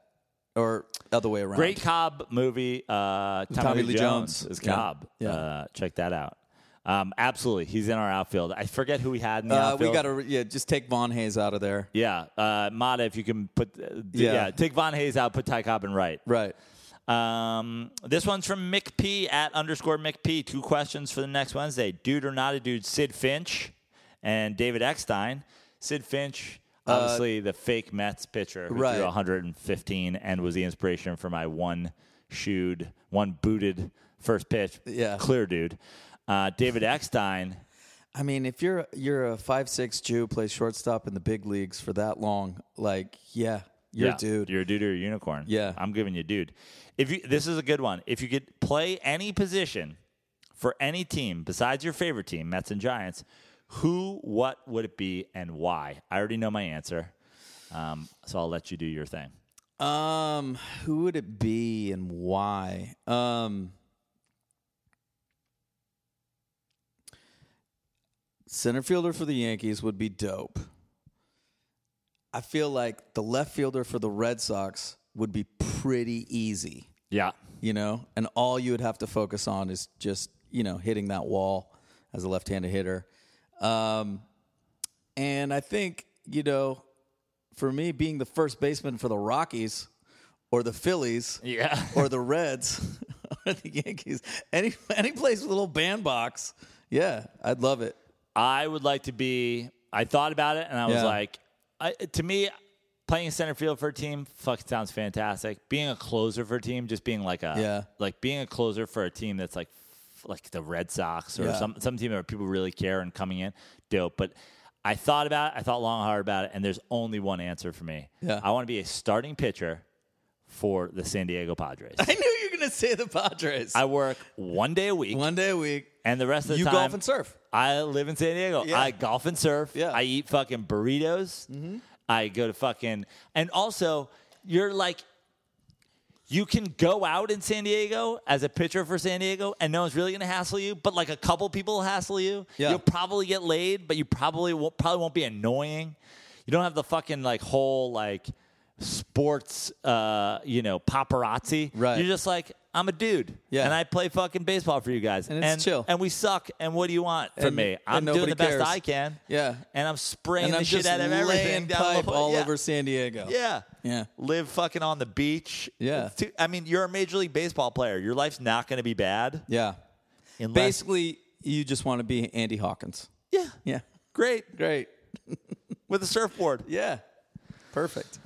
Speaker 2: or other way around.
Speaker 1: Great Cobb movie. Uh, Tommy,
Speaker 2: Tommy
Speaker 1: Lee
Speaker 2: Lee
Speaker 1: Jones,
Speaker 2: Jones.
Speaker 1: is
Speaker 2: Yeah.
Speaker 1: Cobb.
Speaker 2: Yeah.
Speaker 1: Uh, check that out. Um, absolutely, he's in our outfield. I forget who we had in the
Speaker 2: Uh,
Speaker 1: outfield.
Speaker 2: we got to yeah, just take Von Hayes out of there.
Speaker 1: yeah, uh, Mata. If you can put, uh, yeah.
Speaker 2: Yeah.
Speaker 1: take Von Hayes out, put Ty Cobb in right.
Speaker 2: Right.
Speaker 1: Um, this one's from Mick P at underscore Mick P. Two questions for the next Wednesday: Dude or not a dude? Sid Finch and David Eckstein. Sid Finch, obviously the fake Mets pitcher who
Speaker 2: Uh, right.
Speaker 1: threw 115 and was the inspiration for my one shoed, one booted first pitch.
Speaker 2: Yeah.
Speaker 1: clear dude. Uh, David Eckstein.
Speaker 2: I mean, if you're you're a five six Jew, play shortstop in the big leagues for that long, like yeah, you're
Speaker 1: Yeah.
Speaker 2: a dude.
Speaker 1: You're a dude or a unicorn.
Speaker 2: Yeah.
Speaker 1: I'm giving you dude. If you this is a good one. If you could play any position for any team besides your favorite team, Mets and Giants, who, what would it be and why? I already know my answer. Um, so I'll let you do your thing.
Speaker 2: Um, who would it be and why? Um, center fielder for the Yankees would be dope. I feel like the left fielder for the Red Sox would be pretty easy.
Speaker 1: Yeah.
Speaker 2: you know, and all you would have to focus on is just, you know, hitting that wall as a left handed hitter. Um, and I think, you know, for me, being the first baseman for the Rockies or the Phillies
Speaker 1: Yeah.
Speaker 2: or the Reds [laughs] or the Yankees, any, any place with a little bandbox, yeah, I'd love it. [laughs]
Speaker 1: I would like to be. I thought about it, and I was
Speaker 2: Yeah.
Speaker 1: like, I, to me, playing center field for a team, fuck, sounds fantastic. Being a closer for a team, just being like a,
Speaker 2: Yeah.
Speaker 1: like being a closer for a team that's like, like the Red Sox or
Speaker 2: Yeah.
Speaker 1: some some team where people really care and coming in, dope. But I thought about it. I thought long and hard about it, and there's only one answer for me.
Speaker 2: Yeah.
Speaker 1: I want to be a starting pitcher for the San Diego
Speaker 2: [laughs]
Speaker 1: Padres.
Speaker 2: I knew you were going to say the Padres.
Speaker 1: I work one day a week,
Speaker 2: One day a week,
Speaker 1: and the rest of the
Speaker 2: you
Speaker 1: time
Speaker 2: golf and surf.
Speaker 1: I live in San Diego.
Speaker 2: Yeah.
Speaker 1: I golf and surf.
Speaker 2: Yeah. Mm-hmm.
Speaker 1: I eat fucking burritos. I go to fucking and also you're like you can go out in San Diego as a pitcher for San Diego and no one's really gonna hassle you, but like a couple people will hassle you.
Speaker 2: Yeah.
Speaker 1: You'll probably get laid, but you probably won't probably won't be annoying. You don't have the fucking like whole like sports uh you know paparazzi.
Speaker 2: Right.
Speaker 1: You're just like, I'm a dude.
Speaker 2: Yeah.
Speaker 1: And I play fucking baseball for you guys.
Speaker 2: And it's chill.
Speaker 1: And we suck. And what do you want? for
Speaker 2: And-
Speaker 1: me.
Speaker 2: and
Speaker 1: I'm doing
Speaker 2: nobody
Speaker 1: the best
Speaker 2: cares.
Speaker 1: I can.
Speaker 2: Yeah.
Speaker 1: And I'm spraying
Speaker 2: And
Speaker 1: the
Speaker 2: I'm
Speaker 1: shit
Speaker 2: just
Speaker 1: out of everything
Speaker 2: laying
Speaker 1: down
Speaker 2: pipe
Speaker 1: below-
Speaker 2: all
Speaker 1: yeah.
Speaker 2: over San Diego.
Speaker 1: Yeah.
Speaker 2: Yeah.
Speaker 1: Live fucking on the beach.
Speaker 2: Yeah.
Speaker 1: It's too- I mean, you're a major league baseball player. Your life's not going to be bad.
Speaker 2: Yeah.
Speaker 1: Unless,
Speaker 2: Basically, you just want to be Andy Hawkins.
Speaker 1: yeah.
Speaker 2: Yeah.
Speaker 1: Great
Speaker 2: Great.
Speaker 1: with a surfboard.
Speaker 2: Yeah. Perfect.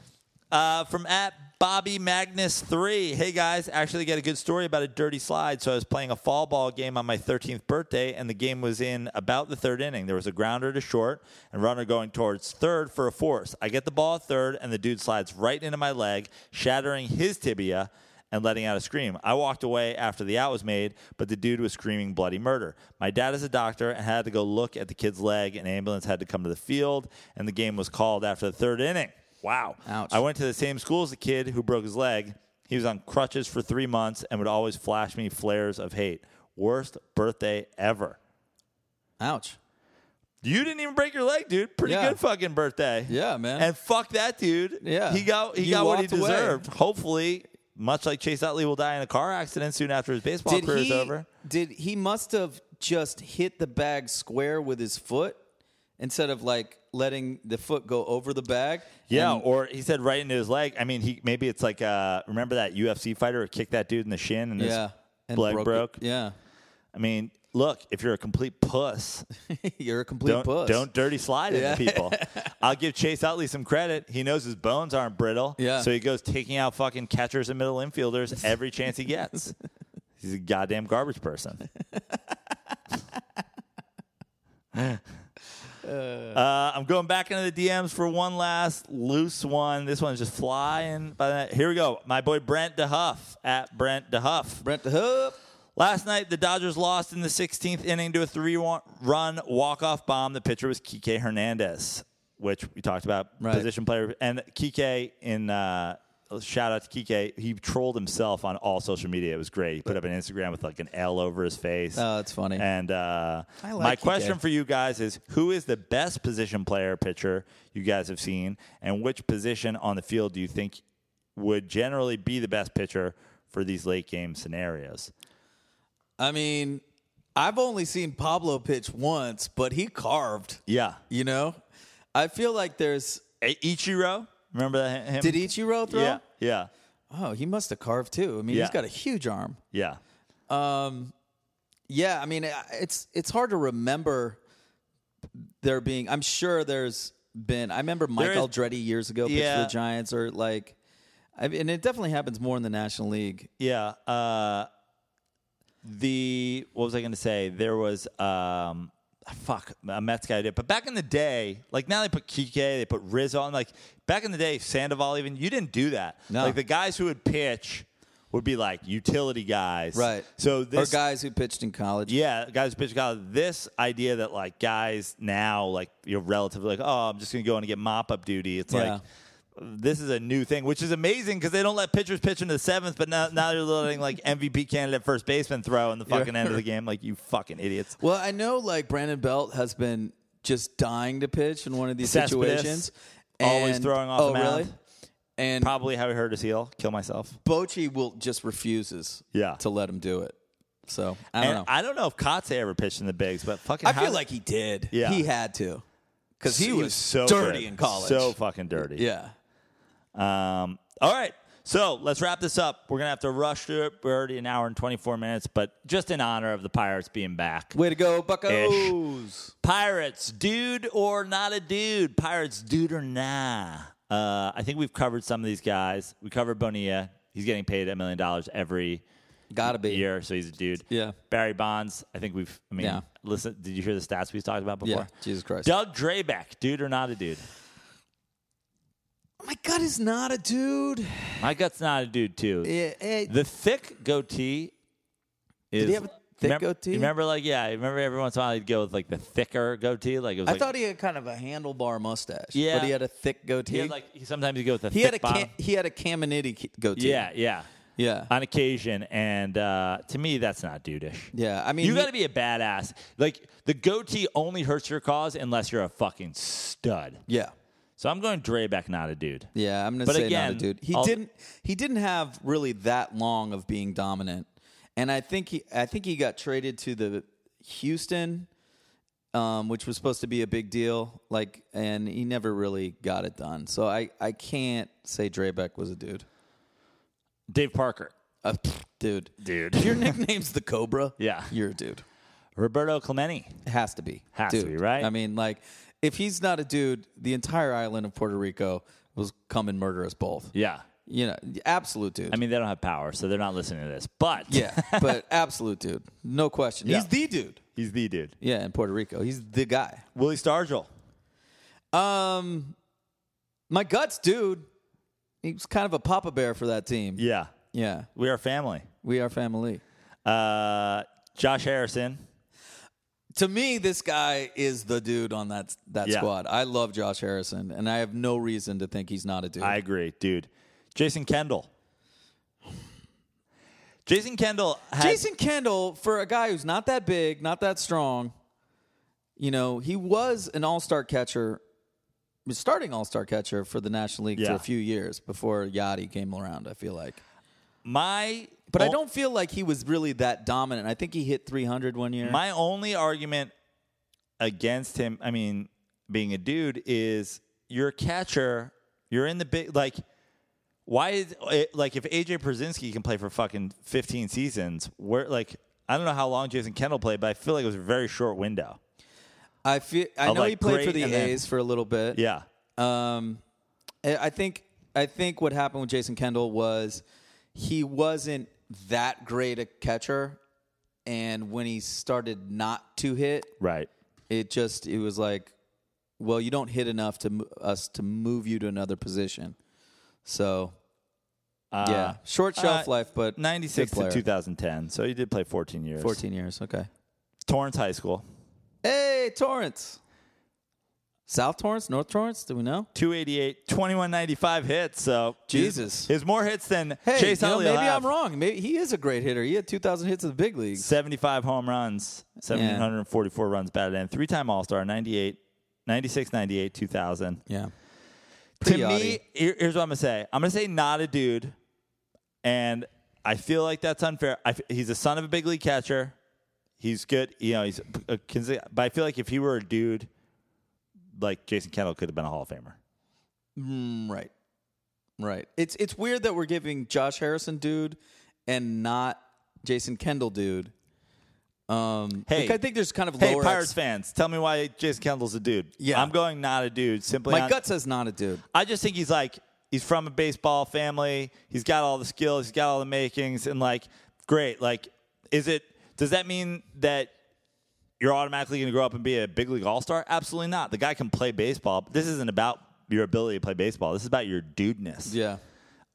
Speaker 1: Uh, from at Bobby Magnus three. Hey guys, actually got a good story about a dirty slide. So I was playing a fall ball game on my 13th birthday, and the game was in about the third inning. There was a grounder to short and runner going towards third for a force. I get the ball at third, and the dude slides right into my leg, shattering his tibia and letting out a scream. I walked away after the out was made, but the dude was screaming bloody murder. My dad is a doctor and had to go look at the kid's leg. An ambulance had to come to the field, and the game was called after the third inning. Wow.
Speaker 2: Ouch.
Speaker 1: I went to the same school as the kid who broke his leg. He was on crutches for three months and would always flash me flares of hate. Worst birthday ever.
Speaker 2: Ouch.
Speaker 1: You didn't even break your leg, dude. Pretty
Speaker 2: Yeah.
Speaker 1: good fucking birthday.
Speaker 2: Yeah, man.
Speaker 1: And fuck that dude.
Speaker 2: Yeah.
Speaker 1: He got he
Speaker 2: You
Speaker 1: got what he
Speaker 2: walked away.
Speaker 1: deserved. Hopefully, much like Chase Utley will die in a car accident soon after his baseball career is over.
Speaker 2: Did he must have just hit the bag square with his foot instead of like letting the foot go over the bag?
Speaker 1: Yeah,
Speaker 2: And-
Speaker 1: or he said right into his leg. I mean, he maybe it's like uh remember that UFC fighter who kicked that dude in the shin and
Speaker 2: yeah.
Speaker 1: his leg broke.
Speaker 2: it. Yeah. [laughs]
Speaker 1: I mean, look, if you're a complete puss,
Speaker 2: You're a complete
Speaker 1: don't,
Speaker 2: puss.
Speaker 1: Don't dirty slide
Speaker 2: Yeah.
Speaker 1: into
Speaker 2: [laughs]
Speaker 1: people. I'll give Chase Utley some credit. He knows his bones aren't brittle.
Speaker 2: Yeah.
Speaker 1: So he goes taking out fucking catchers and middle infielders
Speaker 2: [laughs]
Speaker 1: every chance he gets. He's a goddamn garbage
Speaker 2: [laughs]
Speaker 1: person. Uh, I'm going back into the DMs for one last loose one. This one's just flying. By the, here we go. My boy Brent DeHuff at Brent DeHuff.
Speaker 2: Brent the Hub.
Speaker 1: Last night, the Dodgers lost in the 16th inning to a three-run walk-off bomb. The pitcher was Kike Hernandez, which we talked about,
Speaker 2: Right.
Speaker 1: position player. And Kike, in uh, shout out to Kike, he trolled himself on all social media. It was great. He put up an Instagram with like an L over his face.
Speaker 2: Oh, that's funny.
Speaker 1: And uh,
Speaker 2: I
Speaker 1: my
Speaker 2: like Kike.
Speaker 1: question for you guys is: Who is the best position player pitcher you guys have seen, and which position on the field do you think would generally be the best pitcher for these late game scenarios?
Speaker 2: I mean, I've only seen Pablo pitch once, but he carved.
Speaker 1: Yeah.
Speaker 2: You know? I feel like there's
Speaker 1: I- Ichiro, remember that him?
Speaker 2: Did Ichiro throw?
Speaker 1: Yeah, yeah,
Speaker 2: Oh, he must have carved too. I mean,
Speaker 1: Yeah.
Speaker 2: he's got a huge arm.
Speaker 1: yeah.
Speaker 2: Yeah, I mean, I- it's it's hard to remember there being. I'm sure there's been. I remember Mike
Speaker 1: There is-
Speaker 2: Aldretti years ago pitched for
Speaker 1: Yeah.
Speaker 2: the Giants, or like, I mean, and it definitely happens more in the National League.
Speaker 1: Yeah. Uh, the what was I going to say? There was um, fuck a Mets guy did, but back in the day, like now they put Kike, they put Riz on. Like back in the day, Sandoval even you didn't do that.
Speaker 2: No.
Speaker 1: Like the guys who would pitch would be like utility guys,
Speaker 2: Right.
Speaker 1: So this
Speaker 2: or guys who pitched in college.
Speaker 1: Yeah, guys, bitch, got this idea that like guys now, like you're relatively like, oh, I'm just gonna go in and get mop up duty. It's
Speaker 2: Yeah.
Speaker 1: like this is a new thing, which is amazing because they don't let pitchers pitch into the seventh, but now now they're letting like MVP candidate first baseman throw in the fucking end of the game. Like you fucking idiots.
Speaker 2: Well, I know like Brandon Belt has been just dying to pitch in one of these
Speaker 1: Cespedes,
Speaker 2: situations.
Speaker 1: always
Speaker 2: And-
Speaker 1: throwing off
Speaker 2: Oh,
Speaker 1: the mound.
Speaker 2: really? And
Speaker 1: Probably how he hurt his heel, kill myself.
Speaker 2: Bochy will just refuses
Speaker 1: Yeah.
Speaker 2: to let him do it. So I don't
Speaker 1: And
Speaker 2: know.
Speaker 1: I don't know if Kotze ever pitched in the bigs, but fucking
Speaker 2: I,
Speaker 1: how-
Speaker 2: feel like he did.
Speaker 1: Yeah.
Speaker 2: He had to. Because he, was
Speaker 1: so
Speaker 2: dirty
Speaker 1: good.
Speaker 2: in college.
Speaker 1: So fucking dirty.
Speaker 2: yeah.
Speaker 1: Um, all right. So let's wrap this up. We're going to have to rush through it. We're already an hour and 24 minutes, but just in honor of the Pirates being back.
Speaker 2: Way to go, Buckos.
Speaker 1: Pirates, dude or not a dude? Pirates, dude or nah? Uh, I think we've covered some of these guys. We covered Bonilla. He's getting paid a million dollars every
Speaker 2: Gotta be.
Speaker 1: year, so he's a dude.
Speaker 2: Yeah.
Speaker 1: Barry Bonds. I think we've. I mean,
Speaker 2: Yeah.
Speaker 1: listen. Did you hear the stats we talked about
Speaker 2: Yeah.
Speaker 1: before?
Speaker 2: Jesus Christ.
Speaker 1: Doug Drabeck, dude or not a dude?
Speaker 2: My gut is not a dude.
Speaker 1: My gut's not a dude too.
Speaker 2: Eh, eh,
Speaker 1: The thick goatee is.
Speaker 2: he have a thick
Speaker 1: remember,
Speaker 2: goatee?
Speaker 1: You remember, like, yeah, you remember every once in a while he'd go with like the thicker goatee. Like, it was
Speaker 2: I
Speaker 1: like,
Speaker 2: thought he had kind of a handlebar mustache.
Speaker 1: Yeah.
Speaker 2: But he had a thick goatee.
Speaker 1: he had like he- sometimes he'd go with the
Speaker 2: He
Speaker 1: thick
Speaker 2: had a
Speaker 1: bottom.
Speaker 2: cam- he had a Caminiti ki- goatee.
Speaker 1: Yeah, yeah,
Speaker 2: yeah,
Speaker 1: on occasion, and uh, to me, that's not dudeish.
Speaker 2: yeah. I mean,
Speaker 1: You
Speaker 2: he-
Speaker 1: got to be a badass. Like the goatee only hurts your cause unless you're a fucking stud.
Speaker 2: yeah,
Speaker 1: So I'm going Dreback, not a dude.
Speaker 2: yeah. I'm gonna
Speaker 1: But
Speaker 2: say
Speaker 1: again,
Speaker 2: not a dude. He
Speaker 1: I'll-
Speaker 2: didn't he didn't have really that long of being dominant, and I think he I think he got traded to the Houston, um, which was supposed to be a big deal. Like, and he never really got it done. So I I can't say Drebeck was a dude.
Speaker 1: Dave Parker,
Speaker 2: Uh, dude,
Speaker 1: dude.
Speaker 2: If your nickname's the Cobra.
Speaker 1: [laughs] Yeah.
Speaker 2: you're a dude.
Speaker 1: Roberto Clemente.
Speaker 2: It has to be.
Speaker 1: Has to
Speaker 2: Dude.
Speaker 1: be, right?
Speaker 2: I mean, like, if he's not a dude, the entire island of Puerto Rico will come and murder us both.
Speaker 1: Yeah,
Speaker 2: You know, absolute dude.
Speaker 1: I mean they don't have power, so they're not listening to this. But
Speaker 2: [laughs] yeah, but absolute dude. No question. He's the dude.
Speaker 1: he's the dude.
Speaker 2: Yeah, in Puerto Rico. He's the guy.
Speaker 1: Willie Stargell.
Speaker 2: Um, my guts, dude. He was kind of a papa bear for that team.
Speaker 1: Yeah,
Speaker 2: Yeah.
Speaker 1: we are family.
Speaker 2: We are family.
Speaker 1: Uh, Josh Harrison.
Speaker 2: To me, this guy is the dude on that that
Speaker 1: Yeah.
Speaker 2: squad. I love Josh Harrison, and I have no reason to think he's not a dude.
Speaker 1: I agree, dude. Jason Kendall. Jason Kendall had
Speaker 2: Jason Kendall, for a guy who's not that big, not that strong, you know, he was an all star catcher, starting all star catcher for the National League for
Speaker 1: Yeah.
Speaker 2: a few years before Yachty came around, I feel like.
Speaker 1: my
Speaker 2: But I don't feel like he was really that dominant. I think he hit 300 one year.
Speaker 1: My only argument against him, I mean, being a dude, is you're a catcher. You're in the big like. Why is it, like if AJ Przinsky can play for fucking 15 seasons? Where like I don't know how long Jason Kendall played, but I feel like it was a very short window.
Speaker 2: I feel I know
Speaker 1: like,
Speaker 2: he played for
Speaker 1: great
Speaker 2: the
Speaker 1: and then-
Speaker 2: A's for a little bit.
Speaker 1: Yeah,
Speaker 2: Um, I I think I think what happened with Jason Kendall was he wasn't that great a catcher, and when he started not to hit,
Speaker 1: right.
Speaker 2: it just it was like, well, you don't hit enough to mo- us to move you to another position. So
Speaker 1: Uh,
Speaker 2: yeah, short shelf
Speaker 1: uh,
Speaker 2: life, but
Speaker 1: 96
Speaker 2: good player.
Speaker 1: to 2010. So he did play 14 years.
Speaker 2: fourteen years. Okay.
Speaker 1: Torrance High School.
Speaker 2: Hey, Torrance. South Torrance, North Torrance. Do we know?
Speaker 1: 288, 2195 hits. So
Speaker 2: Jesus.
Speaker 1: he has more hits than
Speaker 2: Hey,
Speaker 1: Chase
Speaker 2: you know,
Speaker 1: Elliott.
Speaker 2: maybe I'm wrong. Maybe he is a great hitter. He had two thousand hits in the big leagues.
Speaker 1: 75 home runs, 744 runs batted in, three time All Star, 98, 96, 98, 2000.
Speaker 2: Yeah.
Speaker 1: To
Speaker 2: Pretty
Speaker 1: me,
Speaker 2: yachty.
Speaker 1: here- here's what I'm going to say I'm going to say not a dude. And I feel like that's unfair. I f he's a son of a big league catcher. He's good. You know, he's a, consi- but I feel like if he were a dude, like Jason Kendall could have been a Hall of Famer.
Speaker 2: Mm, Right. Right. It's it's weird that we're giving Josh Harrison dude and not Jason Kendall dude. Um
Speaker 1: Hey.
Speaker 2: like, I think there's kind of
Speaker 1: Hey,
Speaker 2: lower
Speaker 1: Pirates
Speaker 2: ex-
Speaker 1: fans, tell me why Jason Kendall's a dude.
Speaker 2: Yeah.
Speaker 1: I'm going not a dude. Simply,
Speaker 2: my
Speaker 1: on-
Speaker 2: gut says not a dude.
Speaker 1: I just think he's like he's from a baseball family. He's got all the skills. He's got all the makings, and like great. Like, is it? Does that mean that you're automatically going to grow up and be a big league all star? Absolutely not. The guy can play baseball. But this isn't about your ability to play baseball. This is about your dudeness.
Speaker 2: Yeah.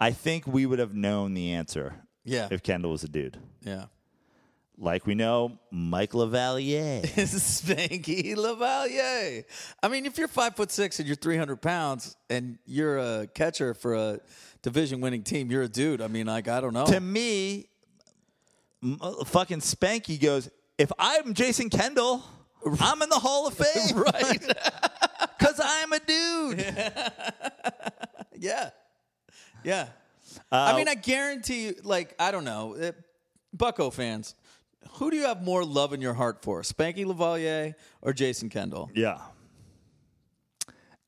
Speaker 1: I think we would have known the answer.
Speaker 2: Yeah.
Speaker 1: If Kendall was a dude,
Speaker 2: Yeah. [laughs]
Speaker 1: like we know, Mike [laughs] Lavalier.
Speaker 2: Spanky Lavalier. I mean, if you're five foot six and you're three hundred pounds and you're a catcher for a division winning team, you're a dude. I mean, like I don't know.
Speaker 1: to me, m- uh, fucking Spanky goes, if I'm Jason Kendall, I'm in the Hall
Speaker 2: [laughs]
Speaker 1: of Fame. [laughs]
Speaker 2: right.
Speaker 1: Because I'm a dude.
Speaker 2: yeah. Yeah. I mean, I guarantee you, like, I don't know, it, Bucko fans, who do you have more love in your heart for, Spanky Lavalier or Jason Kendall?
Speaker 1: Yeah.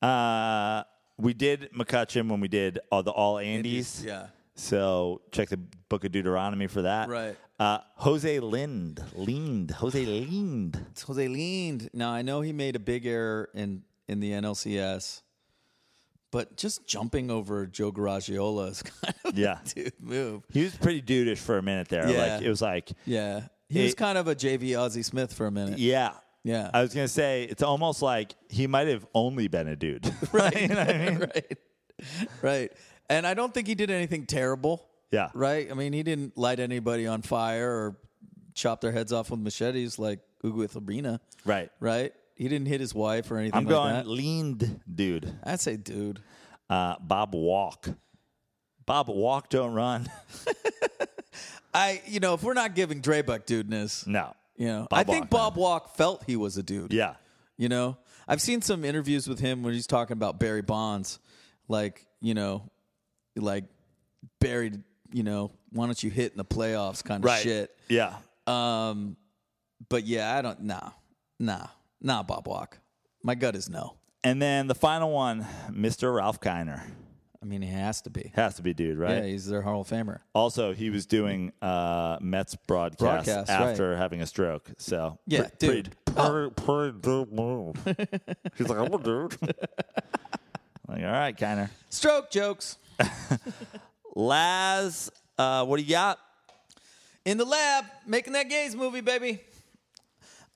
Speaker 1: Uh, we did McCutcheon when we did all the All Andes.
Speaker 2: Yeah.
Speaker 1: So check the Book of Deuteronomy for that.
Speaker 2: Right.
Speaker 1: Uh, Jose Lind, leaned. Jose
Speaker 2: [laughs]
Speaker 1: leaned.
Speaker 2: It's Jose leaned. Now, I know he made a big error in, in the NLCS, but just jumping over Joe Garagiola is [laughs] kind of
Speaker 1: Yeah.
Speaker 2: a dude move.
Speaker 1: He was pretty dudeish for a minute there.
Speaker 2: Yeah.
Speaker 1: Like it was like,
Speaker 2: Yeah. He was
Speaker 1: It-
Speaker 2: kind of a JV Ozzy Smith for a minute.
Speaker 1: yeah.
Speaker 2: Yeah.
Speaker 1: I was gonna say it's almost like he might have only been a dude.
Speaker 2: [laughs]
Speaker 1: [laughs] Right. you know what I [laughs] mean?
Speaker 2: right. Right. And I don't think he did anything terrible.
Speaker 1: Yeah.
Speaker 2: Right? I mean, he didn't light anybody on fire or chop their heads off with machetes like Ugo Ithabrina.
Speaker 1: Right.
Speaker 2: Right? He didn't hit his wife or anything
Speaker 1: I'm
Speaker 2: like
Speaker 1: going
Speaker 2: that.
Speaker 1: leaned dude.
Speaker 2: I'd say dude.
Speaker 1: Uh, Bob Walk. Bob Walk, don't run. [laughs]
Speaker 2: I you know, if we're not giving Drebuck dudeness,
Speaker 1: no.
Speaker 2: you know.
Speaker 1: Mm. Bob
Speaker 2: I think
Speaker 1: Walk,
Speaker 2: Bob Walk felt he was a dude.
Speaker 1: Yeah.
Speaker 2: You know? I've seen some interviews with him where he's talking about Barry Bonds, like, you know, like Barry, you know, why don't you hit in the playoffs kind of
Speaker 1: Right.
Speaker 2: shit.
Speaker 1: Yeah.
Speaker 2: Um, but yeah, I don't. Nah, nah, nah. Bob Walk. My gut is no.
Speaker 1: And then the final one, Mr. Ralph Kiner.
Speaker 2: I mean, he has to be.
Speaker 1: Has to be dude, right?
Speaker 2: Yeah, he's their Hall of Famer.
Speaker 1: Also, he was doing uh, Mets broadcast,
Speaker 2: Broadcast,
Speaker 1: after having a stroke. So
Speaker 2: Yeah,
Speaker 1: pre-
Speaker 2: dude. Oh.
Speaker 1: pretty, pretty dope
Speaker 2: [laughs]
Speaker 1: move. He's like, I'm a dude. like, all right, Kiner.
Speaker 2: Stroke jokes
Speaker 1: Laz, uh, what do you got?
Speaker 2: in the lab, making that gays movie, baby.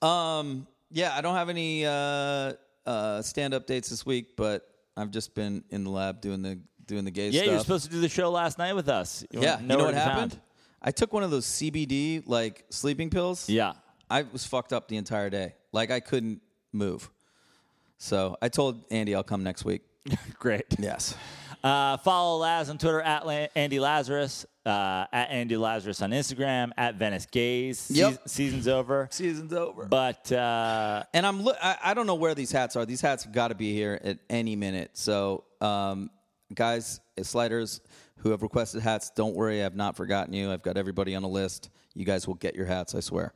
Speaker 2: Um, yeah, I don't have any uh, uh, stand up dates this week, but I've just been in the lab doing the doing the gays.
Speaker 1: Yeah, you were
Speaker 2: stuff.
Speaker 1: supposed to do the show last night with us. You
Speaker 2: yeah,
Speaker 1: wanna
Speaker 2: you know
Speaker 1: where
Speaker 2: what
Speaker 1: to be
Speaker 2: happened?
Speaker 1: found?
Speaker 2: I took one of those CBD like sleeping pills.
Speaker 1: Yeah. [laughs]
Speaker 2: I was fucked up the entire day. Like I couldn't move. So I told Andy I'll come next week.
Speaker 1: Great.
Speaker 2: Yes.
Speaker 1: Uh, follow Laz on Twitter at La- Andy Lazarus, uh, at Andy Lazarus on Instagram, at Venice Gaze.
Speaker 2: Yep.
Speaker 1: Seas- season's over.
Speaker 2: Season's over.
Speaker 1: But uh,
Speaker 2: and I'm look. I, I don't know where these hats are. These hats have got to be here at any minute. So, um, guys, uh, sliders who have requested hats, don't worry. I've not forgotten you. I've got everybody on a list. You guys will get your hats. I swear.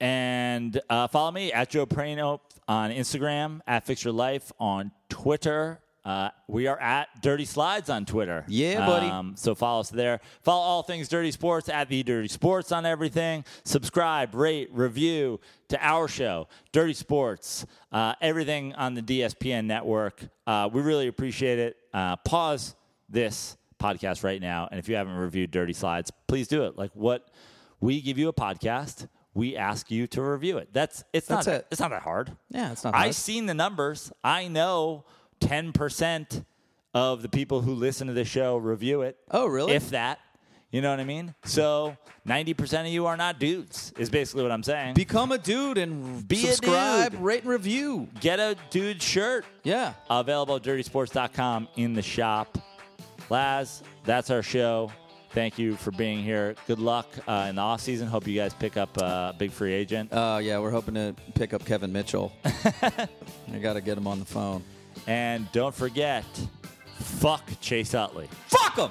Speaker 1: and uh, follow me at Joe Prano on Instagram, at Fix Your Life on Twitter. Uh, we are at Dirty Slides on Twitter. Um,
Speaker 2: Yeah, buddy.
Speaker 1: so follow us there. Follow all things Dirty Sports at the Dirty Sports on everything. Subscribe, rate, review to our show, Dirty Sports. Uh, everything on the DSPN network. Uh, we really appreciate it. Uh, pause this podcast right now, and if you haven't reviewed Dirty Slides, please do it. Like what we give you a podcast, we ask you to review it. That's it's
Speaker 2: That's
Speaker 1: not
Speaker 2: it.
Speaker 1: it's not that hard.
Speaker 2: Yeah, it's not
Speaker 1: I
Speaker 2: hard.
Speaker 1: seen the numbers. I know ten percent of the people who listen to the show review it.
Speaker 2: Oh, really?
Speaker 1: If that, you know what I mean. So ninety percent of you are not dudes. Is basically what I'm saying.
Speaker 2: Become a dude and
Speaker 1: Be a
Speaker 2: subscribe,
Speaker 1: dude.
Speaker 2: rate and review.
Speaker 1: Get a dude shirt.
Speaker 2: Yeah.
Speaker 1: Available at dirtysports.com in the shop. Laz, that's our show. Thank you for being here. Good luck uh, in the off season. Hope you guys pick up a uh, big free agent.
Speaker 2: Uh, yeah, we're hoping to pick up Kevin [laughs] Mitchell. I got to get him on the phone.
Speaker 1: And don't forget, fuck Chase Utley.
Speaker 2: Fuck him.